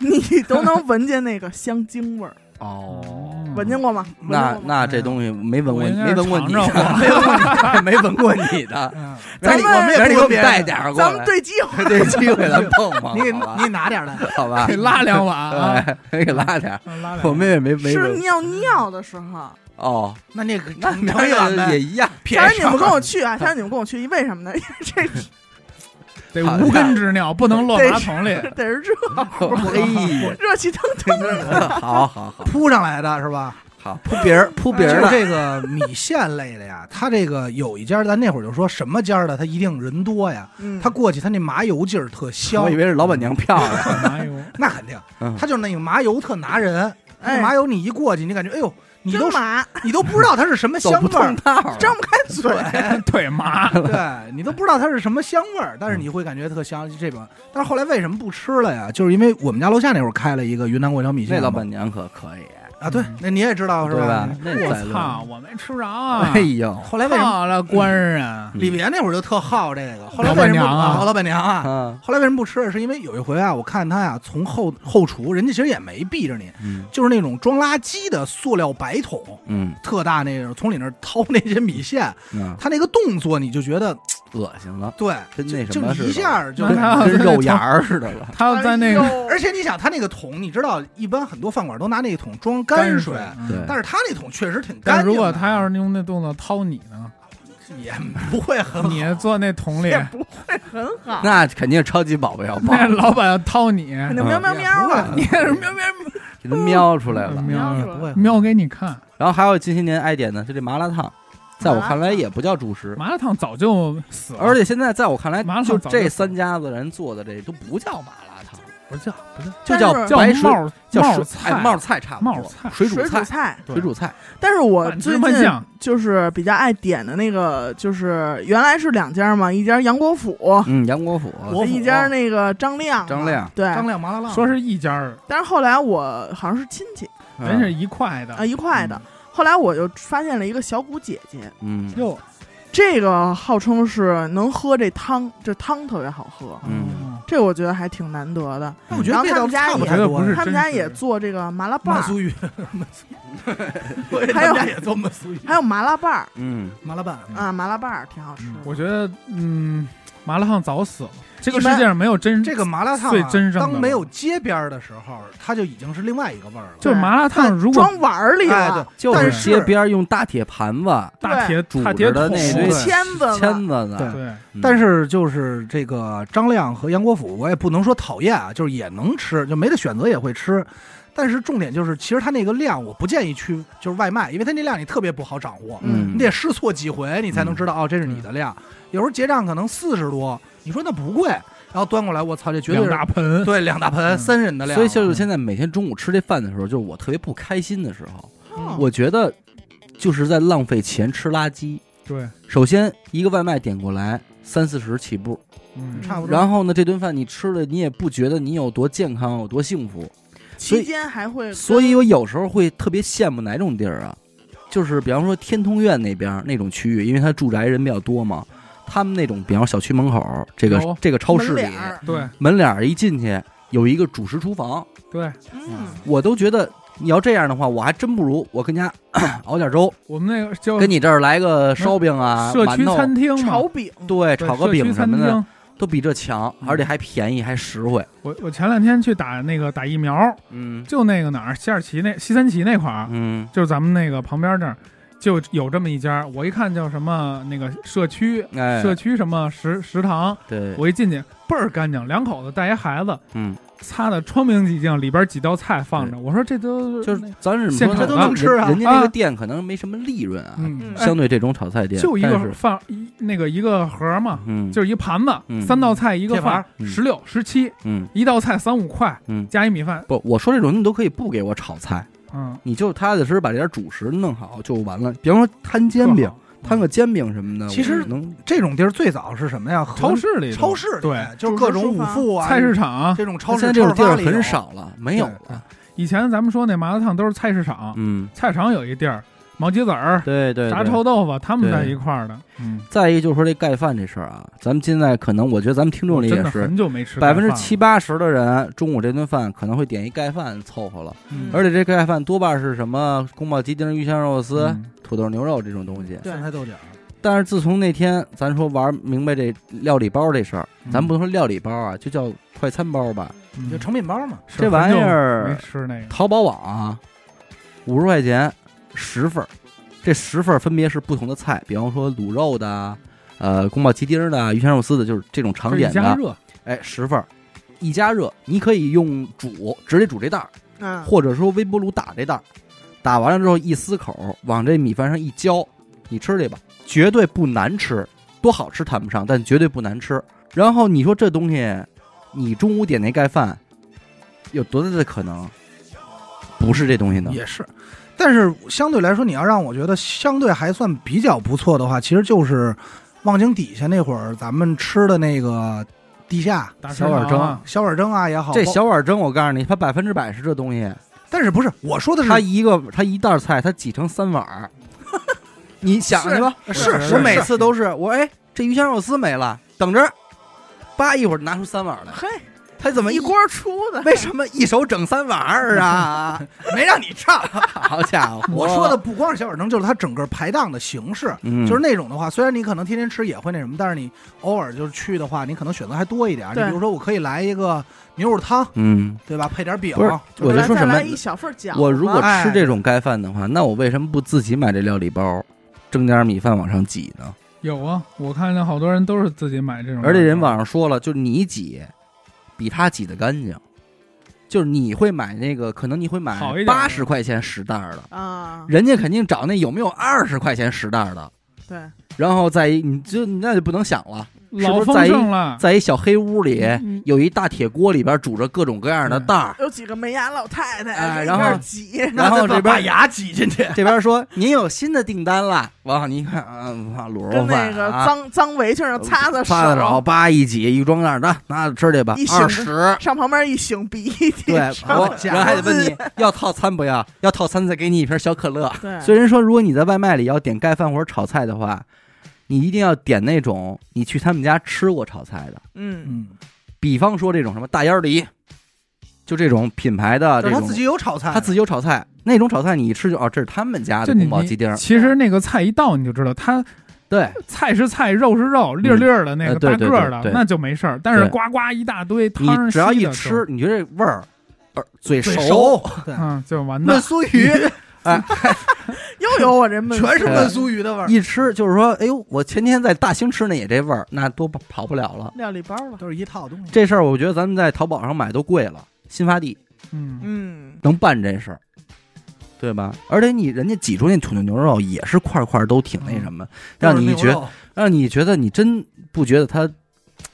Speaker 3: 你都能闻见那个香精味儿，
Speaker 1: 哦，
Speaker 3: 闻见过吗？闻见
Speaker 1: 那
Speaker 3: 过吗
Speaker 1: 那这东西没闻过，
Speaker 4: 我应该
Speaker 1: 没
Speaker 4: 是
Speaker 1: 闻过你的，
Speaker 4: 尝尝
Speaker 1: 没闻过 <laughs> 你，没闻过你的。
Speaker 2: 嗯，
Speaker 1: 明儿你
Speaker 3: 咱们
Speaker 1: 明儿你给我
Speaker 2: 也不
Speaker 1: 们带点儿过
Speaker 3: 咱们
Speaker 1: 来，
Speaker 3: 对机 <laughs> 会，
Speaker 1: 这机会咱碰碰，
Speaker 2: 嗯你给
Speaker 1: 好吧
Speaker 2: 你拿点儿来，
Speaker 1: 好吧
Speaker 4: 给？拉两
Speaker 1: <laughs>
Speaker 4: 碗啊！
Speaker 1: 对，给拉点儿。
Speaker 4: 嗯拉两碗
Speaker 1: 我们也没没
Speaker 3: 是
Speaker 1: 闻
Speaker 3: 尿尿的时候。
Speaker 1: 哦，
Speaker 2: 那那个
Speaker 1: <laughs> 那
Speaker 2: 盛一碗
Speaker 1: 也
Speaker 2: 呗，
Speaker 1: 一样，
Speaker 3: 下回你们跟我去啊！下回你们跟我去，为什么呢？因 <laughs> 为这
Speaker 4: 得无根之尿，不能落马
Speaker 1: <laughs>
Speaker 4: 桶里。
Speaker 3: 得是热
Speaker 1: 嘿，
Speaker 3: 热气腾腾的。
Speaker 1: 好好好
Speaker 2: 铺上来的是吧？
Speaker 1: 好，扑鼻儿扑鼻儿
Speaker 2: 就
Speaker 1: 的，
Speaker 2: 这个米线类的呀，它这个有一家，咱那会儿就说什么家儿的，它一定人多呀。
Speaker 3: 嗯，
Speaker 2: 它过去，它那麻油劲儿特香
Speaker 1: 我以，为是老板娘漂
Speaker 4: <laughs>
Speaker 1: 亮。
Speaker 4: 哎呦，
Speaker 2: 那肯定
Speaker 1: 嗯，
Speaker 2: 它就是那个麻油特拿人。那
Speaker 3: 哎
Speaker 2: 麻油你一过去，你感觉哎呦，你
Speaker 3: 真
Speaker 2: 都
Speaker 3: 麻，
Speaker 2: 你都不知道它是什么
Speaker 1: 走
Speaker 2: 香
Speaker 1: 不
Speaker 2: 味儿
Speaker 1: 通，道儿，
Speaker 3: <laughs> 张不开嘴。
Speaker 1: 哎
Speaker 4: 腿麻。
Speaker 1: <laughs>
Speaker 2: 对你都不知道它是什么香味儿，但是
Speaker 1: 嗯
Speaker 2: 你会感觉特香。这种，但是后来为什么不吃了呀？就是因为我们家楼下那会儿开了一个云南过桥米线
Speaker 1: 那
Speaker 2: 嘛，
Speaker 1: 老板娘可可以，
Speaker 2: 啊，对，那你也知道是
Speaker 1: 对吧？那
Speaker 4: 我
Speaker 1: 在
Speaker 4: 操，
Speaker 1: 路，
Speaker 4: 我没吃着啊！
Speaker 1: 哎呦，
Speaker 2: 后来为什么
Speaker 4: 操了官人，啊
Speaker 2: 李别那会儿就特好这个？后来
Speaker 4: 老
Speaker 2: 为
Speaker 4: 板
Speaker 2: 什么
Speaker 4: 娘啊
Speaker 2: 啊老板娘啊，
Speaker 1: 嗯
Speaker 2: 后来为什么不吃？是因为有一回啊，我看他呀、从后后厨，人家其实也没避着你，
Speaker 1: 嗯
Speaker 2: 就是那种装垃圾的塑料白桶，
Speaker 1: 嗯
Speaker 2: 特大那种，从里那儿掏那些米线，
Speaker 1: 嗯，
Speaker 2: 他那个动作你就觉得
Speaker 1: 恶心了，
Speaker 2: 对，
Speaker 1: 跟那什
Speaker 2: 就
Speaker 1: 么似的，
Speaker 2: 一下就
Speaker 4: 那。他
Speaker 1: 跟肉芽儿似的了。
Speaker 4: 他要在
Speaker 3: 哎
Speaker 1: 哎
Speaker 4: 那个
Speaker 2: 而且你想，他那个桶，你知道，一般很多饭馆都拿那个桶装
Speaker 4: 泔
Speaker 2: 泔
Speaker 4: 水嗯
Speaker 2: 水，。
Speaker 1: 对，
Speaker 2: 但是他那桶确实挺干
Speaker 4: 但
Speaker 2: 净的。
Speaker 4: 如果他要是用那动作掏你呢？
Speaker 2: 是也不会很好，
Speaker 4: 你坐那
Speaker 1: <laughs>
Speaker 4: 桶里
Speaker 3: 也，不会很好。
Speaker 1: 那肯定超级宝贝要
Speaker 4: <laughs>
Speaker 1: 爆，
Speaker 4: 那老板要掏你，
Speaker 3: 肯定喵喵喵啊 <laughs> 了，
Speaker 4: 你也是喵喵
Speaker 1: 给它瞄出来了。
Speaker 4: 喵喵
Speaker 2: 也
Speaker 3: 喵
Speaker 2: 不会很
Speaker 4: <laughs>
Speaker 2: 好。
Speaker 4: 喵给你看。
Speaker 1: 然后还有近些年爱点的是这麻辣烫，在我看
Speaker 3: 麻辣
Speaker 1: 来
Speaker 3: 烫
Speaker 1: 也不叫主食，
Speaker 4: 麻辣烫早就死了，
Speaker 1: 而且现在在我看来
Speaker 4: 麻辣，烫
Speaker 1: 就
Speaker 4: 早就
Speaker 1: 这三家子人做的这都不叫麻辣烫，
Speaker 4: 不叫不叫
Speaker 1: 就
Speaker 3: 但
Speaker 1: 叫
Speaker 3: 是
Speaker 4: 叫
Speaker 1: 白水
Speaker 4: 冒
Speaker 1: 叫
Speaker 4: 冒
Speaker 1: 水哎
Speaker 4: 菜
Speaker 1: 冒菜差不多，
Speaker 4: 冒菜
Speaker 1: 水
Speaker 3: 水
Speaker 1: 煮
Speaker 3: 煮
Speaker 1: 菜
Speaker 3: 菜。
Speaker 4: 对
Speaker 1: 水煮菜，
Speaker 3: 但是我
Speaker 4: 半芝
Speaker 3: 最
Speaker 4: 麻
Speaker 3: 近
Speaker 4: 酱，
Speaker 3: 就是比较爱点的那个，就是原来是两家嘛，一家杨国福，
Speaker 1: 嗯，杨国福，
Speaker 2: 国
Speaker 3: 一
Speaker 2: 府
Speaker 3: 家那个张亮嘛。
Speaker 1: 张亮
Speaker 3: 对，
Speaker 2: 张亮麻辣烫，
Speaker 4: 说是一家儿，
Speaker 3: 但是后来我好像是亲戚
Speaker 1: 嗯
Speaker 4: 人是一块的
Speaker 3: 啊，一块的。后来我就发现了一个小谷姐姐，
Speaker 1: 嗯
Speaker 4: 哟，
Speaker 3: 这个号称是能喝这汤，这汤特别好喝，
Speaker 1: 嗯，哎
Speaker 3: 这我觉得还挺难得的。
Speaker 2: 但我觉得味道差不
Speaker 4: 我觉
Speaker 2: 太
Speaker 4: 得
Speaker 2: 多
Speaker 4: 不是
Speaker 3: 他们家也
Speaker 4: 真实
Speaker 3: 做这个麻辣拌
Speaker 2: 马
Speaker 3: 儿，
Speaker 2: 苏鱼，我
Speaker 3: 还有
Speaker 2: 他们家也做马苏鱼，
Speaker 3: 还有麻辣拌儿
Speaker 1: 嗯，
Speaker 2: 麻辣拌
Speaker 3: 啊，麻辣拌儿挺好吃的。
Speaker 4: 我觉得嗯，麻辣烫早死了，这个
Speaker 3: 一
Speaker 4: 世
Speaker 3: 般
Speaker 4: 界上没有真
Speaker 2: 这个麻辣烫
Speaker 4: 最
Speaker 2: 啊，
Speaker 4: 真正的
Speaker 2: 当没有街边儿的时候，它就已经是另外一个味儿了。
Speaker 4: 就是啊麻辣烫，
Speaker 2: 但
Speaker 4: 如果
Speaker 3: 装碗儿里
Speaker 2: 哎，
Speaker 3: 了
Speaker 2: 对，，
Speaker 1: 就
Speaker 2: 但
Speaker 1: 街
Speaker 2: 是。
Speaker 1: 边用大铁盘子
Speaker 4: 大铁
Speaker 1: 煮
Speaker 4: 大铁
Speaker 1: 着的
Speaker 4: 桶
Speaker 1: 那
Speaker 2: 对
Speaker 1: 堆
Speaker 3: 签子了
Speaker 1: 签子呢，
Speaker 4: 对，
Speaker 1: 嗯
Speaker 2: 但是就是这个张亮和杨国福，我也不能说讨厌啊，就是也能吃，就没得选择也会吃。但是重点就是，其实他那个量，我不建议去就是外卖，因为他那量你特别不好掌握，
Speaker 1: 嗯
Speaker 2: 你得试错几回，你才能知道、哦，这是你的量。有时候结账可能四十多，你说那不贵，然后端过来，我操，这绝对
Speaker 4: 两
Speaker 2: 是
Speaker 4: 大盆，
Speaker 2: 对两大盆、
Speaker 4: 嗯
Speaker 2: 三人的量。
Speaker 1: 所以就是现在每天中午吃这饭的时候，就是我特别不开心的时候，
Speaker 4: 嗯
Speaker 3: 哦
Speaker 1: 我觉得就是在浪费钱吃垃圾。
Speaker 4: 对，
Speaker 1: 首先一个外卖点过来三四十起步，
Speaker 4: 嗯，
Speaker 2: 差不多。
Speaker 1: 然后呢这顿饭你吃了你也不觉得你有多健康有多幸福，所以
Speaker 3: 期间还会跟，
Speaker 1: 所以我有时候会特别羡慕哪种地儿啊，就是比方说天通苑那边儿那种区域，因为它住宅人比较多嘛，他们那种比方小区门口儿这
Speaker 4: 有
Speaker 1: 个这个超市
Speaker 3: 门
Speaker 1: 里
Speaker 3: 脸儿
Speaker 4: 对
Speaker 1: 门脸儿一进去有一个主食厨房，
Speaker 4: 对，
Speaker 3: 嗯，
Speaker 1: 我都觉得你要这样的话，我还真不如我跟家 <coughs> 熬点粥，
Speaker 4: 我们那个叫
Speaker 1: 跟你这儿来个烧饼啊、
Speaker 4: 嗯社区
Speaker 1: 馒头，
Speaker 4: 餐厅嘛
Speaker 3: 炒，饼，
Speaker 1: 对，
Speaker 4: 对
Speaker 1: 炒个
Speaker 4: 社区
Speaker 1: 饼什
Speaker 4: 餐
Speaker 1: 么的，
Speaker 4: 厅。
Speaker 1: 都比这强，
Speaker 4: 嗯
Speaker 1: 而且还便宜还实惠。
Speaker 4: 我我前两天去打那个打疫苗，
Speaker 1: 嗯
Speaker 4: 就那个哪儿西二旗那西三旗那块儿，
Speaker 1: 嗯
Speaker 4: 就是咱们那个旁边这儿，就有这么一家，我一看叫什么那个社区。
Speaker 1: 哎，
Speaker 4: 社区什么食食堂，
Speaker 1: 对，
Speaker 4: 我一进去倍儿干净，两口子带一孩子，
Speaker 1: 嗯，
Speaker 4: 擦的窗明几净，里边几道菜放着，我说这都
Speaker 1: 就是咱是怎
Speaker 4: 现
Speaker 1: 么说呢
Speaker 4: 场的都能
Speaker 1: 人
Speaker 2: 吃啊
Speaker 1: 人家那
Speaker 4: 啊
Speaker 1: 个店可能没什么利润啊，
Speaker 4: 嗯，
Speaker 3: 哎
Speaker 1: 相对这种炒菜
Speaker 4: 哎
Speaker 1: 店
Speaker 4: 就一
Speaker 1: 但
Speaker 4: 个
Speaker 1: 是
Speaker 4: 放一那个一个盒儿嘛，
Speaker 1: 嗯，
Speaker 4: 就是一盘子，
Speaker 1: 嗯
Speaker 4: 三道菜一个饭
Speaker 1: 铁，盘
Speaker 4: 十六十七，
Speaker 1: 嗯
Speaker 4: 一道菜三五块，
Speaker 1: 嗯。
Speaker 4: 加一米饭，
Speaker 1: 不，我说这种你都可以不给我炒菜，
Speaker 4: 嗯，
Speaker 1: 你就踏踏实实把这点主食弄好就完了。比方说摊煎饼，摊
Speaker 4: 嗯
Speaker 1: 个煎饼什么的，
Speaker 2: 其实
Speaker 1: 我能
Speaker 2: 这种地儿最早是什么呀？和
Speaker 4: 超市里的
Speaker 2: 超市里
Speaker 4: 对，
Speaker 2: 就是各种
Speaker 3: 主食书
Speaker 2: 五
Speaker 3: 房
Speaker 2: 副啊，
Speaker 4: 菜市场。
Speaker 2: 这种超
Speaker 5: 现
Speaker 2: 市
Speaker 5: 在这种地儿
Speaker 2: 超市里有
Speaker 5: 很少了，没有了。
Speaker 4: 以前咱们说那麻辣烫都是菜市场，
Speaker 5: 嗯，
Speaker 4: 菜市场有一地儿，毛鸡子儿、
Speaker 1: 对对
Speaker 4: 炸
Speaker 1: 对
Speaker 4: 臭豆腐，他们在
Speaker 5: 对
Speaker 4: 一块儿的。嗯，
Speaker 1: 再一个就是说这盖饭这事儿啊，咱们现在可能我觉得咱们听众里
Speaker 4: 真
Speaker 1: 也
Speaker 4: 的
Speaker 1: 是
Speaker 4: 很久没吃
Speaker 1: 百
Speaker 4: 盖
Speaker 1: 分
Speaker 4: 饭
Speaker 1: 之
Speaker 4: 了
Speaker 1: 七八十的人中午这顿饭可能会点一盖饭凑合了，
Speaker 3: 嗯
Speaker 1: 而且这盖饭多半是什么宫保鸡丁、鱼香肉丝、
Speaker 4: 嗯
Speaker 1: 土豆牛肉这种东西。
Speaker 3: 对
Speaker 2: 酸菜豆角，
Speaker 1: 但是自从那天咱说玩明白这料理包这事儿，
Speaker 4: 嗯
Speaker 1: 咱不能说料理包啊，就叫快餐包吧。
Speaker 4: 嗯
Speaker 2: 就成品包嘛。
Speaker 4: 是
Speaker 1: 这玩意
Speaker 4: 没
Speaker 1: 儿，
Speaker 4: 吃那个，
Speaker 1: 淘宝网啊，五十块钱十份儿，这十份儿分别是不同的菜，比方说卤肉的啊，呃，宫保鸡丁儿的啊，鱼香肉丝的，就是这种常
Speaker 4: 这一
Speaker 1: 见
Speaker 4: 加
Speaker 1: 的。
Speaker 4: 热，
Speaker 1: 哎，十份儿，一加热，你可以用煮，直接煮这袋儿，
Speaker 3: 嗯，
Speaker 1: 或者说微波炉打这袋儿，打完了之后一撕口，往这米饭上一浇，你吃这吧，绝对不难吃，多好吃谈不上，但绝对不难吃。然后你说这东西，你中午点那盖饭，有多大的可能不是这东西呢？
Speaker 2: 也是，但是相对来说，你要让我觉得相对还算比较不错的话，其实就是望京底下那会儿咱们吃的那个地下
Speaker 4: 大
Speaker 1: 小碗
Speaker 4: 肠啊
Speaker 2: 小碗蒸啊也好，
Speaker 1: 这
Speaker 2: 包
Speaker 1: 小碗蒸，我告诉你，它百分之百是这东西。
Speaker 2: 但是不是我说的
Speaker 1: 它
Speaker 2: 是
Speaker 1: 一个，它一袋菜，它挤成三碗儿。 <laughs> 你想去吧，
Speaker 2: 是
Speaker 4: 是
Speaker 1: 我
Speaker 4: 是
Speaker 1: 每次都是我哎，这鱼香肉丝没了，等着，叭一会儿拿出三碗来，
Speaker 3: 嘿，
Speaker 1: 他怎么
Speaker 3: 一
Speaker 1: 一锅？
Speaker 3: 锅出 <laughs> 的，
Speaker 1: 为什么一手整三碗儿啊？
Speaker 2: 没让你
Speaker 1: <laughs>
Speaker 2: 唱，
Speaker 1: 好家伙，
Speaker 2: 我说的不光是小碗蒸，就是它整个排档的形式。
Speaker 1: 嗯
Speaker 2: 就是那种的话，虽然你可能天天吃也会那什么，但是你偶尔就是去的话，你可能选择还多一点。啊你
Speaker 3: 对
Speaker 2: 比如说，我可以来一个牛肉汤，
Speaker 1: 嗯，
Speaker 2: 对吧？配点饼
Speaker 1: 不。是，我就说什
Speaker 3: 再
Speaker 1: 么
Speaker 3: 来，一小份饺子，
Speaker 1: 我如果
Speaker 2: 哎
Speaker 1: 吃这种盖饭的话，那我为什么不自己买这料理包，蒸点米饭往上挤呢？
Speaker 4: 有啊，我看见好多人都是自己买这种，
Speaker 1: 而且人网上说了，就是你挤，比他挤的干净。就是你会买那个，可能你会买
Speaker 4: 好一点
Speaker 1: 八
Speaker 4: 的
Speaker 1: 十块钱十袋儿的，
Speaker 3: 啊，
Speaker 1: 人家肯定找那有没有二十块钱十袋儿的，
Speaker 3: 对，
Speaker 1: 然后再一你就那就不能想了，
Speaker 4: 老
Speaker 1: 是不是
Speaker 4: 丰
Speaker 1: 在一
Speaker 4: 盛了，
Speaker 1: 在一小黑屋里，
Speaker 3: 嗯
Speaker 1: 有一大铁锅里边煮着各种各样的
Speaker 4: 对
Speaker 1: 袋儿，
Speaker 3: 有几个没牙老太太
Speaker 1: 哎
Speaker 3: 在
Speaker 1: 然
Speaker 3: <laughs> 那
Speaker 1: 后
Speaker 3: 边挤，
Speaker 1: 然后这
Speaker 2: 把
Speaker 1: 边
Speaker 2: 牙挤进去，
Speaker 1: 这边说您有新的订单了，往你一看啊，哇卤肉
Speaker 3: 跟那
Speaker 1: 饭
Speaker 3: 个
Speaker 1: 啊，
Speaker 3: 脏脏围裙上擦擦
Speaker 1: 擦擦手，叭一挤一装袋儿，那拿着吃去吧
Speaker 3: 一，醒
Speaker 1: 二十。 <laughs>
Speaker 3: 上旁边一擤鼻涕，
Speaker 1: 对，我
Speaker 2: 手
Speaker 1: 然后还得问你要套餐不要？要套餐再给你一瓶小可乐。
Speaker 3: <laughs> 对
Speaker 1: 所以人说，如果你在外卖里要点盖饭或者炒菜的话，你一定要点那种你去他们家吃过炒菜的，
Speaker 3: 嗯，
Speaker 2: 嗯，
Speaker 1: 比方说这种什么大烟梨，就这种品牌的这
Speaker 2: 就是
Speaker 1: 种
Speaker 2: 他自己有炒菜，
Speaker 1: 他自己有炒菜，那种炒菜你一吃就哦，这是他们家
Speaker 4: 就
Speaker 1: 的
Speaker 4: 你
Speaker 1: 宫保鸡丁
Speaker 4: 你。其实那个菜一到你就知道，它
Speaker 1: 对，
Speaker 4: 菜是菜，肉是肉，粒儿粒儿的那
Speaker 1: 呃
Speaker 4: 个
Speaker 1: 对
Speaker 4: 大
Speaker 1: 对
Speaker 4: 个儿的
Speaker 1: 对对，
Speaker 4: 那就没事儿。但是
Speaker 1: 对
Speaker 4: 呱呱一大堆汤儿
Speaker 1: 你只要
Speaker 4: 稀
Speaker 1: 一
Speaker 4: 的
Speaker 1: 吃，你觉得这味儿，呃，嘴
Speaker 2: 嘴
Speaker 1: 熟，，
Speaker 2: 对
Speaker 4: 就，，嗯，就完
Speaker 2: 焖
Speaker 4: 蛋。
Speaker 2: 酥 <laughs> 鱼
Speaker 3: 又有我这闷，
Speaker 2: 全是焖酥鱼的味儿，
Speaker 1: 一吃就是说，哎呦，我前天在大兴吃那也这味儿，那都跑不了了。
Speaker 3: 料理包了，
Speaker 2: 都是一套东西。
Speaker 1: 这事儿我觉得咱们在淘宝上买都贵了，新发地
Speaker 4: 嗯，
Speaker 3: 嗯，
Speaker 1: 能办这事儿，对吧？而且你人家挤出那土豆牛肉也是块块都挺那什么，让你觉
Speaker 2: 得
Speaker 1: 让你觉得你真不觉得它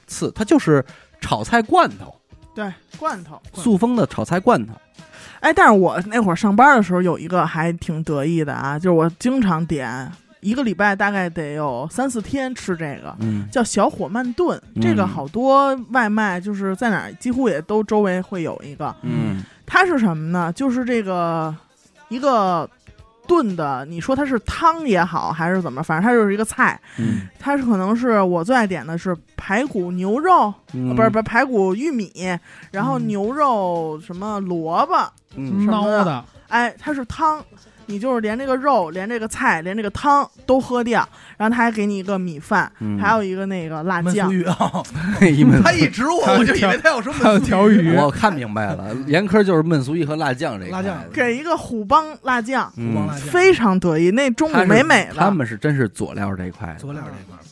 Speaker 1: 次，它就是炒菜罐头，
Speaker 3: 对，罐头。
Speaker 1: 塑封的炒菜罐头。
Speaker 3: 哎，但是我那会儿上班的时候有一个还挺得意的啊，就是我经常点，一个礼拜大概得有三四天吃这个，
Speaker 1: 嗯，
Speaker 3: 叫小火慢炖。
Speaker 1: 嗯
Speaker 3: 这个好多外卖就是在哪儿几乎也都周围会有一个。
Speaker 1: 嗯
Speaker 3: 它是什么呢？就是这个一个炖的，你说它是汤也好还是怎么，反正它就是一个菜。
Speaker 1: 嗯，
Speaker 3: 它是可能是我最爱点的是排骨牛肉，
Speaker 1: 嗯
Speaker 3: 呃不是不是排骨玉米，然后
Speaker 4: 嗯
Speaker 3: 牛肉什么萝卜，
Speaker 1: 嗯
Speaker 3: 什么
Speaker 4: 孬
Speaker 3: 的
Speaker 4: 的，
Speaker 3: 哎，它是汤，你就是连这个肉、连这个菜、连这个汤都喝掉，然后他还给你一个米饭，
Speaker 1: 嗯
Speaker 3: 还有一个那个辣
Speaker 2: 焖酥
Speaker 3: 酱。
Speaker 2: 鱼 <laughs> 啊，
Speaker 1: <laughs> 一门
Speaker 2: 他一指我，我就以为他要说
Speaker 4: 还有
Speaker 2: 焖
Speaker 4: 条
Speaker 2: 酥鱼。
Speaker 4: 鱼，
Speaker 1: 我看明白
Speaker 2: <laughs>
Speaker 1: 了，严科就是焖酥鱼和辣酱这一块
Speaker 2: 辣酱
Speaker 3: 给一个虎帮辣酱，
Speaker 1: 嗯
Speaker 2: 王辣酱
Speaker 3: 非常得意。那中
Speaker 1: 他
Speaker 3: 午
Speaker 1: 是
Speaker 3: 美美
Speaker 1: 他
Speaker 3: 的，
Speaker 1: 们是真是佐料这一块的，
Speaker 2: 嗯佐料这块儿，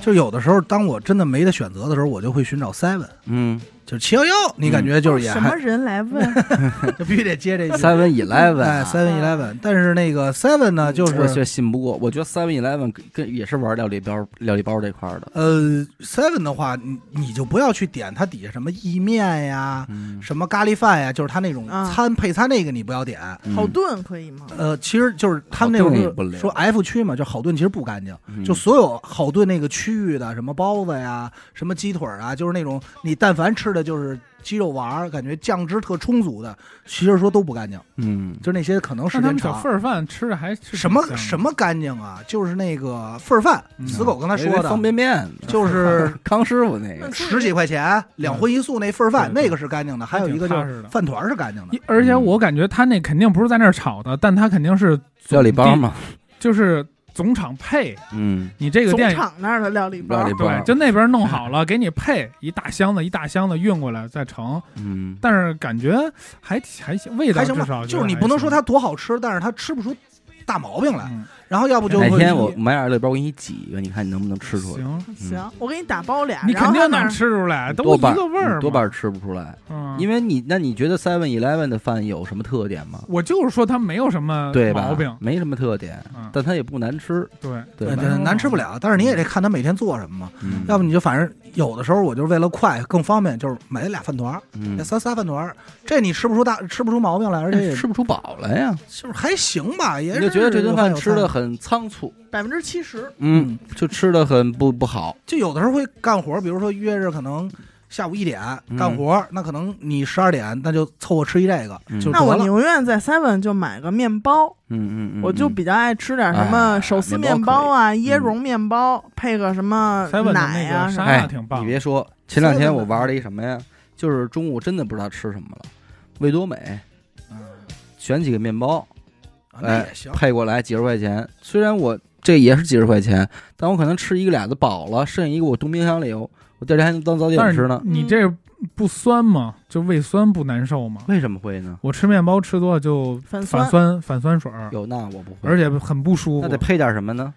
Speaker 2: 就有的时候，当我真的没得选择的时候，我就会寻找 seven。
Speaker 1: 嗯，
Speaker 2: 就是七幺幺，你感觉就是也
Speaker 3: 什么
Speaker 2: 还
Speaker 3: 人来问？
Speaker 2: 就嗯必须得接这句。
Speaker 1: Seven Eleven，
Speaker 2: 哎，Seven Eleven，但是那个 Seven 呢，就
Speaker 1: 我却
Speaker 2: 是
Speaker 1: 信不过。我觉得 Seven Eleven 跟跟也是玩料理包料理包这块儿的，
Speaker 2: 呃，Seven 的话，你你就不要去点它底下什么意面呀、
Speaker 1: 嗯，
Speaker 2: 什么咖喱饭呀，就是它那种
Speaker 3: 啊
Speaker 2: 餐配餐那个你不要点。
Speaker 1: 嗯
Speaker 3: 好炖可以吗？
Speaker 2: 呃，其实就是他们那
Speaker 1: 好炖
Speaker 2: 种
Speaker 1: 也不
Speaker 2: 就是
Speaker 1: 了
Speaker 2: 说 F 区嘛，就好炖其实不干净，
Speaker 1: 嗯
Speaker 2: 就所有好炖那个区域的什么包子呀、什么鸡腿儿啊，就是那种你但凡吃的就是鸡肉丸儿，感觉酱汁特充足的，其实说都不干净，
Speaker 1: 嗯
Speaker 2: 就是那些可能时
Speaker 4: 但他
Speaker 2: 间
Speaker 4: 们小
Speaker 2: 长
Speaker 4: 份。儿饭吃的还是
Speaker 2: 什么
Speaker 4: 挺香的
Speaker 2: 什么干净啊？就是那个份儿饭，
Speaker 4: 嗯
Speaker 2: 死狗刚才
Speaker 1: 我以为
Speaker 2: 说
Speaker 1: 方
Speaker 2: 的，
Speaker 1: 便面，
Speaker 2: 就是
Speaker 4: <laughs>
Speaker 1: 康师傅那个
Speaker 3: 嗯
Speaker 2: 十几块钱两荤一素那份儿饭，
Speaker 4: 对对
Speaker 2: 那个是干净的。还有一个就
Speaker 4: 挺踏
Speaker 2: 是
Speaker 4: 实的
Speaker 2: 饭团儿是干净的
Speaker 4: 一，而
Speaker 1: 嗯
Speaker 4: 且我感觉他那肯定不是在那儿炒的，但他肯定是
Speaker 1: 料理包嘛，
Speaker 4: 就是总厂配
Speaker 1: 嗯，
Speaker 4: 你这个
Speaker 3: 总
Speaker 4: 店，
Speaker 3: 厂那儿的料理包
Speaker 1: 料理，
Speaker 4: 对，就那边
Speaker 1: 哎
Speaker 4: 弄好了，给你配一大箱子一大箱子运过来再盛，
Speaker 1: 嗯，
Speaker 4: 但是感觉还还行，味道
Speaker 2: 还
Speaker 4: 至
Speaker 2: 行吧。
Speaker 4: 少
Speaker 2: 就
Speaker 4: 觉
Speaker 2: 是
Speaker 4: 得
Speaker 2: 你
Speaker 4: 还
Speaker 2: 不能
Speaker 4: 行
Speaker 2: 说它多好吃，但是它吃不出大毛病来。
Speaker 4: 嗯
Speaker 2: 然后要不就
Speaker 1: 哪
Speaker 2: 会
Speaker 1: 天
Speaker 2: 一
Speaker 1: 我买点料理包给你挤一个，你看你能不能吃出来？
Speaker 4: 行，
Speaker 1: 嗯
Speaker 3: 行，我给你打包
Speaker 2: 啊
Speaker 3: 俩，
Speaker 4: 你
Speaker 3: 然后
Speaker 4: 肯定
Speaker 3: 他那
Speaker 4: 能
Speaker 3: 儿
Speaker 4: 吃出
Speaker 2: 哎
Speaker 4: 来，都
Speaker 1: 多
Speaker 4: 一
Speaker 1: 半
Speaker 4: 个味儿，
Speaker 1: 多半，吃不出来，
Speaker 4: 嗯，
Speaker 1: 因
Speaker 4: 为
Speaker 1: 为你那你觉得 Seven Eleven 的饭有什么特点吗？
Speaker 4: 我就是说它没有什么
Speaker 1: 对吧？
Speaker 4: 呃毛病，
Speaker 1: 没什么特点，
Speaker 4: 嗯，
Speaker 1: 但它也不难吃，
Speaker 4: 对，
Speaker 1: 对
Speaker 2: 呃
Speaker 1: 吧？
Speaker 2: 对难吃不了，但是你也得看他每天做什么嘛。
Speaker 1: 嗯
Speaker 2: 要不你就反正有的时候我就是为了快更方便，就是买俩饭团儿，
Speaker 1: 嗯哎
Speaker 2: 那仨仨饭团儿，这你吃不出大吃不出毛病来，而且也
Speaker 1: 吃不出饱来呀，
Speaker 2: 就是还行吧，也
Speaker 1: 你
Speaker 2: 是
Speaker 1: 就觉得这顿饭
Speaker 2: 有
Speaker 1: 吃
Speaker 2: 有
Speaker 1: 的
Speaker 2: 菜
Speaker 1: 很仓促，
Speaker 3: 百分之七十，
Speaker 1: 嗯，就吃的很不不好，
Speaker 2: 就有的时候会干活，比如说约着可能下午一点
Speaker 1: 嗯
Speaker 2: 干活，那可能你十二点那就凑合吃一这个
Speaker 1: 嗯
Speaker 2: 就
Speaker 3: 那我
Speaker 2: 得了。
Speaker 3: 宁愿在 Seven 就买个面包，
Speaker 1: 嗯嗯嗯，
Speaker 3: 我就
Speaker 1: 嗯
Speaker 3: 比较爱吃点什么
Speaker 1: 哎
Speaker 3: 手撕
Speaker 1: 面包
Speaker 3: 面包啊、
Speaker 2: 嗯
Speaker 3: 椰蓉面包，配个什么
Speaker 4: seven 的
Speaker 3: 奶
Speaker 4: 那
Speaker 2: 啊
Speaker 3: 呀
Speaker 4: 个
Speaker 3: 什么
Speaker 4: 沙
Speaker 1: 哎
Speaker 4: 拉挺棒，
Speaker 1: 你别说，前两天
Speaker 2: Seven
Speaker 1: 我玩了一什么
Speaker 4: 嗯
Speaker 1: 呀？就是中午真的不知道吃什么了，味多美
Speaker 4: 嗯
Speaker 1: 选几个面包
Speaker 2: 啊那
Speaker 1: 哎
Speaker 2: 也行，
Speaker 1: 配过来几十块钱，虽然我这也是几十块钱，但我可能吃一个俩的饱了，剩下一个我冻冰箱里，我第二天还能当早
Speaker 4: 但
Speaker 1: 点吃呢
Speaker 4: 是。
Speaker 2: 嗯
Speaker 4: 你这不酸吗？就胃酸不难受吗？
Speaker 1: 为什么会呢？
Speaker 4: 我吃面包吃多了就
Speaker 3: 反
Speaker 4: 反酸反酸水儿，
Speaker 1: 有那我不会，
Speaker 4: 而且很不舒
Speaker 1: 那得
Speaker 4: 服。
Speaker 1: 配点什么呢？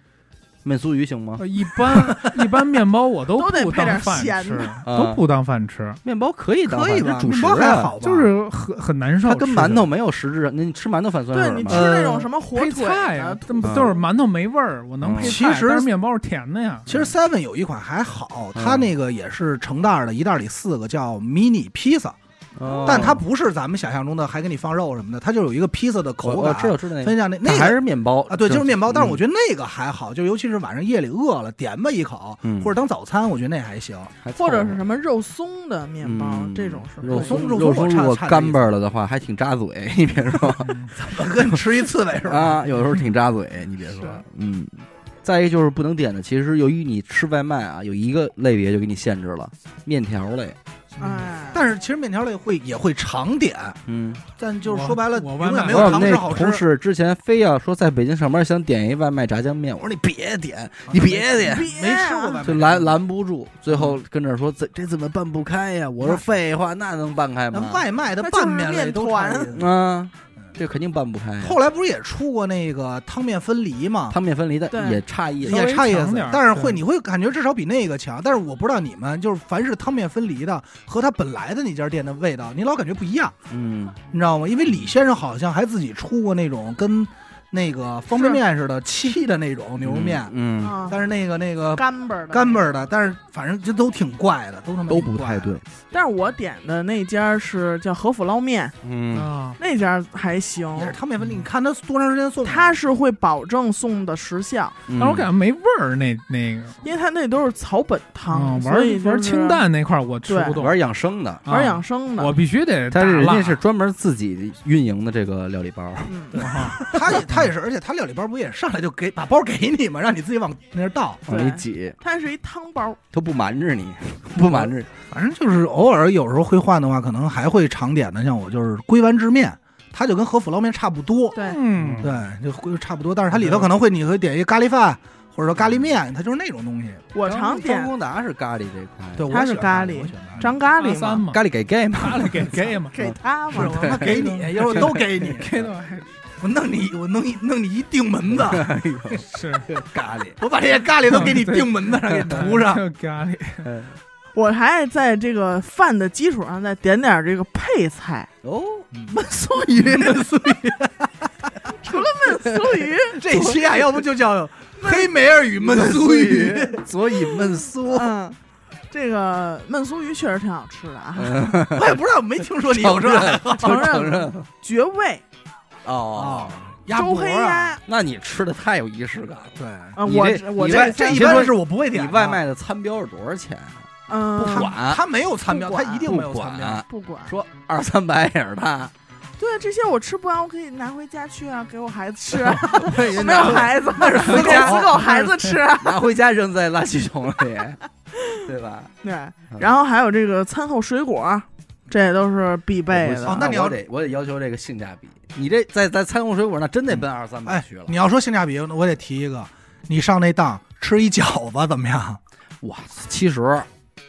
Speaker 1: 面酥鱼行吗？
Speaker 4: 呃一般一般面包我都
Speaker 3: 都得
Speaker 4: 不
Speaker 3: 配点
Speaker 4: 当饭
Speaker 3: 咸
Speaker 4: 吃
Speaker 3: 的，
Speaker 1: 啊
Speaker 4: 都不当饭吃，
Speaker 1: 面包可以当
Speaker 2: 可以吧？
Speaker 1: 主
Speaker 2: 面
Speaker 1: 食
Speaker 2: 包还
Speaker 1: 啊，
Speaker 2: 好吧？
Speaker 4: 就是很很难受。
Speaker 1: 它跟
Speaker 4: 吃着
Speaker 1: 馒头没有实质上，那你吃馒头反酸
Speaker 3: 对
Speaker 1: 水
Speaker 3: 你吃
Speaker 1: 吗？
Speaker 3: 那种什么火
Speaker 4: 配
Speaker 3: 腿啊
Speaker 4: 菜呀
Speaker 3: 的，，
Speaker 4: 这不
Speaker 2: 嗯
Speaker 4: 就是馒头没味儿，我能
Speaker 1: 嗯
Speaker 4: 配
Speaker 2: 其
Speaker 4: 菜，
Speaker 2: 实
Speaker 4: 但是面包是甜的呀。
Speaker 2: 其实 Seven 有一款还好，它
Speaker 1: 嗯
Speaker 2: 那个也是成袋儿的，一袋儿里四个，叫 mini pizza，
Speaker 1: 哦
Speaker 2: 但它不是咱们想象中的还给你放肉什么的，它就有一个披萨的
Speaker 1: 我
Speaker 2: 口
Speaker 1: 我
Speaker 2: 感。
Speaker 1: 知道知道那个
Speaker 2: 分，享那那
Speaker 1: 它
Speaker 2: 个
Speaker 1: 还是嗯面包
Speaker 2: 啊，对，就是面包，但是我
Speaker 1: 觉
Speaker 2: 觉得那个还好，就尤其是晚上夜里饿了，点吧一口，
Speaker 1: 嗯
Speaker 2: 或者当早餐，我觉得那还行。
Speaker 1: 得
Speaker 3: 或者是什么肉松的面包，这种是
Speaker 1: 嗯肉
Speaker 3: 可以
Speaker 2: 松
Speaker 1: 肉
Speaker 2: 嗯肉
Speaker 1: 松
Speaker 2: 松我
Speaker 1: 如
Speaker 2: 差
Speaker 1: 果
Speaker 2: 差点
Speaker 1: 干
Speaker 2: 意
Speaker 1: 巴儿了的话，还挺扎嘴， <laughs> 你别说
Speaker 2: 跟吃一刺猬是吧？
Speaker 1: 啊，有时候挺扎嘴，你别说
Speaker 4: 是，
Speaker 1: 嗯。再一个就是不能点的，其实由于你吃外卖啊，有一个类别就给你限制了，面条类，
Speaker 3: 哎，
Speaker 2: 但是其实面条类会也会常点，
Speaker 1: 嗯，
Speaker 2: 但就是
Speaker 4: 我
Speaker 2: 说白了，
Speaker 4: 我
Speaker 2: 永
Speaker 4: 外卖
Speaker 2: 远没
Speaker 1: 我
Speaker 2: 有
Speaker 1: 我
Speaker 2: 常
Speaker 1: 们
Speaker 2: 吃
Speaker 1: 那
Speaker 2: 好吃
Speaker 1: 同。事之前非要说在北京上班，想点一外卖炸酱面，我
Speaker 2: 我
Speaker 1: 说
Speaker 2: 说你别点，你别点，
Speaker 3: 别
Speaker 2: 啊没吃过外卖
Speaker 1: 就拦拦不住，最后跟这说这这怎么办不开呀？我说废话，那能办开
Speaker 2: 那
Speaker 1: 吗？
Speaker 2: 外卖的
Speaker 3: 那就是
Speaker 2: 拌面类都差
Speaker 3: 面
Speaker 2: 不
Speaker 3: 团
Speaker 2: 多
Speaker 1: 啊，这肯定办不开呀。
Speaker 2: 后来不是也出过那个汤面分离吗？
Speaker 1: 汤面分离的
Speaker 3: 对
Speaker 1: 也差异，
Speaker 4: 稍微
Speaker 2: 也差意
Speaker 4: 强
Speaker 2: 思
Speaker 4: 点儿，
Speaker 2: 但是会
Speaker 4: 对
Speaker 2: 你会感觉至少比那个强。但是我不知道你们就是凡是汤面分离的和他本来的那家店的味道，你老感觉不一样，
Speaker 1: 嗯，
Speaker 2: 你知道吗？因为李先生好像还自己出过那种跟那个方便
Speaker 3: 是
Speaker 2: 面似的沏的那种牛肉面，
Speaker 1: 嗯，嗯，
Speaker 3: 啊，
Speaker 2: 但是那个那个
Speaker 3: 干巴儿的
Speaker 2: 干巴儿的，但是反正这都挺怪的，都他妈
Speaker 1: 都
Speaker 2: 挺
Speaker 1: 不
Speaker 2: 怪
Speaker 1: 太
Speaker 2: 的
Speaker 1: 对，，
Speaker 3: 但是我点的那家是叫和府捞面，
Speaker 1: 嗯
Speaker 4: 啊，
Speaker 3: 那家还行，
Speaker 2: 也是汤面分离。你看他多长时间送的？
Speaker 3: 它是会保证送的时效，
Speaker 1: 但
Speaker 4: 嗯但是我感觉没味儿，那那个
Speaker 3: 因为它那都是草本汤，
Speaker 4: 嗯
Speaker 3: 啊所以
Speaker 4: 玩
Speaker 3: 就是
Speaker 4: 玩清淡那块儿我吃
Speaker 3: 对
Speaker 4: 不动，
Speaker 1: 玩养生的，
Speaker 3: 玩养
Speaker 4: 啊
Speaker 3: 生的。
Speaker 4: 我必须得大
Speaker 1: 但是人
Speaker 4: 辣
Speaker 1: 家是专门自己运营的这个料理包，
Speaker 3: 嗯，
Speaker 4: 啊
Speaker 2: 他也他也是，而且他料理包不也上来就给把包给你嘛，让你自己往那儿倒。
Speaker 1: 往
Speaker 3: 对
Speaker 1: 里挤，
Speaker 3: 它是一汤包，
Speaker 1: 都不瞒着你， <laughs> 不瞒着你，
Speaker 2: 反正就是偶尔有时候会换的话，可能还会常点的，像我就是龟丸之面，它就跟和府捞面差不多，
Speaker 3: 对，
Speaker 4: <laughs> 嗯，
Speaker 2: 对，就会差不多。但是它里头可能会你会点一咖喱饭，或者说咖喱面，它就是那种东西。
Speaker 3: 我常
Speaker 1: 张
Speaker 3: 点
Speaker 1: 公达是咖喱这块，
Speaker 2: 对，
Speaker 3: 它
Speaker 2: 我
Speaker 3: 是
Speaker 2: 喜欢
Speaker 3: 咖
Speaker 2: 咖
Speaker 3: 喱
Speaker 2: 我喜欢咖喱。
Speaker 3: 张咖喱
Speaker 4: 啊三
Speaker 3: 嘛，
Speaker 4: 嘛，
Speaker 1: 咖喱给 gay <laughs> 嘛，
Speaker 4: 咖喱给给嘛， <laughs>
Speaker 3: 给他
Speaker 2: 是
Speaker 3: 嘛
Speaker 2: 我，他妈给你， <laughs> 一会儿我都给你，
Speaker 4: 给的还
Speaker 2: 我弄你，我弄一弄你一腚门 <laughs> 子，
Speaker 4: 是
Speaker 1: 咖喱，
Speaker 2: <laughs> 我把这些咖喱都给你腚门子上给涂上。
Speaker 4: 咖喱，
Speaker 3: 我还爱在这个饭的基础上再点点这个配菜， <laughs>
Speaker 1: 哦，
Speaker 3: 焖酥鱼，
Speaker 2: <laughs>
Speaker 3: 焖酥鱼，除了焖酥鱼，
Speaker 2: 这期啊，要不就叫黑梅尔与焖酥鱼，
Speaker 1: 所以焖酥
Speaker 3: 嗯，这个焖酥鱼确实挺好吃的啊，
Speaker 2: 我也不知道，没听说你有这 <laughs>
Speaker 3: 承认了绝味
Speaker 1: 哦，
Speaker 2: 鸭
Speaker 3: 周
Speaker 2: 脖
Speaker 3: 黑
Speaker 2: 啊，
Speaker 3: 鸭
Speaker 1: 那你吃的太有仪式感了。
Speaker 2: 对，
Speaker 3: 啊，
Speaker 1: 你
Speaker 3: 我
Speaker 1: 这
Speaker 3: 我
Speaker 1: 你
Speaker 3: 这
Speaker 1: 外
Speaker 2: 这
Speaker 1: 你
Speaker 2: 一
Speaker 1: 别
Speaker 2: 般
Speaker 1: 说
Speaker 2: 是我不会点
Speaker 1: 你
Speaker 2: 的。
Speaker 1: 外卖的餐标是多少钱啊？
Speaker 3: 嗯
Speaker 1: 不管
Speaker 2: 他没有餐标，
Speaker 3: 不
Speaker 2: 他
Speaker 3: 管
Speaker 2: 一定
Speaker 1: 不
Speaker 2: 没有餐标。
Speaker 1: 管，
Speaker 3: 不管，
Speaker 1: 说二三百也是他。
Speaker 3: 对这些我吃不完，我可以拿回家去啊，给我孩子吃啊，
Speaker 1: 我以为
Speaker 3: 我没有
Speaker 1: 拿
Speaker 3: 孩子，我给我给我孩子吃啊。
Speaker 1: 拿回家扔在垃圾桶里，对吧？
Speaker 3: 对，然后还有这个餐后水果，这也都是必
Speaker 1: 我
Speaker 3: 备的。
Speaker 1: 不行
Speaker 2: 哦那你要
Speaker 1: 我得我得要求这个性价比。你这在在餐供水果那真得奔二三百
Speaker 2: 哎
Speaker 1: 去了，。
Speaker 2: 你要说性价比，我得提一个，你上那档吃一饺子怎么样？
Speaker 1: 哇，其实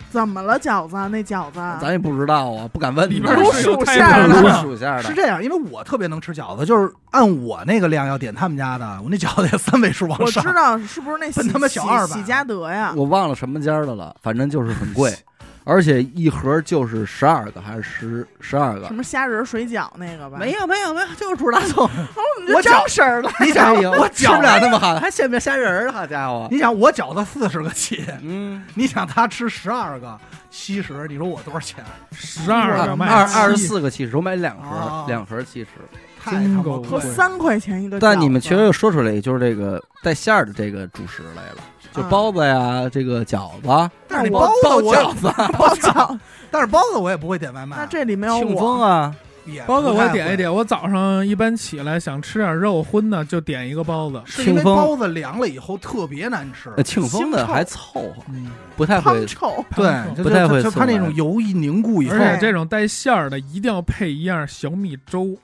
Speaker 3: 怎么了，饺子？啊那饺子
Speaker 1: 咱也不知道啊，不敢问你。
Speaker 4: 里边
Speaker 3: 如
Speaker 4: 是有
Speaker 3: 数
Speaker 4: 太
Speaker 3: 馅
Speaker 4: 多了
Speaker 3: 儿的，
Speaker 1: 属下的
Speaker 2: 是这样，因为我特别能吃饺子，就是按我那个量要点他们家的，我那饺子也三位数往
Speaker 3: 我
Speaker 2: 上
Speaker 3: 知。道是不是
Speaker 1: <laughs>
Speaker 3: 那喜
Speaker 2: 奔他妈小二
Speaker 3: 喜
Speaker 2: 百
Speaker 3: 喜家德呀？
Speaker 1: 我忘了什么家的了，反正就是很贵，而且一盒就是十二个还是十十二个
Speaker 3: 什？么虾仁水饺那个吧？
Speaker 1: 没有没有没有，就是土大葱。
Speaker 3: 哦，我怎么
Speaker 2: <laughs> 我
Speaker 3: 就
Speaker 2: 饺
Speaker 3: 张婶儿了？
Speaker 2: 你想
Speaker 1: 哎呦
Speaker 2: 我
Speaker 1: 吃不
Speaker 2: 饺
Speaker 1: 了
Speaker 2: 子，
Speaker 1: 那么好的，还馅面虾仁儿，好家伙！
Speaker 2: 你想我饺子四十个起，
Speaker 1: 嗯，
Speaker 2: 你想他吃十二个七十，你说我多少钱？
Speaker 4: 十二
Speaker 1: 二
Speaker 4: 个卖
Speaker 1: 啊二二十
Speaker 4: 七，
Speaker 1: 四个七十，我买两盒
Speaker 2: 哦，
Speaker 1: 两盒七十。
Speaker 2: 太
Speaker 4: 真
Speaker 2: 他妈
Speaker 4: 够
Speaker 2: 贵
Speaker 3: 我
Speaker 4: 贵
Speaker 2: 了！
Speaker 3: 三块钱一个饺子。
Speaker 1: 但你们确实又说出来，就是这个带馅儿的这个主食来了，就
Speaker 3: 嗯
Speaker 1: 包子呀，这个饺子，
Speaker 2: 但是
Speaker 3: 那
Speaker 2: 那
Speaker 3: 我
Speaker 2: 哎包子我也，
Speaker 1: 饺子，
Speaker 3: 包饺，
Speaker 2: 但是包子我也不会点外卖。
Speaker 3: 那这里面有
Speaker 1: 庆丰
Speaker 3: 我。
Speaker 1: 啊，
Speaker 2: 也
Speaker 4: 包子
Speaker 2: 不
Speaker 4: 我也
Speaker 2: 太
Speaker 4: 点
Speaker 2: 会
Speaker 4: 一，点，我早上一般起来想吃点肉荤的，就点一个包子。
Speaker 2: 是因为
Speaker 1: 庆丰
Speaker 2: 包子凉了以后特别难吃。
Speaker 1: 呃庆丰的
Speaker 3: 腥臭
Speaker 1: 还凑合，
Speaker 4: 嗯，
Speaker 1: 不太
Speaker 3: 汤
Speaker 1: 会。
Speaker 3: 臭，
Speaker 2: 对，就
Speaker 1: 不太
Speaker 2: 就
Speaker 1: 会
Speaker 2: 就它
Speaker 1: 送
Speaker 2: 那
Speaker 1: 来
Speaker 2: 种油一凝固以后
Speaker 4: 而，且这种带馅儿的一定要配一样小米粥。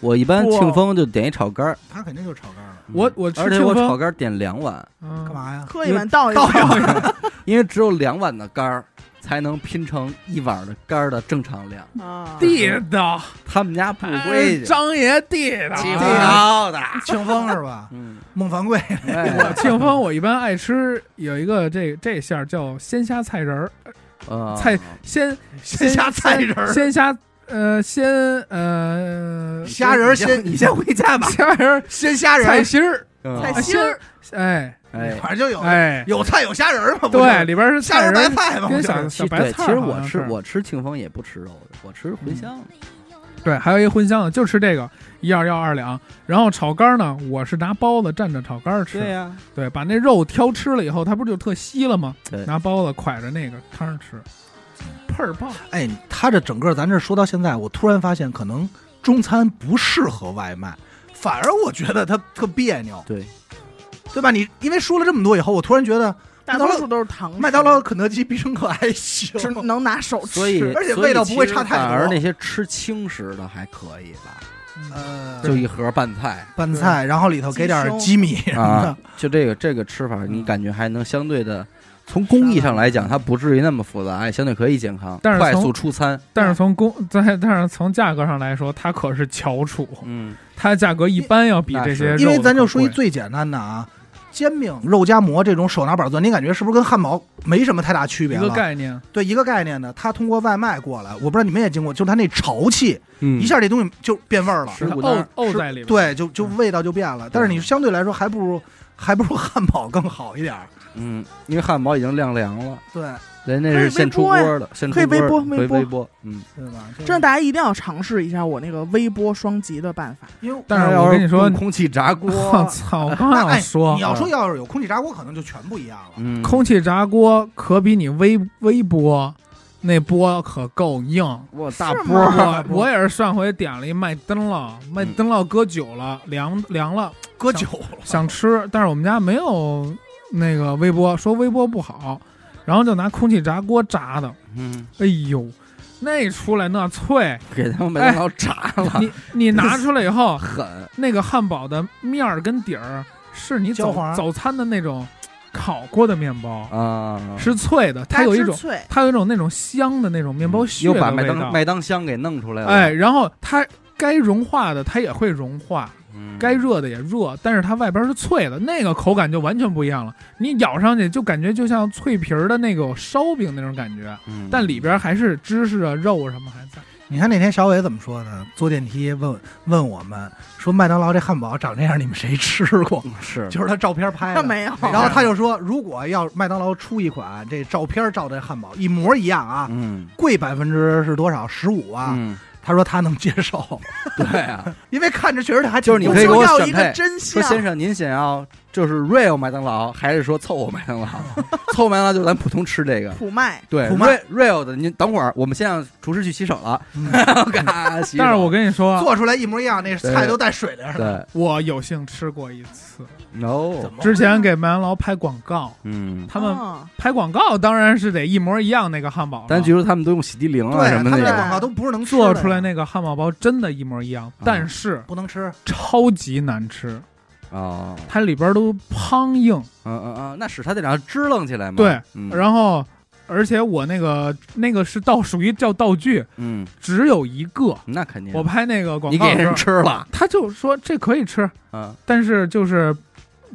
Speaker 1: 我一般
Speaker 3: 哇
Speaker 1: 庆丰就点一炒肝儿，嗯
Speaker 2: 它肯定就是炒肝了。
Speaker 4: 我我吃
Speaker 1: 而且
Speaker 4: 庆
Speaker 1: 我
Speaker 4: 丰
Speaker 1: 炒肝儿点两碗，
Speaker 4: 嗯
Speaker 2: 干？嘛呀？
Speaker 3: 喝一碗倒一
Speaker 2: 倒
Speaker 3: 碗
Speaker 2: 一。碗
Speaker 1: 因为只有两碗的肝儿才能拼成一碗的肝儿的正常量。
Speaker 3: 啊
Speaker 4: 地道，
Speaker 1: 他们家不规
Speaker 4: 哎
Speaker 1: 矩，
Speaker 4: 张爷地道。
Speaker 1: 起
Speaker 2: 啊
Speaker 1: 包的，
Speaker 2: 庆丰是吧？
Speaker 1: 嗯，
Speaker 2: 孟凡贵
Speaker 4: 我
Speaker 1: 哎
Speaker 4: 庆丰，我一般爱吃有一个这这馅儿叫鲜虾菜仁儿，
Speaker 1: 呃
Speaker 4: 菜鲜
Speaker 2: 鲜虾菜仁儿，
Speaker 4: 鲜虾呃鲜呃
Speaker 2: <laughs> 虾仁儿鲜
Speaker 1: 你先回家吧。
Speaker 4: 虾仁儿
Speaker 2: 鲜虾
Speaker 4: 菜
Speaker 2: 仁，
Speaker 4: 心儿，
Speaker 1: 嗯
Speaker 3: 菜
Speaker 4: 心
Speaker 3: 心
Speaker 4: 儿
Speaker 3: 儿，
Speaker 4: 哎
Speaker 1: 哎，
Speaker 2: 反正就有
Speaker 4: 哎，
Speaker 2: 有菜有虾仁儿嘛，不
Speaker 4: 对，
Speaker 2: 是
Speaker 4: 里边是
Speaker 2: 虾
Speaker 4: 菜
Speaker 2: 仁
Speaker 4: 仁
Speaker 2: 白
Speaker 4: 儿
Speaker 2: 菜嘛，不
Speaker 4: 跟
Speaker 2: 就
Speaker 4: 小
Speaker 2: 是
Speaker 4: 小
Speaker 1: 其
Speaker 4: 白
Speaker 1: 对，
Speaker 4: 菜
Speaker 1: 其
Speaker 4: 儿
Speaker 1: 实
Speaker 4: 好
Speaker 1: 我
Speaker 4: 像
Speaker 1: 吃
Speaker 4: 是
Speaker 1: 我吃庆丰也不吃肉的，我吃茴香的。
Speaker 4: 对，还有一茴香的，就吃这个一二幺二两。然后炒肝呢，我是拿包子蘸着炒肝吃，
Speaker 1: 呀、
Speaker 4: 对把那肉挑吃了以后，它不就特稀了吗
Speaker 1: 对？
Speaker 4: 拿包子蒯着那个汤吃，倍儿棒。
Speaker 2: 哎，他这整个咱这说到现在，我突然发现可能中餐不适合外卖，反而我觉得它特别扭，
Speaker 1: 对，
Speaker 2: 对吧？你因为说了这么多以后，我突然觉得
Speaker 3: 大多数都是糖水。
Speaker 2: 麦当劳、肯德基、必胜客还行，
Speaker 3: 只能拿手吃，
Speaker 1: 所以
Speaker 2: 而且
Speaker 1: 所以
Speaker 2: 味道
Speaker 1: 其
Speaker 2: 不会
Speaker 1: 实
Speaker 2: 差太
Speaker 1: 反而
Speaker 2: 多
Speaker 1: 那些吃轻食的还可以吧，
Speaker 4: 嗯
Speaker 2: 呃，
Speaker 1: 就一盒拌
Speaker 4: <laughs>
Speaker 1: 菜
Speaker 2: 拌菜，然后里头给点鸡米什么的
Speaker 1: 啊，，就这个这个吃法，
Speaker 4: 嗯
Speaker 1: 你感觉还能相对的。从工艺上来讲，它不至于那么复杂，也哎相对可以健康，
Speaker 4: 但是
Speaker 1: 快
Speaker 4: 从
Speaker 1: 速出餐。
Speaker 4: 但是从公在，但是从价格上来说，它可是翘楚，
Speaker 1: 嗯，
Speaker 4: 它价格一般要比这些肉的
Speaker 2: 因为咱就说一
Speaker 4: 可贵
Speaker 2: 最简单的啊，煎饼、肉夹馍这种手拿板做，你感觉是不是跟汉堡没什么太大区别
Speaker 4: 一个
Speaker 2: 了？
Speaker 4: 概念，
Speaker 2: 对，一个概念的，它通过外卖过来，我不知道你们也经过，就是它那潮气，
Speaker 1: 嗯
Speaker 2: 一下这东西就变味儿了，
Speaker 1: 吃
Speaker 4: 它
Speaker 1: 骨蛋
Speaker 4: 沤
Speaker 1: 儿
Speaker 4: 沤在里边。
Speaker 2: 对，就就味道就变了。但是你相对来说还不如还不如汉堡更好一点儿。
Speaker 1: 嗯，因为汉堡已经晾凉了，
Speaker 2: 对，
Speaker 1: 人那
Speaker 3: 可以
Speaker 1: 是
Speaker 3: 微
Speaker 1: 现出
Speaker 3: 波呀
Speaker 1: 锅的，现出
Speaker 3: 可以
Speaker 1: 锅
Speaker 3: 微
Speaker 1: 的
Speaker 3: 波
Speaker 1: 可以微
Speaker 3: 微波
Speaker 1: 波。嗯，
Speaker 2: 对吧？
Speaker 3: 真的，大家一定要尝试一下我那个微波双极的办法。
Speaker 2: 因为
Speaker 4: 但
Speaker 1: 那
Speaker 4: 是
Speaker 1: 要
Speaker 4: 我跟你说
Speaker 1: 用，空气炸
Speaker 4: <laughs>
Speaker 1: 锅，
Speaker 4: <laughs> 我操！我刚
Speaker 2: 那
Speaker 4: 要
Speaker 2: 哎
Speaker 4: 说，啊嗯
Speaker 2: 你要说要是有空气炸锅，可能就全不一样了。
Speaker 1: <laughs> 嗯，
Speaker 4: 空气炸锅可比你微微波那波可够硬。
Speaker 1: 我大
Speaker 3: 是
Speaker 1: 波嗯
Speaker 3: 吗
Speaker 1: 儿，
Speaker 4: 我我也是上回点了一麦当劳，麦当劳搁久了，凉凉了，
Speaker 2: 搁久了，
Speaker 4: 想吃，但是我们家没有那个微波，说微波不好，然后就拿空气炸锅炸的，
Speaker 1: 嗯，
Speaker 4: 哎呦，那出来那
Speaker 1: <laughs>
Speaker 4: 脆，
Speaker 1: 给他们麦当劳炸了，
Speaker 4: 你你拿出来以后， <laughs>
Speaker 1: 狠，
Speaker 4: 那个汉堡的面儿跟底儿是你
Speaker 2: 焦
Speaker 4: 早
Speaker 2: 黄
Speaker 4: 早餐的那种烤过的面包，
Speaker 1: 啊，
Speaker 4: 是脆的，它有一
Speaker 3: 汁
Speaker 4: 种
Speaker 3: 脆，
Speaker 4: 它有一种那种香的那种面包
Speaker 1: 嗯
Speaker 4: 屑
Speaker 1: 又
Speaker 4: 的
Speaker 1: 把
Speaker 4: 味
Speaker 1: 麦当
Speaker 4: 道，哎
Speaker 1: 麦当香给弄出来了。
Speaker 4: 哎，然后它该融化的它也会融化，
Speaker 1: 嗯
Speaker 4: 该热的也热，但是它外边是脆的，那个口感就完全不一样了。你咬上去就感觉就像脆皮儿的那个烧饼那种感觉，
Speaker 1: 嗯
Speaker 4: 但里边还是芝士啊、肉啊什么还在。
Speaker 2: 你看那天小伟怎么说呢？坐电梯问问我们说麦当劳这汉堡长这样，你们谁吃过？ <laughs>
Speaker 1: 嗯是
Speaker 2: 就是他照片拍
Speaker 3: 那
Speaker 2: 的。
Speaker 3: 没有，
Speaker 2: 然后他就说，如果要麦当劳出一款这照片照的汉堡一模一样啊，
Speaker 1: 嗯
Speaker 2: 贵百分之是多少？十五啊？
Speaker 4: <laughs>
Speaker 1: 嗯，
Speaker 2: 他说他能接受， <laughs>
Speaker 1: 对啊，
Speaker 2: 因为看着确实还
Speaker 1: 就
Speaker 2: 挺
Speaker 1: 是你
Speaker 3: 我
Speaker 1: 可以给
Speaker 3: 就
Speaker 1: 我
Speaker 3: 要
Speaker 1: 选
Speaker 3: 一
Speaker 1: 配
Speaker 3: 个真
Speaker 1: 说
Speaker 4: 啊
Speaker 3: 相。
Speaker 1: 先生，您想要就是 real 麦当劳，还是说凑合麦当劳？ <laughs> 凑合麦当劳就咱普通吃这个。
Speaker 3: 普麦，
Speaker 1: 对
Speaker 2: 普麦
Speaker 1: ，real real 的，您等会儿，我们先让厨师去洗手了， <laughs>
Speaker 2: 嗯
Speaker 1: 嘎洗手。
Speaker 4: 但是我跟你说，啊
Speaker 2: 做出来一模一样，那
Speaker 1: 对
Speaker 2: 菜都带水的似的。
Speaker 4: <laughs>
Speaker 1: 对
Speaker 4: 我有幸吃过一次，
Speaker 1: no，
Speaker 2: 怎么会啊
Speaker 4: 之前给麦当劳拍广告，
Speaker 1: 嗯，
Speaker 4: 他们
Speaker 3: 哦
Speaker 4: 拍广告当然是得一模一样那个汉堡了，
Speaker 1: 咱觉得他们都用洗涤灵啊
Speaker 2: 对
Speaker 1: 什
Speaker 2: 他
Speaker 1: 么
Speaker 2: 们这
Speaker 1: 的，
Speaker 2: 广告都不是能吃的
Speaker 4: 做出来那个汉堡包真的一模一
Speaker 1: 啊
Speaker 4: 样，但是
Speaker 2: 不能吃，
Speaker 4: 超级难吃，
Speaker 1: 哦，
Speaker 4: 它里边都梆硬，
Speaker 1: 嗯嗯嗯，那使他得让它支棱起来嘛。
Speaker 4: 对
Speaker 1: 嗯，
Speaker 4: 然后而且我那个那个是道属于叫道具，
Speaker 1: 嗯，
Speaker 4: 只有一个。
Speaker 1: 那肯定
Speaker 4: 我，拍那个广
Speaker 1: 你
Speaker 4: 告
Speaker 1: 给
Speaker 4: 的时
Speaker 1: 人
Speaker 4: 候，
Speaker 1: 吃了，
Speaker 4: 他就说这可以吃，
Speaker 1: 嗯，
Speaker 4: 但是就是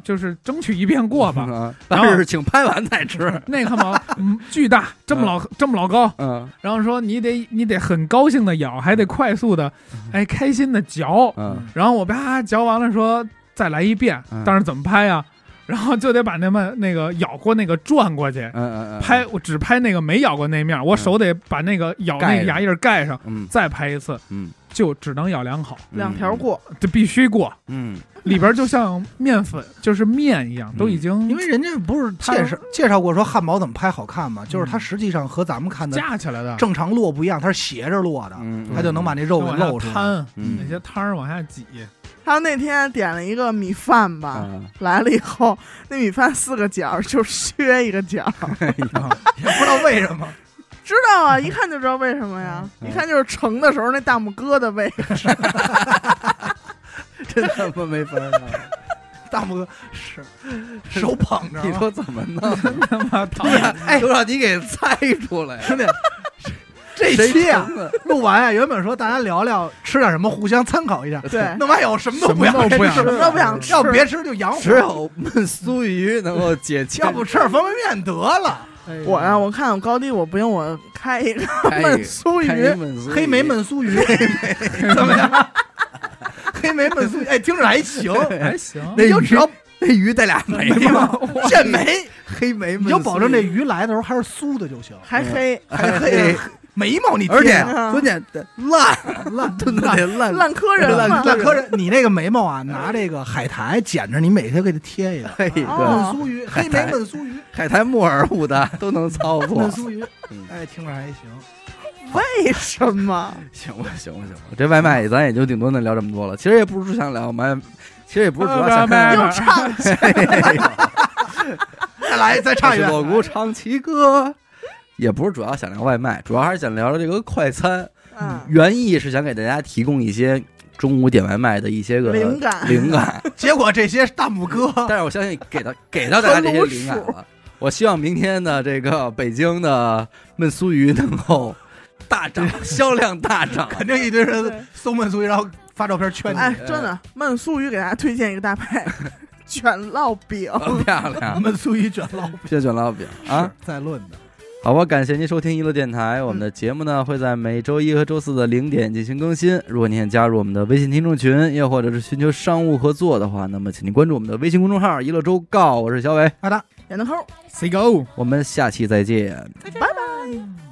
Speaker 4: 就是争取一遍 <laughs>
Speaker 1: <laughs>
Speaker 4: 过吧。
Speaker 1: 嗯，
Speaker 4: 然
Speaker 1: 但
Speaker 4: 后
Speaker 1: 是请拍完再吃，
Speaker 4: <laughs> 那汉堡嗯巨大，这么老这么老高，
Speaker 1: 嗯
Speaker 4: 然后说你得你得很高兴的咬，还得快速的，哎，开心的嚼。
Speaker 1: 嗯
Speaker 4: 然后我啪嚼完了说再来一遍
Speaker 1: 嗯，
Speaker 4: 但是怎么拍呀？然后就得把那么那个咬过那个转过去
Speaker 1: 嗯，嗯，嗯嗯
Speaker 4: 拍，我只拍那个没咬过那面，我手得把那个咬那
Speaker 1: 盖
Speaker 4: 个
Speaker 1: 上
Speaker 4: 牙印儿盖上，
Speaker 1: 嗯
Speaker 4: 再拍一次，
Speaker 1: 嗯，
Speaker 4: 就只能咬两口，
Speaker 3: 两条，过，
Speaker 4: 这必须过。
Speaker 1: 嗯
Speaker 4: 里边就像面粉，就是面一样，都已
Speaker 2: 因
Speaker 4: 经
Speaker 2: 为人家不是
Speaker 4: 他
Speaker 2: 介绍介绍过说汉堡怎么拍好看吗？就是它
Speaker 4: 嗯
Speaker 2: 实际上和咱们看的
Speaker 4: 架起来的，
Speaker 2: 正常落不一样，它是斜着落的，
Speaker 1: 嗯，
Speaker 2: 啊它就能把那肉给
Speaker 4: 往下
Speaker 2: 露出来。
Speaker 4: 摊，
Speaker 1: 嗯
Speaker 4: 那些摊儿往
Speaker 1: <laughs>
Speaker 4: 下挤， <laughs>
Speaker 3: 还有那天点了一个米饭吧，
Speaker 1: 啊，
Speaker 3: 来了以后，那米饭四个角儿就削一个角儿，
Speaker 2: 也不知道为什么，
Speaker 3: 知道啊，一看就知道为什么呀，
Speaker 1: 嗯
Speaker 3: 一看就是盛的时候那大拇哥的位置，
Speaker 1: <laughs> 真他妈没法儿
Speaker 2: 大拇哥
Speaker 1: <laughs>
Speaker 2: 是手捧着
Speaker 1: 啊！
Speaker 2: 啊，
Speaker 1: 你说怎么弄？
Speaker 4: 他妈讨
Speaker 1: 对
Speaker 4: 厌。
Speaker 1: 呀，哎，都让你给猜出来，
Speaker 2: 兄弟，这
Speaker 1: 谁
Speaker 2: 期啊
Speaker 1: 成的
Speaker 2: 录完啊，原本说大家聊聊吃点什么，互相参考一下。
Speaker 1: 哎
Speaker 2: <laughs>
Speaker 3: 对，
Speaker 2: 弄完以后什么都不
Speaker 4: 什么都不想
Speaker 2: 想吃，
Speaker 4: 吃
Speaker 3: 都不想吃
Speaker 2: 要不别吃就养
Speaker 1: 嗯只
Speaker 2: 火，
Speaker 1: 有焖酥鱼能够解决。
Speaker 2: 要不吃点方便面得了。
Speaker 4: 哎
Speaker 3: 我
Speaker 1: 啊
Speaker 3: 呀、我看我高低，我不行，我开一个
Speaker 1: 开一
Speaker 3: 焖酥
Speaker 1: 开一
Speaker 3: 鱼，
Speaker 1: 焖酥鱼
Speaker 2: 黑莓焖酥鱼怎么样？ <laughs> 黑莓焖酥鱼，哎，听着还行。
Speaker 4: 还行，
Speaker 1: 那
Speaker 2: 你就
Speaker 1: 鱼
Speaker 2: 只要
Speaker 1: 那鱼带俩梅吗？
Speaker 2: 这没，
Speaker 1: <laughs> 黑莓焖，
Speaker 2: 你就保证这。鱼来的时候还是酥的就行，
Speaker 3: 还黑
Speaker 1: 还
Speaker 2: 黑
Speaker 1: 黑，
Speaker 2: 眉毛你
Speaker 1: 而且
Speaker 2: 贴
Speaker 3: 啊
Speaker 1: 关键得烂烂，炖的得嗯烂
Speaker 3: 烂磕人
Speaker 2: 烂
Speaker 3: 嘛，
Speaker 2: 烂磕着你那个眉毛啊，拿这个海苔剪着，你每天给它贴一个。
Speaker 1: 嘿，对，
Speaker 3: 哦
Speaker 2: 焖酥鱼，
Speaker 1: 海
Speaker 2: 黑莓
Speaker 1: 苔
Speaker 2: 焖酥鱼，
Speaker 1: 海苔木耳舞的都能操作
Speaker 2: 焖。酥鱼
Speaker 1: 嗯，
Speaker 2: 哎，听着还行。
Speaker 3: 为什么？
Speaker 1: 行吧，行吧，行吧，这外卖咱也就顶多能聊这么多了。其实也不是想聊外，其实也不是主要想看
Speaker 4: 拜拜
Speaker 3: 又唱起来
Speaker 2: 再来，再唱一遍。
Speaker 1: 我姑唱起歌，也不是主要想聊外卖，主要还是想聊聊这个快餐。
Speaker 3: 嗯，
Speaker 1: 原意是想给大家提供一些中午点外卖的一些个
Speaker 3: 灵感
Speaker 1: 灵感，
Speaker 2: 结果这些大拇哥，
Speaker 3: 嗯
Speaker 1: 但是我相信给到给到大家这些灵感了。我希望明天的这个北京的焖酥鱼能够大涨，销量大涨。
Speaker 2: <laughs> 肯定一堆
Speaker 3: 对
Speaker 2: 人搜焖酥鱼，然后发照片圈
Speaker 3: 哎，
Speaker 2: 你。
Speaker 3: 真的焖酥鱼给大家推荐一个大牌， <laughs> 卷烙饼，
Speaker 1: 漂亮，
Speaker 2: 焖酥鱼卷烙
Speaker 1: 谢卷老饼啊！
Speaker 2: 是在论的。
Speaker 1: 好吧，感谢您收听娱乐电台。我们的节目呢会在每周一和周四的零点进行更新。如果您想加入我们的微信听众群，又或者是寻求商务合作的话，那么请您关注我们的微信公众号“娱乐周告。我是小伟，
Speaker 2: 好的，
Speaker 3: 演的抠，
Speaker 4: ，C Go。
Speaker 1: 我们下期再见。
Speaker 3: 拜拜。